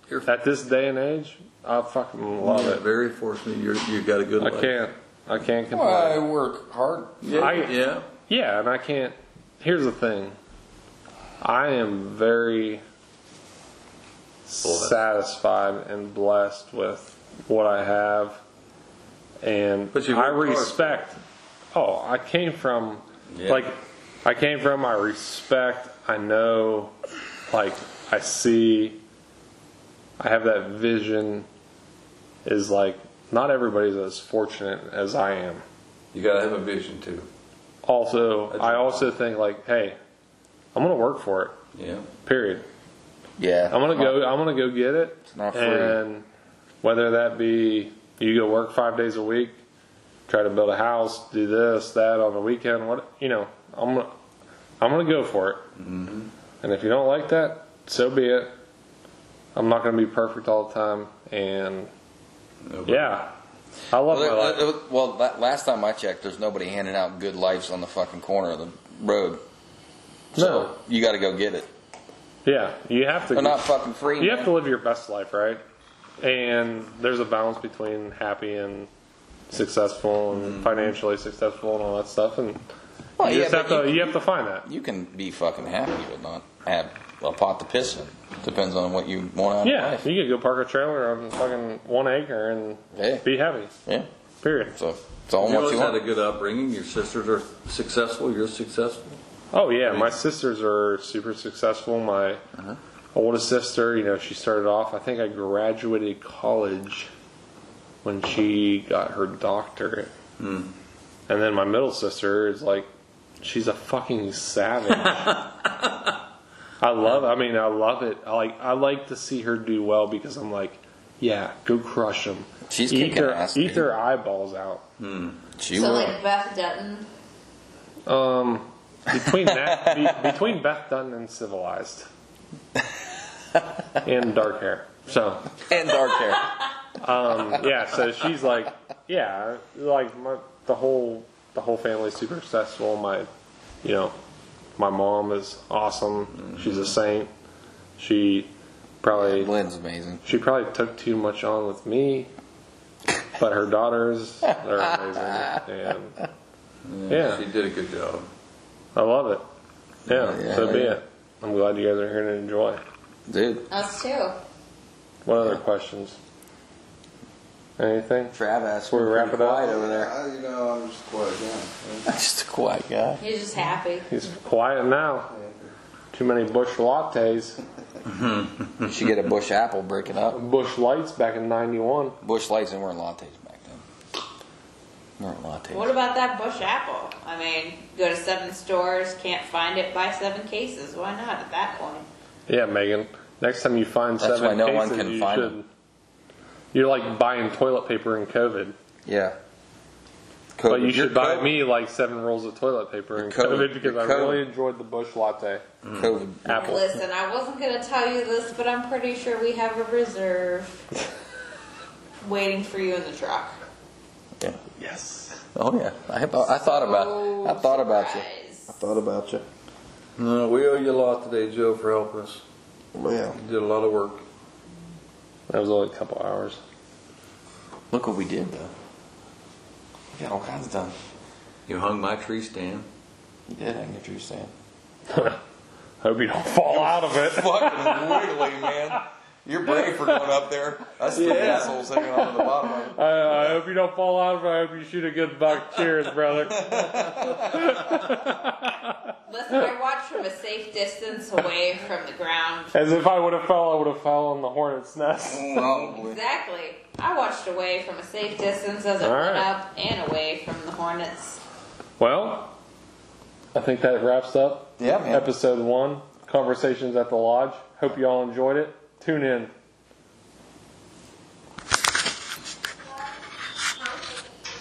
S5: You're
S2: at this day and age, I fucking love
S5: You're
S2: it.
S5: Very fortunate. You're, you got a good
S2: I
S5: life.
S2: can't. I can't complain.
S3: Well, I work hard.
S5: Yeah.
S2: I-
S5: yeah.
S2: Yeah, and I can't. Here's the thing. I am very satisfied and blessed with what I have, and
S5: But you
S2: I
S5: worked hard.
S2: respect. oh, I came from,
S5: Yeah.
S2: like, I came from, I respect, I know, like, I see, I have that vision, is like, not everybody's as fortunate as I am.
S5: You gotta have a vision too.
S2: Also,
S5: That's
S2: I
S5: right.
S2: also think, like, hey, I'm going to work for it,
S5: Yeah.
S2: period.
S6: Yeah.
S2: I'm gonna go. I'm gonna go get it.
S6: It's not free.
S2: And whether that be you go work five days a week, try to build a house, do this, that on the weekend. What you know, I'm gonna, I'm gonna go for it. And if you don't like that, so be it. I'm not gonna be perfect all the time. And
S5: Nobody-
S2: yeah, I love my
S3: Well,
S2: life.
S3: there- there- well, la- last time I checked, there's nobody handing out good lives on the fucking corner of the road.
S2: No,
S3: You got to go get it.
S2: yeah, you have to.
S3: They're not fucking free.
S2: you
S3: man.
S2: have to live your best life, right? And there's a balance between happy and successful and
S3: Mm-hmm.
S2: financially successful and all that stuff. And
S3: Well,
S2: you
S3: yeah,
S2: just have
S3: but
S2: to
S3: you-
S2: you, have to find that.
S3: You can be fucking happy, but not have a pot to piss in. Depends on what you want out
S2: Yeah,
S3: of life.
S2: you could go park a trailer on fucking one acre and
S3: Yeah.
S2: be happy.
S3: Yeah.
S2: Period.
S3: So it's all
S5: You
S3: what
S5: always
S3: you
S5: had a
S3: want.
S5: good upbringing. Your sisters are successful. You're successful.
S2: Oh yeah, my sisters are super successful. My
S3: Uh-huh.
S2: oldest sister, you know, she started off. I think I graduated college when she got her doctorate,
S3: Hmm.
S2: and then my middle sister is like, she's a fucking savage. I love. I mean, I love it. I like. I like to see her do well because I'm like, yeah, go crush them.
S3: She's
S2: eat
S3: kicking
S2: their
S3: ass,
S2: eat
S3: dude.
S2: their eyeballs out.
S3: She
S4: so
S3: will.
S4: like Beth Dutton.
S2: Um, between that, be, between Beth Dunn and Civilized, and dark hair. So Um,
S3: and dark hair.
S2: yeah, so she's like, yeah, like my, the whole the whole family's super successful. My, you know, my mom is awesome. She's a saint. She probably
S3: Lynn's amazing.
S2: she probably took too much on with me, but her daughters are amazing, and Yeah.
S5: She did a good job.
S2: I love it. Yeah,
S3: Yeah,
S2: so be
S3: yeah.
S2: it. I'm glad you guys are here to enjoy.
S3: Dude.
S4: Us too.
S2: What other questions? Anything?
S3: Trav asked
S2: Before we wrap it up?
S3: over
S6: I, you know, I'm just quiet down.
S3: Just a quiet guy.
S4: You're just happy.
S2: He's quiet now. Too many Bush lattes.
S3: You should get a bush apple, break it up.
S2: Bush lights back in 91.
S3: Bush lights and weren't lattes back then. Weren't lattes.
S4: What about that bush apple? I mean, go to seven stores, can't find it, buy seven cases. Why not at that point?
S2: Yeah, Megan. Next time you find
S3: That's
S2: seven
S3: why no one
S2: cases,
S3: can
S2: you
S3: find
S2: should. You're like buying toilet paper in COVID,
S3: Yeah. COVID.
S2: but you
S3: Your
S2: should buy
S3: COVID-
S2: me like seven rolls of toilet paper in
S3: Your
S2: COVID,
S3: COVID-
S2: because
S3: your
S2: I
S3: COVID.
S2: really enjoyed the Bush latte.
S3: COVID.
S2: Apple.
S4: Listen, I wasn't going to tell you this, but I'm pretty sure we have a reserve waiting for you in the truck.
S3: Yeah.
S2: Yes.
S3: Oh yeah. I, about, I thought
S4: Oh,
S3: about. I thought about you.
S4: surprise.
S6: Thought about you.
S5: No, we owe you a lot today, Joe, for helping us.
S6: Yeah.
S5: You did a lot of work.
S2: That was only a couple hours.
S3: Look what we did though. We got all kinds done.
S5: You hung my tree stand.
S3: You did. I get what you're saying.
S2: Hope you don't fall out of it.
S3: Fucking wiggly, man. You're brave for going up there. That's the assholes hanging on to the bottom. of it.
S2: I, I hope you don't fall out of it. I hope you shoot a good buck. Cheers, brother.
S4: Listen, I watch from a safe distance away from the ground.
S2: As if I would have fell, I would have fell on the hornet's nest.
S4: Oh.
S3: Probably.
S4: Exactly. I watched away from a safe distance as it
S2: All
S4: went
S2: right.
S4: up and away from the hornets.
S2: Well, I think that wraps up
S3: Yeah, man.
S2: episode one. Conversations at the lodge. Hope you all enjoyed it. Tune in.